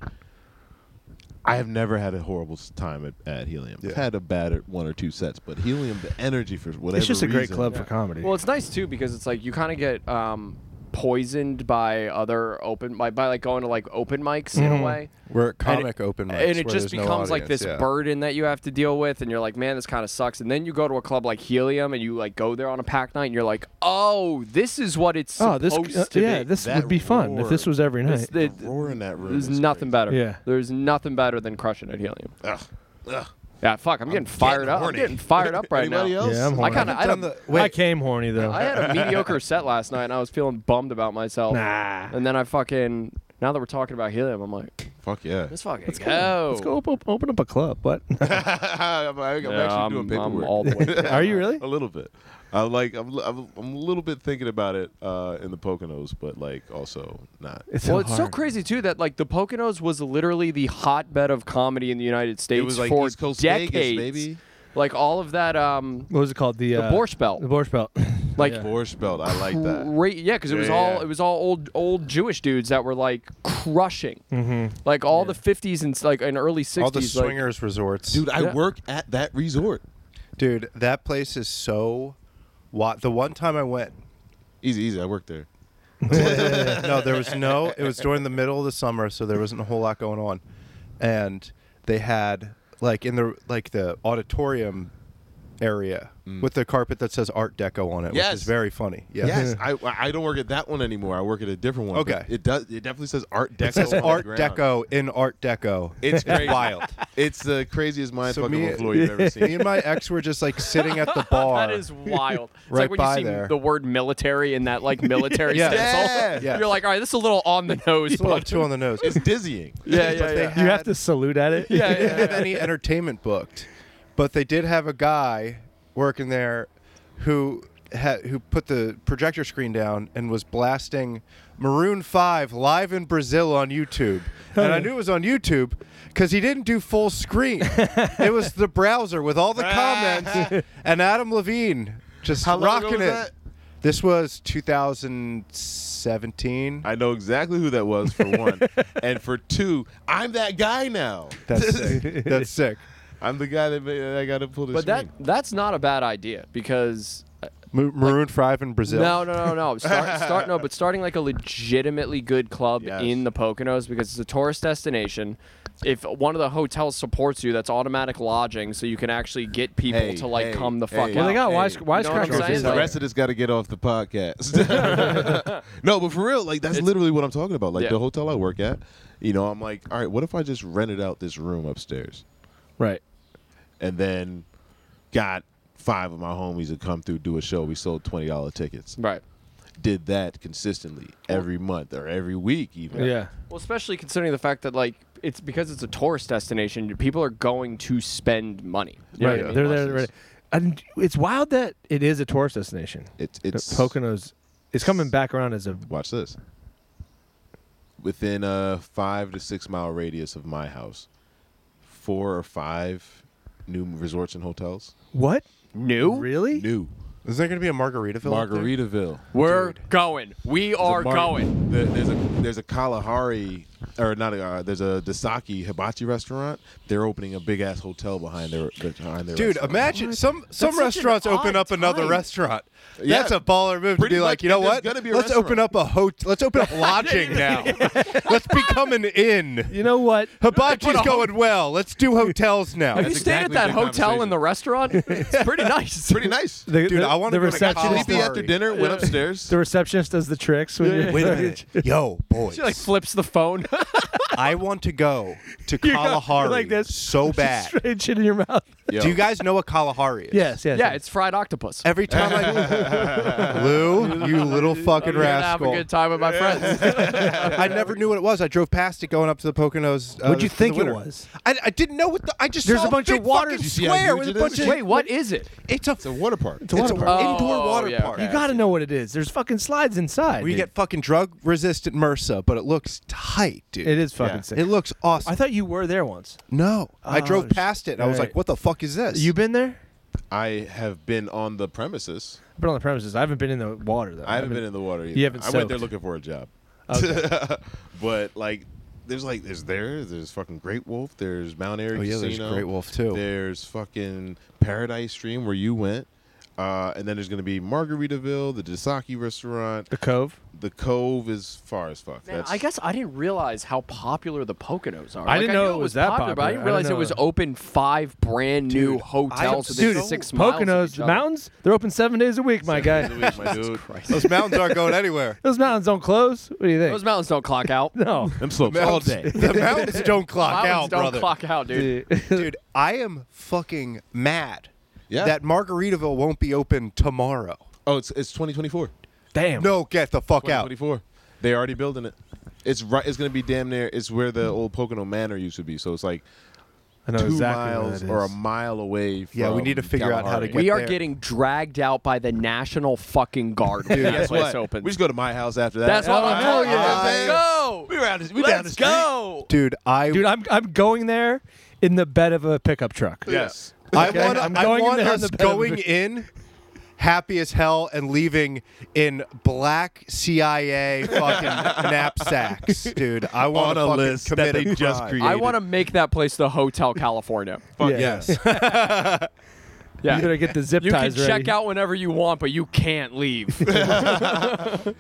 [SPEAKER 2] I have never had a horrible s- time at, at Helium.
[SPEAKER 1] Yeah.
[SPEAKER 2] I've had a bad at one or two sets, but Helium, the energy for whatever
[SPEAKER 4] It's just a great
[SPEAKER 2] reason-
[SPEAKER 4] club for comedy.
[SPEAKER 3] Well, it's nice too because it's like you kind of get um, poisoned by other open by, by like going to like open mics
[SPEAKER 4] Mm-hmm.
[SPEAKER 3] in a way.
[SPEAKER 1] We're at
[SPEAKER 3] And it-
[SPEAKER 1] comic open mics
[SPEAKER 3] and it
[SPEAKER 1] where
[SPEAKER 3] just
[SPEAKER 1] there's no
[SPEAKER 3] becomes like
[SPEAKER 1] audience,
[SPEAKER 3] this
[SPEAKER 1] yeah.
[SPEAKER 3] burden that you have to deal with and you're like man this kind of sucks and then you go to a club like helium and you like go there on a packed night and you're like oh this is what it's
[SPEAKER 4] oh, this
[SPEAKER 3] supposed
[SPEAKER 4] uh,
[SPEAKER 3] to
[SPEAKER 4] yeah,
[SPEAKER 3] be
[SPEAKER 4] this
[SPEAKER 2] That
[SPEAKER 4] would be fun if
[SPEAKER 2] roar.
[SPEAKER 4] this was every night.
[SPEAKER 3] This- it-
[SPEAKER 2] The roar in that room.
[SPEAKER 3] there's
[SPEAKER 2] is
[SPEAKER 3] nothing better
[SPEAKER 4] Yeah.
[SPEAKER 3] there's nothing better than crushing at helium
[SPEAKER 2] crazy. Ugh. Ugh.
[SPEAKER 3] yeah fuck i'm getting fired up i'm
[SPEAKER 2] horny.
[SPEAKER 3] getting fired up right now
[SPEAKER 2] Anybody else?
[SPEAKER 4] Yeah, I'm
[SPEAKER 3] i
[SPEAKER 4] horny.
[SPEAKER 3] kind of
[SPEAKER 1] I've
[SPEAKER 3] i
[SPEAKER 1] done
[SPEAKER 3] don't
[SPEAKER 1] the-
[SPEAKER 4] I
[SPEAKER 1] wait,
[SPEAKER 4] came horny though.
[SPEAKER 3] I had a mediocre set last night and I was feling bummed about myself.
[SPEAKER 4] Nah.
[SPEAKER 3] And then I fucking now that we're talking about helium, I'm like,
[SPEAKER 2] Fuck yeah.
[SPEAKER 3] let's fucking
[SPEAKER 4] Let's
[SPEAKER 3] go.
[SPEAKER 4] go. Let's go op- open up a club. What?
[SPEAKER 2] [laughs]
[SPEAKER 4] [laughs]
[SPEAKER 2] I'm, I'm
[SPEAKER 3] Yeah,
[SPEAKER 2] actually doing
[SPEAKER 3] I'm- I'm
[SPEAKER 2] paperwork.
[SPEAKER 3] all the
[SPEAKER 2] [laughs]
[SPEAKER 3] way down.
[SPEAKER 4] Are you really?
[SPEAKER 2] A little bit. I like. I'm, li- I'm. I'm a little bit thinking about it uh, in the Poconos, but like also not.
[SPEAKER 4] It's
[SPEAKER 3] well, it's so
[SPEAKER 4] hard.
[SPEAKER 3] crazy too that like the Poconos was literally the hotbed of comedy in the United States
[SPEAKER 2] was like
[SPEAKER 3] for
[SPEAKER 2] East Coast Vegas,
[SPEAKER 3] decades.
[SPEAKER 2] baby.
[SPEAKER 3] Like all of that, um,
[SPEAKER 4] What was it called? The,
[SPEAKER 3] the
[SPEAKER 4] uh,
[SPEAKER 3] Borscht Belt,
[SPEAKER 4] The Borscht Belt.
[SPEAKER 3] like
[SPEAKER 4] Yeah.
[SPEAKER 2] Borscht Belt. I like that.
[SPEAKER 3] great, yeah, because it
[SPEAKER 2] Yeah,
[SPEAKER 3] was
[SPEAKER 2] yeah,
[SPEAKER 3] all
[SPEAKER 2] yeah.
[SPEAKER 3] it was all old old Jewish dudes that were like crushing,
[SPEAKER 4] Mhm.
[SPEAKER 3] like all the '50s and s- like and early '60s.
[SPEAKER 1] All the
[SPEAKER 3] like-
[SPEAKER 1] swingers resorts,
[SPEAKER 2] Dude, I
[SPEAKER 3] Yeah.
[SPEAKER 2] work at that resort.
[SPEAKER 1] Dude, that place is so. Wa- the one time I went, [laughs]
[SPEAKER 2] Easy, easy. I work there.
[SPEAKER 1] no, there was no. It was during the middle of the summer, so there wasn't a whole lot going on, and they had like in the like the auditorium area with the carpet that says Art Deco on it, which
[SPEAKER 2] Yes.
[SPEAKER 1] is very funny. Yeah. [laughs]
[SPEAKER 2] Yes, I, I don't work at that one anymore. I work at a different one. but
[SPEAKER 1] Okay.
[SPEAKER 2] it does. It definitely says Art Deco.
[SPEAKER 1] It says
[SPEAKER 2] on the
[SPEAKER 1] Art
[SPEAKER 2] ground.
[SPEAKER 1] Deco in Art Deco.
[SPEAKER 2] It's crazy.
[SPEAKER 1] wild.
[SPEAKER 2] It's the craziest mind
[SPEAKER 1] So
[SPEAKER 2] fucking
[SPEAKER 1] me-
[SPEAKER 2] floor you've
[SPEAKER 1] [laughs]
[SPEAKER 2] ever
[SPEAKER 1] Me
[SPEAKER 2] seen.
[SPEAKER 1] and my ex were just like sitting at the bar.
[SPEAKER 3] That [laughs] is wild. It's
[SPEAKER 1] Right
[SPEAKER 3] like when
[SPEAKER 1] by
[SPEAKER 3] you see
[SPEAKER 1] there.
[SPEAKER 3] the word military in that [laughs] like military
[SPEAKER 1] Yeah.
[SPEAKER 3] stencil.
[SPEAKER 1] Yeah.
[SPEAKER 3] You're like, all right, this is a little on [laughs] the nose.
[SPEAKER 1] It's a little
[SPEAKER 3] but
[SPEAKER 1] two on the nose.
[SPEAKER 2] It's dizzying.
[SPEAKER 3] yeah,
[SPEAKER 1] but
[SPEAKER 3] yeah,
[SPEAKER 1] they
[SPEAKER 3] yeah.
[SPEAKER 1] had-
[SPEAKER 4] [laughs] You have to salute at it.
[SPEAKER 3] Yeah,
[SPEAKER 1] they didn't have any entertainment booked, but they did have a guy working there who had who put the projector screen down and was blasting Maroon Five live in Brazil on YouTube. And I knew it was on YouTube because he didn't do full screen. it was the browser with all the comments and Adam Levine just
[SPEAKER 2] Ah. How long ago
[SPEAKER 1] rocking it.
[SPEAKER 2] was that?
[SPEAKER 1] This was 2017.
[SPEAKER 2] I know exactly who that was for
[SPEAKER 4] [laughs]
[SPEAKER 2] one, and for two, I'm that guy now. [laughs]
[SPEAKER 1] That's sick. That's sick.
[SPEAKER 2] I'm the guy that made, I got to pull this.
[SPEAKER 3] But that that's not a bad idea because uh,
[SPEAKER 1] Ma- Maroon Five in Brazil.
[SPEAKER 3] No, no, no, no. Start, start no, but starting like a legitimately good club
[SPEAKER 2] Yes.
[SPEAKER 3] in the Poconos because it's a tourist destination. If one of the hotels supports you, that's automatic lodging, so you can actually get people
[SPEAKER 2] Hey,
[SPEAKER 3] to like
[SPEAKER 2] hey,
[SPEAKER 3] come the
[SPEAKER 2] hey.
[SPEAKER 3] fuck
[SPEAKER 2] Well,
[SPEAKER 4] Well,
[SPEAKER 3] out.
[SPEAKER 4] they got
[SPEAKER 2] Hey,
[SPEAKER 4] wise
[SPEAKER 2] you
[SPEAKER 3] know what I'm
[SPEAKER 4] wisecrackers.
[SPEAKER 3] saying?
[SPEAKER 4] in
[SPEAKER 2] the
[SPEAKER 4] there.
[SPEAKER 2] rest of this got to get off the
[SPEAKER 3] [laughs]
[SPEAKER 2] podcast. [laughs] no, but for real, like that's literally what I'm talking about. Like
[SPEAKER 3] Yeah.
[SPEAKER 2] the hotel I work at, you know, I'm like, all right, what if I just rented out this room upstairs,
[SPEAKER 4] [laughs] Right.
[SPEAKER 2] and then got five of my homies to come through do a show. We sold twenty dollar tickets.
[SPEAKER 3] Right.
[SPEAKER 2] Did that consistently every month or every week, even.
[SPEAKER 4] Yeah.
[SPEAKER 3] Well, especially considering the fact that like it's because it's a tourist destination, people are going to spend money. You know
[SPEAKER 4] Right.
[SPEAKER 3] what I mean?
[SPEAKER 4] They're there. Right. And it's wild that it is a tourist destination.
[SPEAKER 2] It's
[SPEAKER 4] The
[SPEAKER 2] it's
[SPEAKER 4] Poconos is coming back around as a
[SPEAKER 2] Watch this. Within a five to six mile radius of my house, four or five new resorts and hotels.
[SPEAKER 4] what?
[SPEAKER 3] New?
[SPEAKER 4] Really?
[SPEAKER 2] New
[SPEAKER 1] Is there going to be a Margaritaville? up there?
[SPEAKER 2] Margaritaville.
[SPEAKER 3] We're going. We are
[SPEAKER 2] There's a Mar-
[SPEAKER 3] going.
[SPEAKER 2] the- There's a there's a Kalahari or not a, uh, there's a Dasaki hibachi restaurant. They're opening a big ass hotel behind their behind their
[SPEAKER 1] Dude,
[SPEAKER 2] restaurant.
[SPEAKER 1] imagine some some
[SPEAKER 3] such an
[SPEAKER 1] restaurants open
[SPEAKER 3] odd
[SPEAKER 1] up another
[SPEAKER 3] time.
[SPEAKER 1] restaurant.
[SPEAKER 2] Yeah.
[SPEAKER 1] That's a baller move
[SPEAKER 2] Pretty
[SPEAKER 1] to be like,
[SPEAKER 2] much,
[SPEAKER 1] you know
[SPEAKER 2] there's
[SPEAKER 1] what?
[SPEAKER 2] gotta be a
[SPEAKER 1] Let's open up a hotel. Let's open up lodging now. Let's become an inn.
[SPEAKER 4] You know what?
[SPEAKER 1] Hibachi's going well. Let's do hotels now.
[SPEAKER 3] Have you
[SPEAKER 2] That's
[SPEAKER 3] stayed
[SPEAKER 2] exactly
[SPEAKER 3] at that
[SPEAKER 2] the
[SPEAKER 3] hotel
[SPEAKER 2] conversation.
[SPEAKER 3] in the [laughs] restaurant? It's pretty nice.
[SPEAKER 2] pretty nice.
[SPEAKER 4] The,
[SPEAKER 1] Dude,
[SPEAKER 4] the-
[SPEAKER 1] I wanna
[SPEAKER 4] the
[SPEAKER 1] go to
[SPEAKER 4] receptionist.
[SPEAKER 1] Kalahari.
[SPEAKER 2] Sleepy after dinner. Went upstairs.
[SPEAKER 4] The receptionist does the tricks. When you're-
[SPEAKER 1] Wait a minute. Yo, boys.
[SPEAKER 3] She like flips the phone.
[SPEAKER 1] I want to go to
[SPEAKER 4] [laughs] You're going
[SPEAKER 1] Kalahari
[SPEAKER 4] like this. [laughs]
[SPEAKER 1] so bad.
[SPEAKER 4] Straight shit in your mouth. [laughs]
[SPEAKER 2] Yo,
[SPEAKER 1] Do you guys know what Kalahari is?
[SPEAKER 4] Yes.
[SPEAKER 3] [laughs]
[SPEAKER 4] Yes.
[SPEAKER 3] yeah,
[SPEAKER 4] yes.
[SPEAKER 3] it's fried octopus.
[SPEAKER 1] Every time I Lou, you little fucking
[SPEAKER 3] I'm gonna
[SPEAKER 1] rascal.
[SPEAKER 3] Oh, Have a good time with my [laughs] friends.
[SPEAKER 1] I never knew what it was. I drove past it going up to the Poconos. Uh,
[SPEAKER 4] What'd you
[SPEAKER 1] for the
[SPEAKER 4] think it
[SPEAKER 1] winter.
[SPEAKER 4] was?
[SPEAKER 1] I, I didn't know what the. I just
[SPEAKER 4] There's
[SPEAKER 1] saw
[SPEAKER 4] a bunch
[SPEAKER 1] big
[SPEAKER 4] of water-
[SPEAKER 1] fucking
[SPEAKER 4] You
[SPEAKER 2] see how
[SPEAKER 1] square
[SPEAKER 2] huge
[SPEAKER 1] with a
[SPEAKER 2] it
[SPEAKER 1] bunch
[SPEAKER 2] is?
[SPEAKER 1] of.
[SPEAKER 3] Wait, what is it?
[SPEAKER 1] It's a.
[SPEAKER 2] It's a water park. It's
[SPEAKER 4] a
[SPEAKER 1] It's
[SPEAKER 4] water
[SPEAKER 1] a
[SPEAKER 4] park.
[SPEAKER 1] indoor
[SPEAKER 3] Oh,
[SPEAKER 1] water
[SPEAKER 3] yeah,
[SPEAKER 1] park.
[SPEAKER 3] okay.
[SPEAKER 4] You got to know what it is. There's fucking slides inside.
[SPEAKER 1] We
[SPEAKER 4] dude.
[SPEAKER 1] get fucking drug resistant MRSA, but it looks tight, dude.
[SPEAKER 4] It is fucking
[SPEAKER 2] Yeah.
[SPEAKER 4] sick.
[SPEAKER 1] It looks awesome.
[SPEAKER 4] I thought you were there once.
[SPEAKER 1] no, I
[SPEAKER 4] Oh,
[SPEAKER 1] drove
[SPEAKER 4] sh-
[SPEAKER 1] past it. and I was
[SPEAKER 4] right.
[SPEAKER 1] like, "What the fuck is this?"
[SPEAKER 4] You been there?
[SPEAKER 2] I have been on the premises.
[SPEAKER 4] I've been on the premises. I haven't been in the water though.
[SPEAKER 2] I haven't been in the water. Either.
[SPEAKER 4] You haven't
[SPEAKER 2] I went there
[SPEAKER 4] soaked.
[SPEAKER 2] looking for a job.
[SPEAKER 4] Okay.
[SPEAKER 2] [laughs] but like, there's like, there's there, there's fucking Great Wolf, there's Mount Airy
[SPEAKER 1] Oh, yeah,
[SPEAKER 2] Casino,
[SPEAKER 1] there's Great Wolf, too.
[SPEAKER 2] There's fucking Paradise Stream where you went, uh, and then there's gonna be Margaritaville, the Dasaki restaurant,
[SPEAKER 4] the Cove.
[SPEAKER 2] the Cove is far as fuck.
[SPEAKER 3] Man, I guess I didn't realize how popular the Poconos are.
[SPEAKER 4] I didn't
[SPEAKER 3] knew
[SPEAKER 4] know it was that
[SPEAKER 3] but I didn't
[SPEAKER 4] popular. I
[SPEAKER 3] realize
[SPEAKER 4] didn't
[SPEAKER 3] it was
[SPEAKER 4] know.
[SPEAKER 3] open five brand new hotels
[SPEAKER 1] Dude,
[SPEAKER 3] within six miles. of
[SPEAKER 4] Poconos,
[SPEAKER 3] each
[SPEAKER 4] the
[SPEAKER 3] other.
[SPEAKER 4] mountains, they're open seven days a week, my guy.
[SPEAKER 2] my dude.
[SPEAKER 1] [laughs] Those mountains aren't going anywhere.
[SPEAKER 4] [laughs] Those mountains don't close. What do you think? [laughs]
[SPEAKER 3] Those mountains don't [laughs] clock out.
[SPEAKER 4] no. [laughs]
[SPEAKER 2] Them slopes all
[SPEAKER 1] Mountains-
[SPEAKER 2] day.
[SPEAKER 1] The mountains don't clock
[SPEAKER 3] mountains
[SPEAKER 1] out,
[SPEAKER 3] don't
[SPEAKER 1] brother.
[SPEAKER 3] clock out, dude.
[SPEAKER 1] Dude, I am fucking mad
[SPEAKER 2] Yeah.
[SPEAKER 1] that Margaritaville won't be open tomorrow.
[SPEAKER 2] [laughs] Oh, it's it's 2024.
[SPEAKER 4] Damn.
[SPEAKER 1] No, get the fuck out.
[SPEAKER 2] 2024. They already building it. It's right. It's gonna be damn near. It's where the old Pocono Manor used to be. So it's like
[SPEAKER 4] I know
[SPEAKER 2] two
[SPEAKER 4] exactly where
[SPEAKER 2] miles
[SPEAKER 4] that
[SPEAKER 2] or a
[SPEAKER 4] is.
[SPEAKER 2] mile away. From
[SPEAKER 1] Yeah, we need to figure out how to
[SPEAKER 2] Kalahari.
[SPEAKER 1] Get
[SPEAKER 3] we are
[SPEAKER 1] there.
[SPEAKER 3] getting dragged out by the national fucking guard. when that
[SPEAKER 2] Guess
[SPEAKER 3] place
[SPEAKER 2] what?
[SPEAKER 3] opens.
[SPEAKER 2] We just go to my house after that.
[SPEAKER 3] That's what
[SPEAKER 2] Oh,
[SPEAKER 3] I'm
[SPEAKER 2] hell
[SPEAKER 3] talking about.
[SPEAKER 2] man.
[SPEAKER 3] Let's go.
[SPEAKER 2] We were out. of- We down the
[SPEAKER 3] Let's
[SPEAKER 2] street.
[SPEAKER 3] go.
[SPEAKER 1] dude. I
[SPEAKER 4] Dude, I'm I'm going there in the bed of a pickup truck.
[SPEAKER 2] Yes.
[SPEAKER 1] I
[SPEAKER 4] Okay,
[SPEAKER 1] want,
[SPEAKER 4] I'm
[SPEAKER 1] I
[SPEAKER 4] going
[SPEAKER 1] want
[SPEAKER 4] there in
[SPEAKER 1] us
[SPEAKER 4] the bed of
[SPEAKER 1] going
[SPEAKER 4] the-
[SPEAKER 1] in happy as hell and leaving in black CIA fucking knapsacks, dude. I want to
[SPEAKER 2] a
[SPEAKER 1] fucking
[SPEAKER 2] list that
[SPEAKER 1] commit a
[SPEAKER 2] they just
[SPEAKER 1] crime.
[SPEAKER 2] created.
[SPEAKER 3] I want to make that place the
[SPEAKER 2] [laughs]
[SPEAKER 3] Hotel California.
[SPEAKER 2] Fuck
[SPEAKER 4] Yeah.
[SPEAKER 1] Yes.
[SPEAKER 3] Yeah.
[SPEAKER 4] You better get the zip
[SPEAKER 3] You can
[SPEAKER 4] ties
[SPEAKER 3] check
[SPEAKER 4] ready.
[SPEAKER 3] out whenever you want, but you can't leave.
[SPEAKER 2] Hell yeah, man.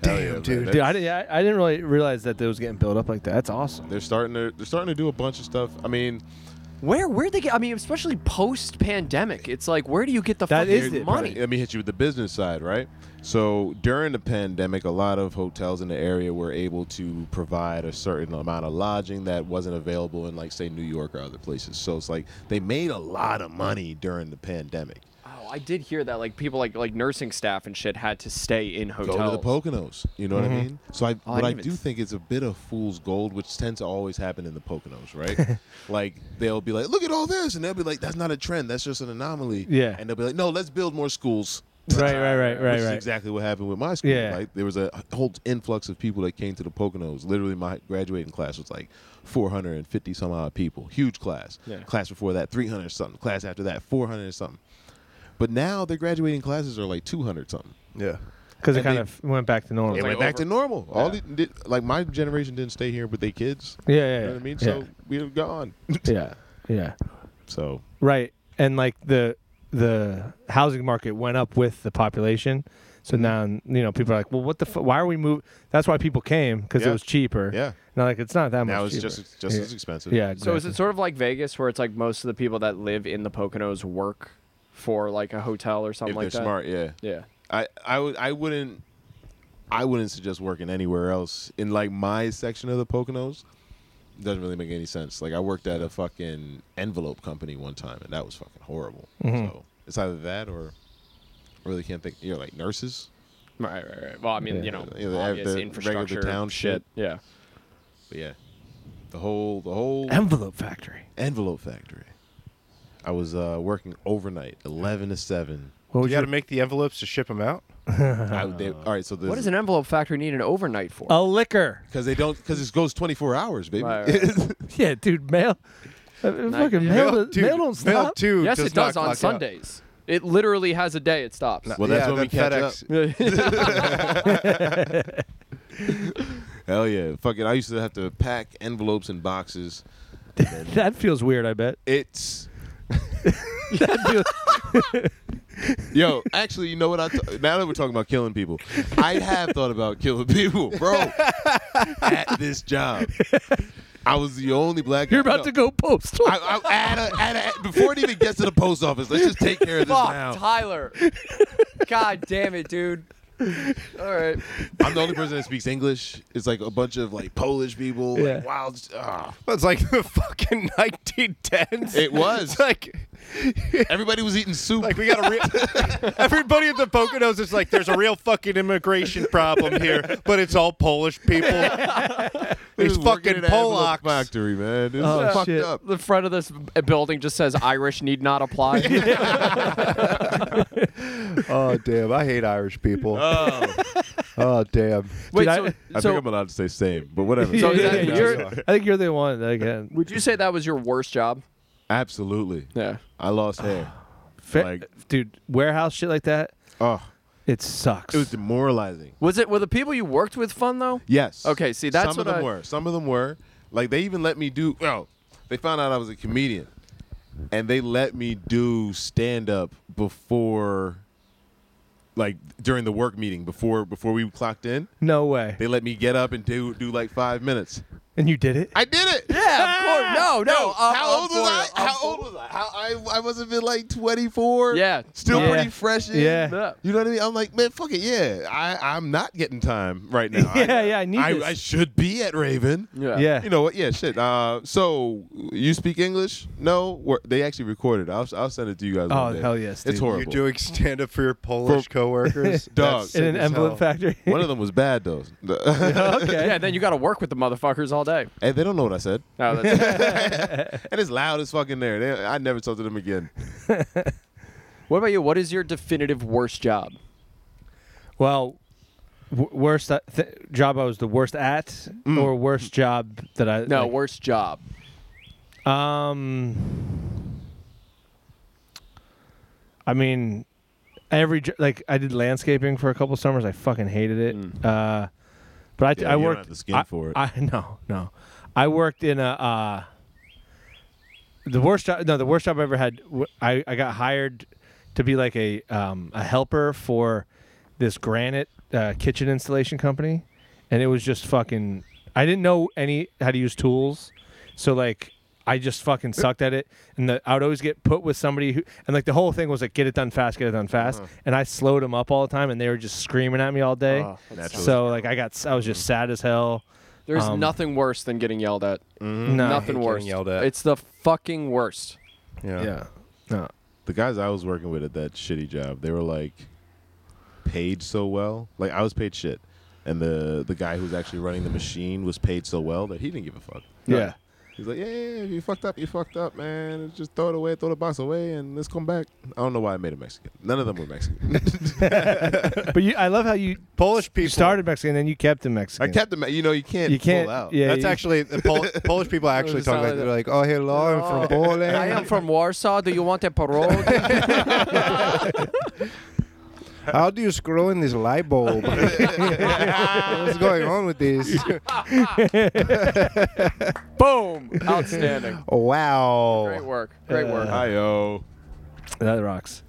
[SPEAKER 1] dude.
[SPEAKER 2] That's-
[SPEAKER 4] Dude, I, di- I, I didn't really realize that it was getting built up like that. That's awesome.
[SPEAKER 2] They're starting to. They're starting to do a bunch of stuff. I mean,
[SPEAKER 3] [laughs] where where they get? I mean, especially post pandemic, it's like where do you get the
[SPEAKER 4] That
[SPEAKER 3] fucking
[SPEAKER 4] is it,
[SPEAKER 3] money?
[SPEAKER 2] Let me hit you with the business side, right? So during the pandemic, a lot of hotels in the area were able to provide a certain amount of lodging that wasn't available in, like, say, New York or other places. So it's like they made a lot of money during the pandemic.
[SPEAKER 3] Oh, I did hear that like people like like nursing staff and shit had to stay in hotels.
[SPEAKER 2] Go to the Poconos. You know
[SPEAKER 4] Mm-hmm.
[SPEAKER 2] what I mean? So I,
[SPEAKER 3] Oh, I
[SPEAKER 2] what I
[SPEAKER 3] didn't even
[SPEAKER 2] do think is a bit of fool's gold, which tends to always happen in the Poconos,
[SPEAKER 4] [laughs]
[SPEAKER 2] right? like they'll be like, "Look at all this," and they'll be like, "That's not a trend. That's just an anomaly."
[SPEAKER 4] Yeah.
[SPEAKER 2] And they'll be like, "No, let's build more schools."
[SPEAKER 4] Right, right, right,
[SPEAKER 2] which
[SPEAKER 4] right,
[SPEAKER 2] is
[SPEAKER 4] right.
[SPEAKER 2] exactly what happened with my school.
[SPEAKER 4] Yeah.
[SPEAKER 2] Like there was a whole influx of people that came to the Poconos. Literally, my graduating class was like 450 some odd people. Huge class.
[SPEAKER 4] Yeah.
[SPEAKER 2] Class before that, 300 something. Class after that, 400 something. But now their graduating classes are like 200 something.
[SPEAKER 1] yeah.
[SPEAKER 4] Because it
[SPEAKER 2] And
[SPEAKER 4] kind
[SPEAKER 2] they-
[SPEAKER 4] of went back to normal.
[SPEAKER 2] It
[SPEAKER 4] Yeah,
[SPEAKER 3] like
[SPEAKER 2] went back to
[SPEAKER 3] over-
[SPEAKER 2] normal. All the, did, like my generation didn't stay here with their kids.
[SPEAKER 4] yeah,
[SPEAKER 2] You
[SPEAKER 4] yeah.
[SPEAKER 2] know what I mean?
[SPEAKER 4] yeah,
[SPEAKER 2] So we're gone.
[SPEAKER 4] [laughs] yeah, yeah.
[SPEAKER 2] so
[SPEAKER 4] Right, and like the the housing market went up with the population. So
[SPEAKER 2] Mm-hmm.
[SPEAKER 4] now you know people are like, well, what the? F- why are we moving? That's why people came because
[SPEAKER 2] Yeah.
[SPEAKER 4] it was cheaper.
[SPEAKER 2] yeah,
[SPEAKER 4] Now like it's not that much.
[SPEAKER 2] now it's
[SPEAKER 4] cheaper.
[SPEAKER 2] just just
[SPEAKER 4] Yeah.
[SPEAKER 2] as expensive.
[SPEAKER 4] yeah.
[SPEAKER 3] So is
[SPEAKER 4] exactly.
[SPEAKER 3] it sort of like Vegas, where it's like most of the people that live in the Poconos work for like a hotel or
[SPEAKER 2] if
[SPEAKER 3] something like
[SPEAKER 2] they're
[SPEAKER 3] that?
[SPEAKER 2] smart. Yeah.
[SPEAKER 3] Yeah.
[SPEAKER 2] I I would I wouldn't I wouldn't suggest working anywhere else in like my section of the Poconos. Doesn't really make any sense. Like I worked at a fucking envelope company one time, and that was fucking horrible. So it's either that or I really can't think. You're like nurses.
[SPEAKER 3] Right, right, right. Well, I mean,
[SPEAKER 4] Yeah.
[SPEAKER 3] you know,
[SPEAKER 2] Yeah, they have
[SPEAKER 3] obvious
[SPEAKER 2] the
[SPEAKER 3] infrastructure
[SPEAKER 2] regular town shit.
[SPEAKER 3] Yeah.
[SPEAKER 2] But yeah, the whole the whole
[SPEAKER 4] envelope factory.
[SPEAKER 2] envelope factory. I was uh, working overnight, eleven to seven.
[SPEAKER 4] What
[SPEAKER 1] You
[SPEAKER 4] was
[SPEAKER 1] got to
[SPEAKER 4] your
[SPEAKER 1] make the envelopes to ship them out.
[SPEAKER 2] I, they,
[SPEAKER 3] [laughs]
[SPEAKER 2] all right, so [laughs]
[SPEAKER 3] What does an envelope factory need an overnight for?
[SPEAKER 4] a liquor?
[SPEAKER 2] Because they don't because it goes twenty four hours, baby. [laughs]
[SPEAKER 3] Right, right,
[SPEAKER 4] Yeah, dude, mail. Uh, fucking
[SPEAKER 3] yeah.
[SPEAKER 4] mail,
[SPEAKER 1] dude,
[SPEAKER 4] mail don't stop.
[SPEAKER 1] Mail too
[SPEAKER 3] yes,
[SPEAKER 1] does
[SPEAKER 3] it does
[SPEAKER 1] not
[SPEAKER 3] on
[SPEAKER 1] clock out.
[SPEAKER 3] Sundays. It literally has a day it stops.
[SPEAKER 2] Well,
[SPEAKER 1] yeah,
[SPEAKER 2] that's when we
[SPEAKER 1] then
[SPEAKER 2] catch up.
[SPEAKER 1] FedEx,
[SPEAKER 2] [laughs]
[SPEAKER 3] [laughs]
[SPEAKER 2] Hell yeah, fucking! I used to have to pack envelopes and boxes.
[SPEAKER 4] That feels weird. I bet.
[SPEAKER 2] It's
[SPEAKER 4] That feels-
[SPEAKER 2] [laughs] yo, actually, you know what? I t- now that we're talking about killing people, I have thought about killing people, bro. at this job, I was the only black.
[SPEAKER 4] you're
[SPEAKER 2] guy-
[SPEAKER 4] about
[SPEAKER 2] no,
[SPEAKER 4] to go postal.
[SPEAKER 2] I, I, at a, at a, before it even gets to the post office, let's just take care of this
[SPEAKER 3] Fuck,
[SPEAKER 2] now.
[SPEAKER 3] [laughs] Tyler. God damn it, dude. All right.
[SPEAKER 2] I'm the only person that speaks English. It's like a bunch of like Polish people,
[SPEAKER 4] Yeah.
[SPEAKER 2] like wild. ah.
[SPEAKER 1] It's like [laughs] the fucking 1910s.
[SPEAKER 2] It was.
[SPEAKER 4] [laughs]
[SPEAKER 1] It's like,
[SPEAKER 2] Everybody was eating soup.
[SPEAKER 1] like we got a real. Everybody at the Poconos is like, there's a real fucking immigration problem here, but it's all Polish
[SPEAKER 2] [laughs]
[SPEAKER 1] people.
[SPEAKER 2] They
[SPEAKER 1] These
[SPEAKER 2] was working
[SPEAKER 1] fucking
[SPEAKER 2] in an envelope
[SPEAKER 1] Polacks.
[SPEAKER 2] factory, man. This
[SPEAKER 4] Oh,
[SPEAKER 2] is fucked
[SPEAKER 4] shit.
[SPEAKER 2] up.
[SPEAKER 3] The front of this building just says Irish need not apply.
[SPEAKER 1] [laughs] Oh damn! I hate Irish people.
[SPEAKER 2] Oh,
[SPEAKER 1] [laughs] Oh damn!
[SPEAKER 3] Wait,
[SPEAKER 4] Did I-
[SPEAKER 3] so,
[SPEAKER 2] I
[SPEAKER 3] so
[SPEAKER 2] think I'm allowed to say same, but whatever.
[SPEAKER 3] So
[SPEAKER 4] [laughs] Yeah,
[SPEAKER 3] that-
[SPEAKER 4] yeah,
[SPEAKER 3] you're-
[SPEAKER 4] you're- I think you're the one. Like, uh,
[SPEAKER 2] [laughs]
[SPEAKER 3] would you say that was your worst job?
[SPEAKER 2] Absolutely.
[SPEAKER 3] Yeah.
[SPEAKER 2] I lost hair.
[SPEAKER 4] fa-
[SPEAKER 2] like-
[SPEAKER 4] dude, warehouse shit like that.
[SPEAKER 3] Ah.
[SPEAKER 2] Oh,
[SPEAKER 4] It sucks.
[SPEAKER 2] it was demoralizing.
[SPEAKER 3] Was it were the people you worked with fun though?
[SPEAKER 2] Yes.
[SPEAKER 3] Okay, see, that's
[SPEAKER 2] some
[SPEAKER 3] what
[SPEAKER 2] of them
[SPEAKER 3] I-
[SPEAKER 2] were. Some of them were. Like they even let me do. Well, they found out I was a comedian, and they let me do stand up before, like during the work meeting before before we clocked in.
[SPEAKER 4] no way.
[SPEAKER 2] They let me get up and do do like five minutes.
[SPEAKER 4] And you did it.
[SPEAKER 2] I did it.
[SPEAKER 3] Yeah, of course. No, no.
[SPEAKER 2] Yo, [laughs]
[SPEAKER 3] uh,
[SPEAKER 2] how
[SPEAKER 3] I'm
[SPEAKER 2] old
[SPEAKER 3] for
[SPEAKER 2] was
[SPEAKER 3] it.
[SPEAKER 2] I?
[SPEAKER 3] I'm
[SPEAKER 2] How how old was I? How, I I must have been like 24.
[SPEAKER 3] Yeah.
[SPEAKER 2] Still
[SPEAKER 4] Yeah.
[SPEAKER 2] pretty fresh. in.
[SPEAKER 4] Yeah.
[SPEAKER 3] Yeah.
[SPEAKER 2] You know what I mean? I'm like, man, fuck it. Yeah, I I'm not getting time right now.
[SPEAKER 4] [laughs] Yeah, yeah, I need
[SPEAKER 2] I,
[SPEAKER 4] this.
[SPEAKER 2] I should be at Raven.
[SPEAKER 3] Yeah.
[SPEAKER 4] yeah.
[SPEAKER 2] You know what? Yeah, shit. Uh, so you speak English? No, We're- they actually recorded. it. I'll I'll send it to you guys.
[SPEAKER 4] Oh,
[SPEAKER 2] one day.
[SPEAKER 4] hell yes, dude.
[SPEAKER 2] it's horrible.
[SPEAKER 1] You're doing stand up for your Polish
[SPEAKER 2] [laughs]
[SPEAKER 1] coworkers,
[SPEAKER 2] Dog.
[SPEAKER 1] That's
[SPEAKER 4] in
[SPEAKER 1] sick
[SPEAKER 4] an
[SPEAKER 1] as
[SPEAKER 4] envelope
[SPEAKER 1] hell.
[SPEAKER 4] factory.
[SPEAKER 2] One of them was bad
[SPEAKER 4] [laughs]
[SPEAKER 2] though. [laughs]
[SPEAKER 4] okay.
[SPEAKER 3] Yeah, then you got to work with the motherfuckers all day.
[SPEAKER 2] hey, they don't know what I said,
[SPEAKER 3] No, that's,
[SPEAKER 2] and it's loud as fucking there. They, I never talked to them again.
[SPEAKER 3] what about you? What is your definitive worst job?
[SPEAKER 4] [laughs] Well, w- worst at- th- job I was the worst at,
[SPEAKER 2] Mm.
[SPEAKER 4] or worst job that I
[SPEAKER 3] No,
[SPEAKER 4] like,
[SPEAKER 3] worst job.
[SPEAKER 4] Um, I mean, every jo- like I did landscaping for a couple summers. I fucking hated it. Uh, but I, t-
[SPEAKER 2] Mm. Yeah,
[SPEAKER 4] I
[SPEAKER 2] you don't
[SPEAKER 4] worked
[SPEAKER 2] have the skin
[SPEAKER 4] I,
[SPEAKER 2] for it.
[SPEAKER 4] I [laughs] no no, I worked in a. Uh, the worst job no the worst job i ever had w- i, I got hired to be like a um, a helper for this granite uh, kitchen installation company and it was just fucking i didn't know any how to use tools so like i just fucking sucked at it and the, i would always get put with somebody who and like the whole thing was like get it done fast get it done fast and i slowed them up all the time and they were just screaming at me all day
[SPEAKER 3] Oh, that
[SPEAKER 2] Naturally.
[SPEAKER 4] so like i got s- i was just sad as hell
[SPEAKER 3] There's
[SPEAKER 4] Um,
[SPEAKER 3] nothing worse than getting yelled at.
[SPEAKER 4] no
[SPEAKER 1] hate
[SPEAKER 3] Nothing
[SPEAKER 1] getting
[SPEAKER 3] worse.
[SPEAKER 1] yelled at.
[SPEAKER 3] It's the fucking worst.
[SPEAKER 1] Yeah.
[SPEAKER 4] yeah no
[SPEAKER 2] the guys I was working with at that shitty job, they were like paid so well. Like I was paid shit, and the the guy who was actually running the machine was paid so well that he didn't give a fuck.
[SPEAKER 4] yeah
[SPEAKER 2] He's like, yeah, yeah, yeah, you fucked up, you fucked up, man. Just throw it away, throw the box away, and let's come back. I don't know why I made it Mexican. None of them were
[SPEAKER 4] [laughs]
[SPEAKER 2] Mexican.
[SPEAKER 4] but you, i love how you
[SPEAKER 1] Polish people.
[SPEAKER 4] You started Mexican, then you kept him Mexican.
[SPEAKER 2] I kept them. You know, you can't.
[SPEAKER 4] You can't.
[SPEAKER 2] Pull out.
[SPEAKER 4] Yeah,
[SPEAKER 1] That's
[SPEAKER 4] you-
[SPEAKER 1] actually the
[SPEAKER 2] [laughs]
[SPEAKER 1] Pol- Polish people actually
[SPEAKER 3] It's
[SPEAKER 1] talk like
[SPEAKER 3] not like
[SPEAKER 1] they're like, oh hello, I'm from Poland.
[SPEAKER 2] [laughs]
[SPEAKER 3] I am from Warsaw. Do you want a parole? [laughs]
[SPEAKER 1] How do you scroll in this light
[SPEAKER 2] [laughs]
[SPEAKER 1] bulb? [laughs] What's going on with this?
[SPEAKER 3] Boom! Outstanding.
[SPEAKER 2] Oh.
[SPEAKER 3] Great
[SPEAKER 1] Wow.
[SPEAKER 3] work. Great work.
[SPEAKER 2] Hi yo.
[SPEAKER 4] that rocks.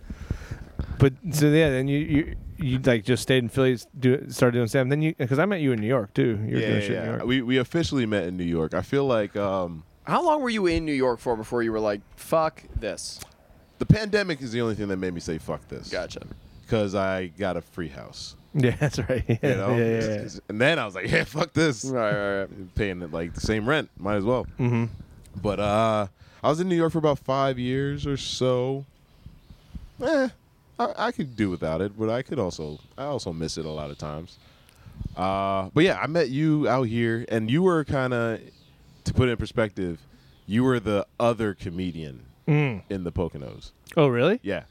[SPEAKER 4] But so yeah, then you you you like just stayed in Philly, do started doing Sam. Then you because I met you in New York too. You
[SPEAKER 2] Yeah,
[SPEAKER 4] were doing
[SPEAKER 2] yeah,
[SPEAKER 4] shit in New
[SPEAKER 2] yeah.
[SPEAKER 4] York.
[SPEAKER 2] We we officially met in New York. I feel like um,
[SPEAKER 3] How long were you in New York for before you were like, fuck this?
[SPEAKER 2] the pandemic is the only thing that made me say fuck this.
[SPEAKER 3] Gotcha.
[SPEAKER 2] Because I got a free house.
[SPEAKER 4] [laughs] yeah, that's right. Yeah,
[SPEAKER 2] [laughs] You know?
[SPEAKER 4] yeah, yeah, yeah.
[SPEAKER 2] And then I was like, [laughs] yeah, fuck this.
[SPEAKER 3] Right, right, right.
[SPEAKER 2] Paying like the same rent, might as well. Mm-hmm. But uh, I was in New York for about five years or so. Eh, I, I could do without it, but I could also I also miss it a lot of times. Uh, but yeah, I met you out here, and you were kind of, to put it in perspective, you were the other comedian
[SPEAKER 4] Mm.
[SPEAKER 2] in the Poconos.
[SPEAKER 4] Oh really?
[SPEAKER 2] Yeah.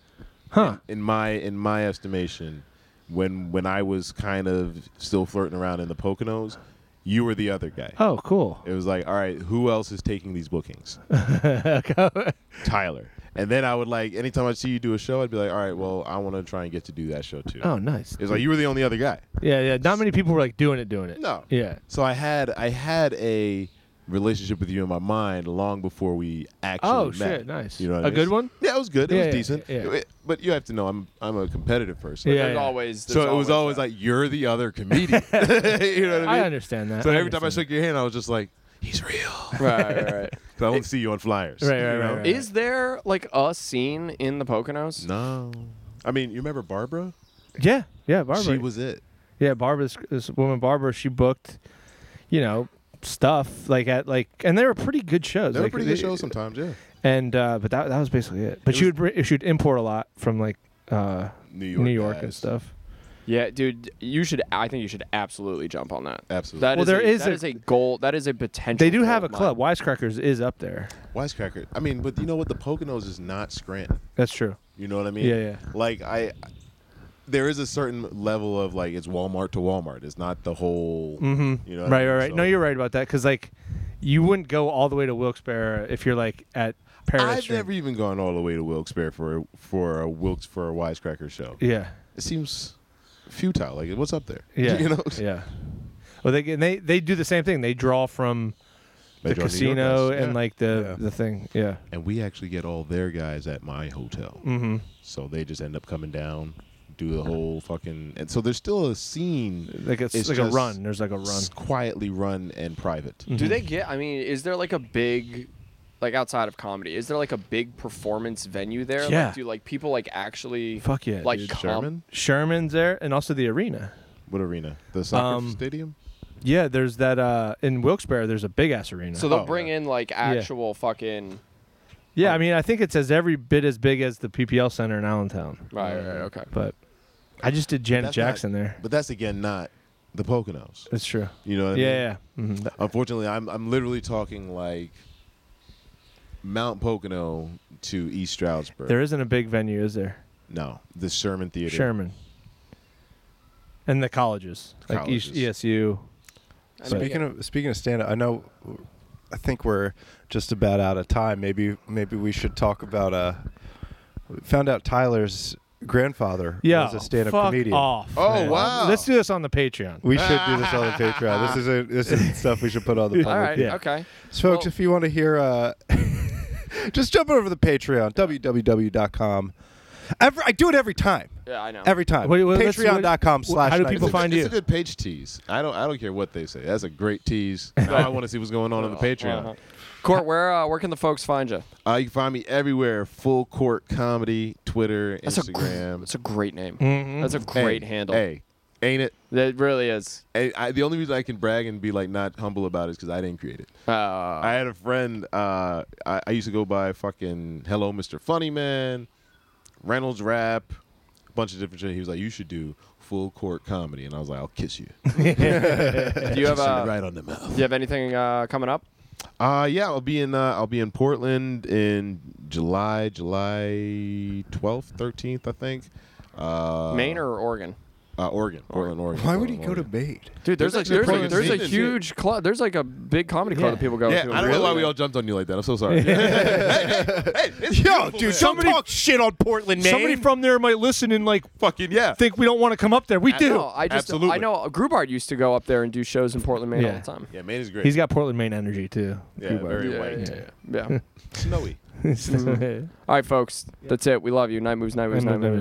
[SPEAKER 4] Huh.
[SPEAKER 2] In, in my in my estimation, when when I was kind of still flirting around in the Poconos, you were the other guy.
[SPEAKER 4] Oh cool.
[SPEAKER 2] It was like, all right, who else is taking these
[SPEAKER 4] [laughs]
[SPEAKER 2] bookings? Tyler. And then I would like anytime I see you do a show, I'd be like, all right, well, I want to try and get to do that show too.
[SPEAKER 4] Oh nice.
[SPEAKER 2] It's like you were the only other guy.
[SPEAKER 4] Yeah, yeah. Not many people were like doing it, doing it.
[SPEAKER 2] No.
[SPEAKER 4] Yeah.
[SPEAKER 2] So I had I had a relationship with you in my mind long before we actually
[SPEAKER 4] Oh,
[SPEAKER 2] met.
[SPEAKER 4] shit, nice.
[SPEAKER 2] You know what
[SPEAKER 4] A
[SPEAKER 2] I mean?
[SPEAKER 4] good one?
[SPEAKER 2] Yeah, it was good. It
[SPEAKER 4] Yeah,
[SPEAKER 2] was
[SPEAKER 4] yeah,
[SPEAKER 2] decent.
[SPEAKER 4] yeah, yeah.
[SPEAKER 2] It- but you have to know I'm I'm a competitive person.
[SPEAKER 4] Yeah,
[SPEAKER 3] There's
[SPEAKER 4] yeah.
[SPEAKER 3] always.
[SPEAKER 2] So
[SPEAKER 3] there's
[SPEAKER 2] it was always
[SPEAKER 3] that.
[SPEAKER 2] like you're the other [laughs] comedian. you know what I mean?
[SPEAKER 4] I understand that.
[SPEAKER 2] So every time I
[SPEAKER 4] understand
[SPEAKER 2] shook your hand, I was just like, he's real. 'Cause
[SPEAKER 3] Right, right, right.
[SPEAKER 2] I only see you on flyers.
[SPEAKER 4] Right, right,
[SPEAKER 2] you
[SPEAKER 4] right,
[SPEAKER 2] know?
[SPEAKER 4] right.
[SPEAKER 3] Is there like a scene in the Poconos?
[SPEAKER 2] No. I mean, you remember Barbara?
[SPEAKER 4] that. Yeah, yeah. Barbara.
[SPEAKER 2] She was it.
[SPEAKER 4] Yeah, Barbara, this, this woman Barbara, she booked, you know, stuff like at like, and they were pretty good shows.
[SPEAKER 2] They were
[SPEAKER 4] like,
[SPEAKER 2] pretty good
[SPEAKER 4] they-
[SPEAKER 2] shows sometimes, yeah.
[SPEAKER 4] And uh, but that that was basically it. But
[SPEAKER 2] It
[SPEAKER 4] she
[SPEAKER 2] was-
[SPEAKER 4] would br- she would import a lot from like uh,
[SPEAKER 2] New
[SPEAKER 4] New York, and
[SPEAKER 2] guys.
[SPEAKER 4] stuff.
[SPEAKER 3] Yeah, dude. You should. I think you should absolutely jump on that.
[SPEAKER 2] Absolutely.
[SPEAKER 3] That
[SPEAKER 4] Well,
[SPEAKER 3] is
[SPEAKER 4] there
[SPEAKER 3] a,
[SPEAKER 4] is
[SPEAKER 3] that
[SPEAKER 4] a-
[SPEAKER 3] is a goal. That is a potential.
[SPEAKER 4] They do have a
[SPEAKER 3] gold mine.
[SPEAKER 4] club. Wisecrackers is up there.
[SPEAKER 2] Wisecracker. I mean, but you know what? The Poconos is not Scranton.
[SPEAKER 4] That's true.
[SPEAKER 2] You know what I mean?
[SPEAKER 4] Yeah, yeah.
[SPEAKER 2] Like I, there is a certain level of like it's Walmart to Walmart. It's not the whole.
[SPEAKER 4] Mm-hmm.
[SPEAKER 2] You know. what I
[SPEAKER 4] right,
[SPEAKER 2] mean?
[SPEAKER 4] right, right.
[SPEAKER 2] So-
[SPEAKER 4] No, you're right about that because like, you wouldn't go all the way to Wilkes-Barre if you're like at Paradise.
[SPEAKER 2] I've
[SPEAKER 4] Stream.
[SPEAKER 2] never even gone all the way to Wilkes-Barre for a, for a Wilkes for a Wisecracker show.
[SPEAKER 4] Yeah,
[SPEAKER 2] It seems futile. Like what's up there? [laughs]
[SPEAKER 4] yeah,
[SPEAKER 2] You know.
[SPEAKER 4] yeah. Well, they and they they do the same thing. They draw from
[SPEAKER 2] They
[SPEAKER 4] the
[SPEAKER 2] draw New York
[SPEAKER 4] casino
[SPEAKER 2] guys.
[SPEAKER 4] and
[SPEAKER 2] Yeah.
[SPEAKER 4] like the
[SPEAKER 1] Yeah.
[SPEAKER 4] the thing. Yeah.
[SPEAKER 2] And we actually get all their guys at my hotel.
[SPEAKER 4] Mm-hmm.
[SPEAKER 2] So they just end up coming down, do the whole fucking. And so there's still a scene
[SPEAKER 4] Like it's,
[SPEAKER 2] It's
[SPEAKER 4] like a
[SPEAKER 2] just
[SPEAKER 4] run. Mm-hmm. There's like a run.
[SPEAKER 2] s- quietly run and private.
[SPEAKER 3] Do they get? I mean, is there like a big like outside of comedy? Is there like a big performance venue there?
[SPEAKER 4] Yeah.
[SPEAKER 3] Like, do like people like actually
[SPEAKER 4] Fuck yeah,
[SPEAKER 3] like
[SPEAKER 2] Did
[SPEAKER 3] come?
[SPEAKER 2] Sherman?
[SPEAKER 4] Sherman's there, and also the arena.
[SPEAKER 2] What arena? The soccer
[SPEAKER 4] Um,
[SPEAKER 2] stadium?
[SPEAKER 4] Yeah, there's that uh, in Wilkes-Barre. There's a big ass arena.
[SPEAKER 3] So they'll
[SPEAKER 2] Oh,
[SPEAKER 3] bring
[SPEAKER 2] yeah.
[SPEAKER 3] in like actual fucking
[SPEAKER 4] yeah, I mean, I think it's as every bit as big as the PPL Center in Allentown.
[SPEAKER 3] right, right, right, okay.
[SPEAKER 4] But I just did Janet
[SPEAKER 2] That's not-
[SPEAKER 4] Jackson there.
[SPEAKER 2] But that's again not the Poconos.
[SPEAKER 4] That's true.
[SPEAKER 2] You know what I mean?
[SPEAKER 4] Yeah, yeah. hmm
[SPEAKER 2] Unfortunately, I'm I'm literally talking like Mount Pocono to East Stroudsburg.
[SPEAKER 4] There isn't a big venue, is there?
[SPEAKER 2] no, the Sherman Theater.
[SPEAKER 4] Sherman. And the colleges, like
[SPEAKER 2] Colleges.
[SPEAKER 4] East E ESU.
[SPEAKER 3] I mean,
[SPEAKER 1] Speaking of speaking of stand up, I know I think we're just about out of time. Maybe maybe we should talk about uh found out Tyler's grandfather
[SPEAKER 4] Yeah.
[SPEAKER 1] was a stand up
[SPEAKER 4] fuck
[SPEAKER 1] comedian.
[SPEAKER 4] Off,
[SPEAKER 2] Oh,
[SPEAKER 4] man.
[SPEAKER 2] wow.
[SPEAKER 4] Let's do this on the Patreon.
[SPEAKER 1] We should do this on the Patreon. This is a, this
[SPEAKER 4] [laughs]
[SPEAKER 1] is stuff we should put on the
[SPEAKER 3] all
[SPEAKER 1] public.
[SPEAKER 3] right,
[SPEAKER 4] Yeah.
[SPEAKER 3] okay.
[SPEAKER 1] So, folks,
[SPEAKER 3] Well-
[SPEAKER 1] if you want to hear, uh, [laughs] just jump over to the Patreon, www.com. Every, I do it every time.
[SPEAKER 3] Yeah, I know.
[SPEAKER 1] Every time.
[SPEAKER 4] Wait, wait, let's-
[SPEAKER 1] Patreon.com
[SPEAKER 4] what-
[SPEAKER 1] slash
[SPEAKER 4] how do
[SPEAKER 1] Night
[SPEAKER 4] people
[SPEAKER 1] Vision.
[SPEAKER 4] find
[SPEAKER 2] it's
[SPEAKER 4] you?
[SPEAKER 2] a good page tease. I don't I don't care what they say. That's a great
[SPEAKER 3] [laughs]
[SPEAKER 2] tease. Now I want to see what's going on on the Patreon.
[SPEAKER 3] Uh-huh. Court, where uh, where can the folks find you?
[SPEAKER 2] Uh, you can find me everywhere. Full court comedy, Twitter,
[SPEAKER 3] That's a gr-
[SPEAKER 2] Instagram.
[SPEAKER 3] That's a great name.
[SPEAKER 4] Mhm.
[SPEAKER 3] That's a
[SPEAKER 2] Hey,
[SPEAKER 3] great handle.
[SPEAKER 2] Hey, ain't it?
[SPEAKER 3] That really is.
[SPEAKER 2] Hey, I, the only reason I can brag and be like not humble about it is because I didn't create it.
[SPEAKER 3] Uh,
[SPEAKER 2] I had a friend. Uh, I, I used to go by fucking Hello, Mr. Funny Man, Reynolds Rap, a bunch of different shit. He was like, "You should do full court comedy," and I was like, "I'll kiss you." [laughs]
[SPEAKER 3] do you have
[SPEAKER 2] Kiss you
[SPEAKER 3] uh,
[SPEAKER 2] right on the mouth.
[SPEAKER 3] do you have anything uh, coming up?
[SPEAKER 2] Uh, yeah, I'll be in. Uh, I'll be in Portland in July, July twelfth, thirteenth, I think. Uh,
[SPEAKER 3] Maine or Oregon?
[SPEAKER 2] uh, Oregon, Portland, Oregon.
[SPEAKER 1] Why would he go
[SPEAKER 2] Portland,
[SPEAKER 1] to
[SPEAKER 2] Oregon.
[SPEAKER 1] Maine?
[SPEAKER 3] Dude, there's,
[SPEAKER 2] There's
[SPEAKER 3] like
[SPEAKER 2] actually
[SPEAKER 3] there's
[SPEAKER 2] a
[SPEAKER 3] a, there's a
[SPEAKER 2] program.
[SPEAKER 3] huge club. There's like a big comedy club
[SPEAKER 4] Yeah.
[SPEAKER 3] that people go to.
[SPEAKER 2] Yeah, I don't know why we
[SPEAKER 3] Really?
[SPEAKER 2] all jumped on you like that. I'm
[SPEAKER 1] [laughs]
[SPEAKER 2] so sorry.
[SPEAKER 1] Yo, dude,
[SPEAKER 4] Somebody-
[SPEAKER 1] don't talk shit on Portland, Maine.
[SPEAKER 4] Somebody from there might listen and like
[SPEAKER 2] [laughs] Fucking yeah.
[SPEAKER 4] think we don't want to come up there. We do.
[SPEAKER 3] No, I just
[SPEAKER 2] Absolutely.
[SPEAKER 3] I know Grubard used to go up there and do shows in Portland, Maine all
[SPEAKER 4] Yeah.
[SPEAKER 3] the time.
[SPEAKER 2] Yeah, Maine is great.
[SPEAKER 4] He's got Portland, Maine energy too.
[SPEAKER 2] yeah, very
[SPEAKER 3] Yeah,
[SPEAKER 2] white,
[SPEAKER 3] yeah, [laughs] yeah. Mm-hmm. Yeah.
[SPEAKER 2] snowy.
[SPEAKER 3] All right, folks, that's it. We love you. Night moves, night moves, night moves.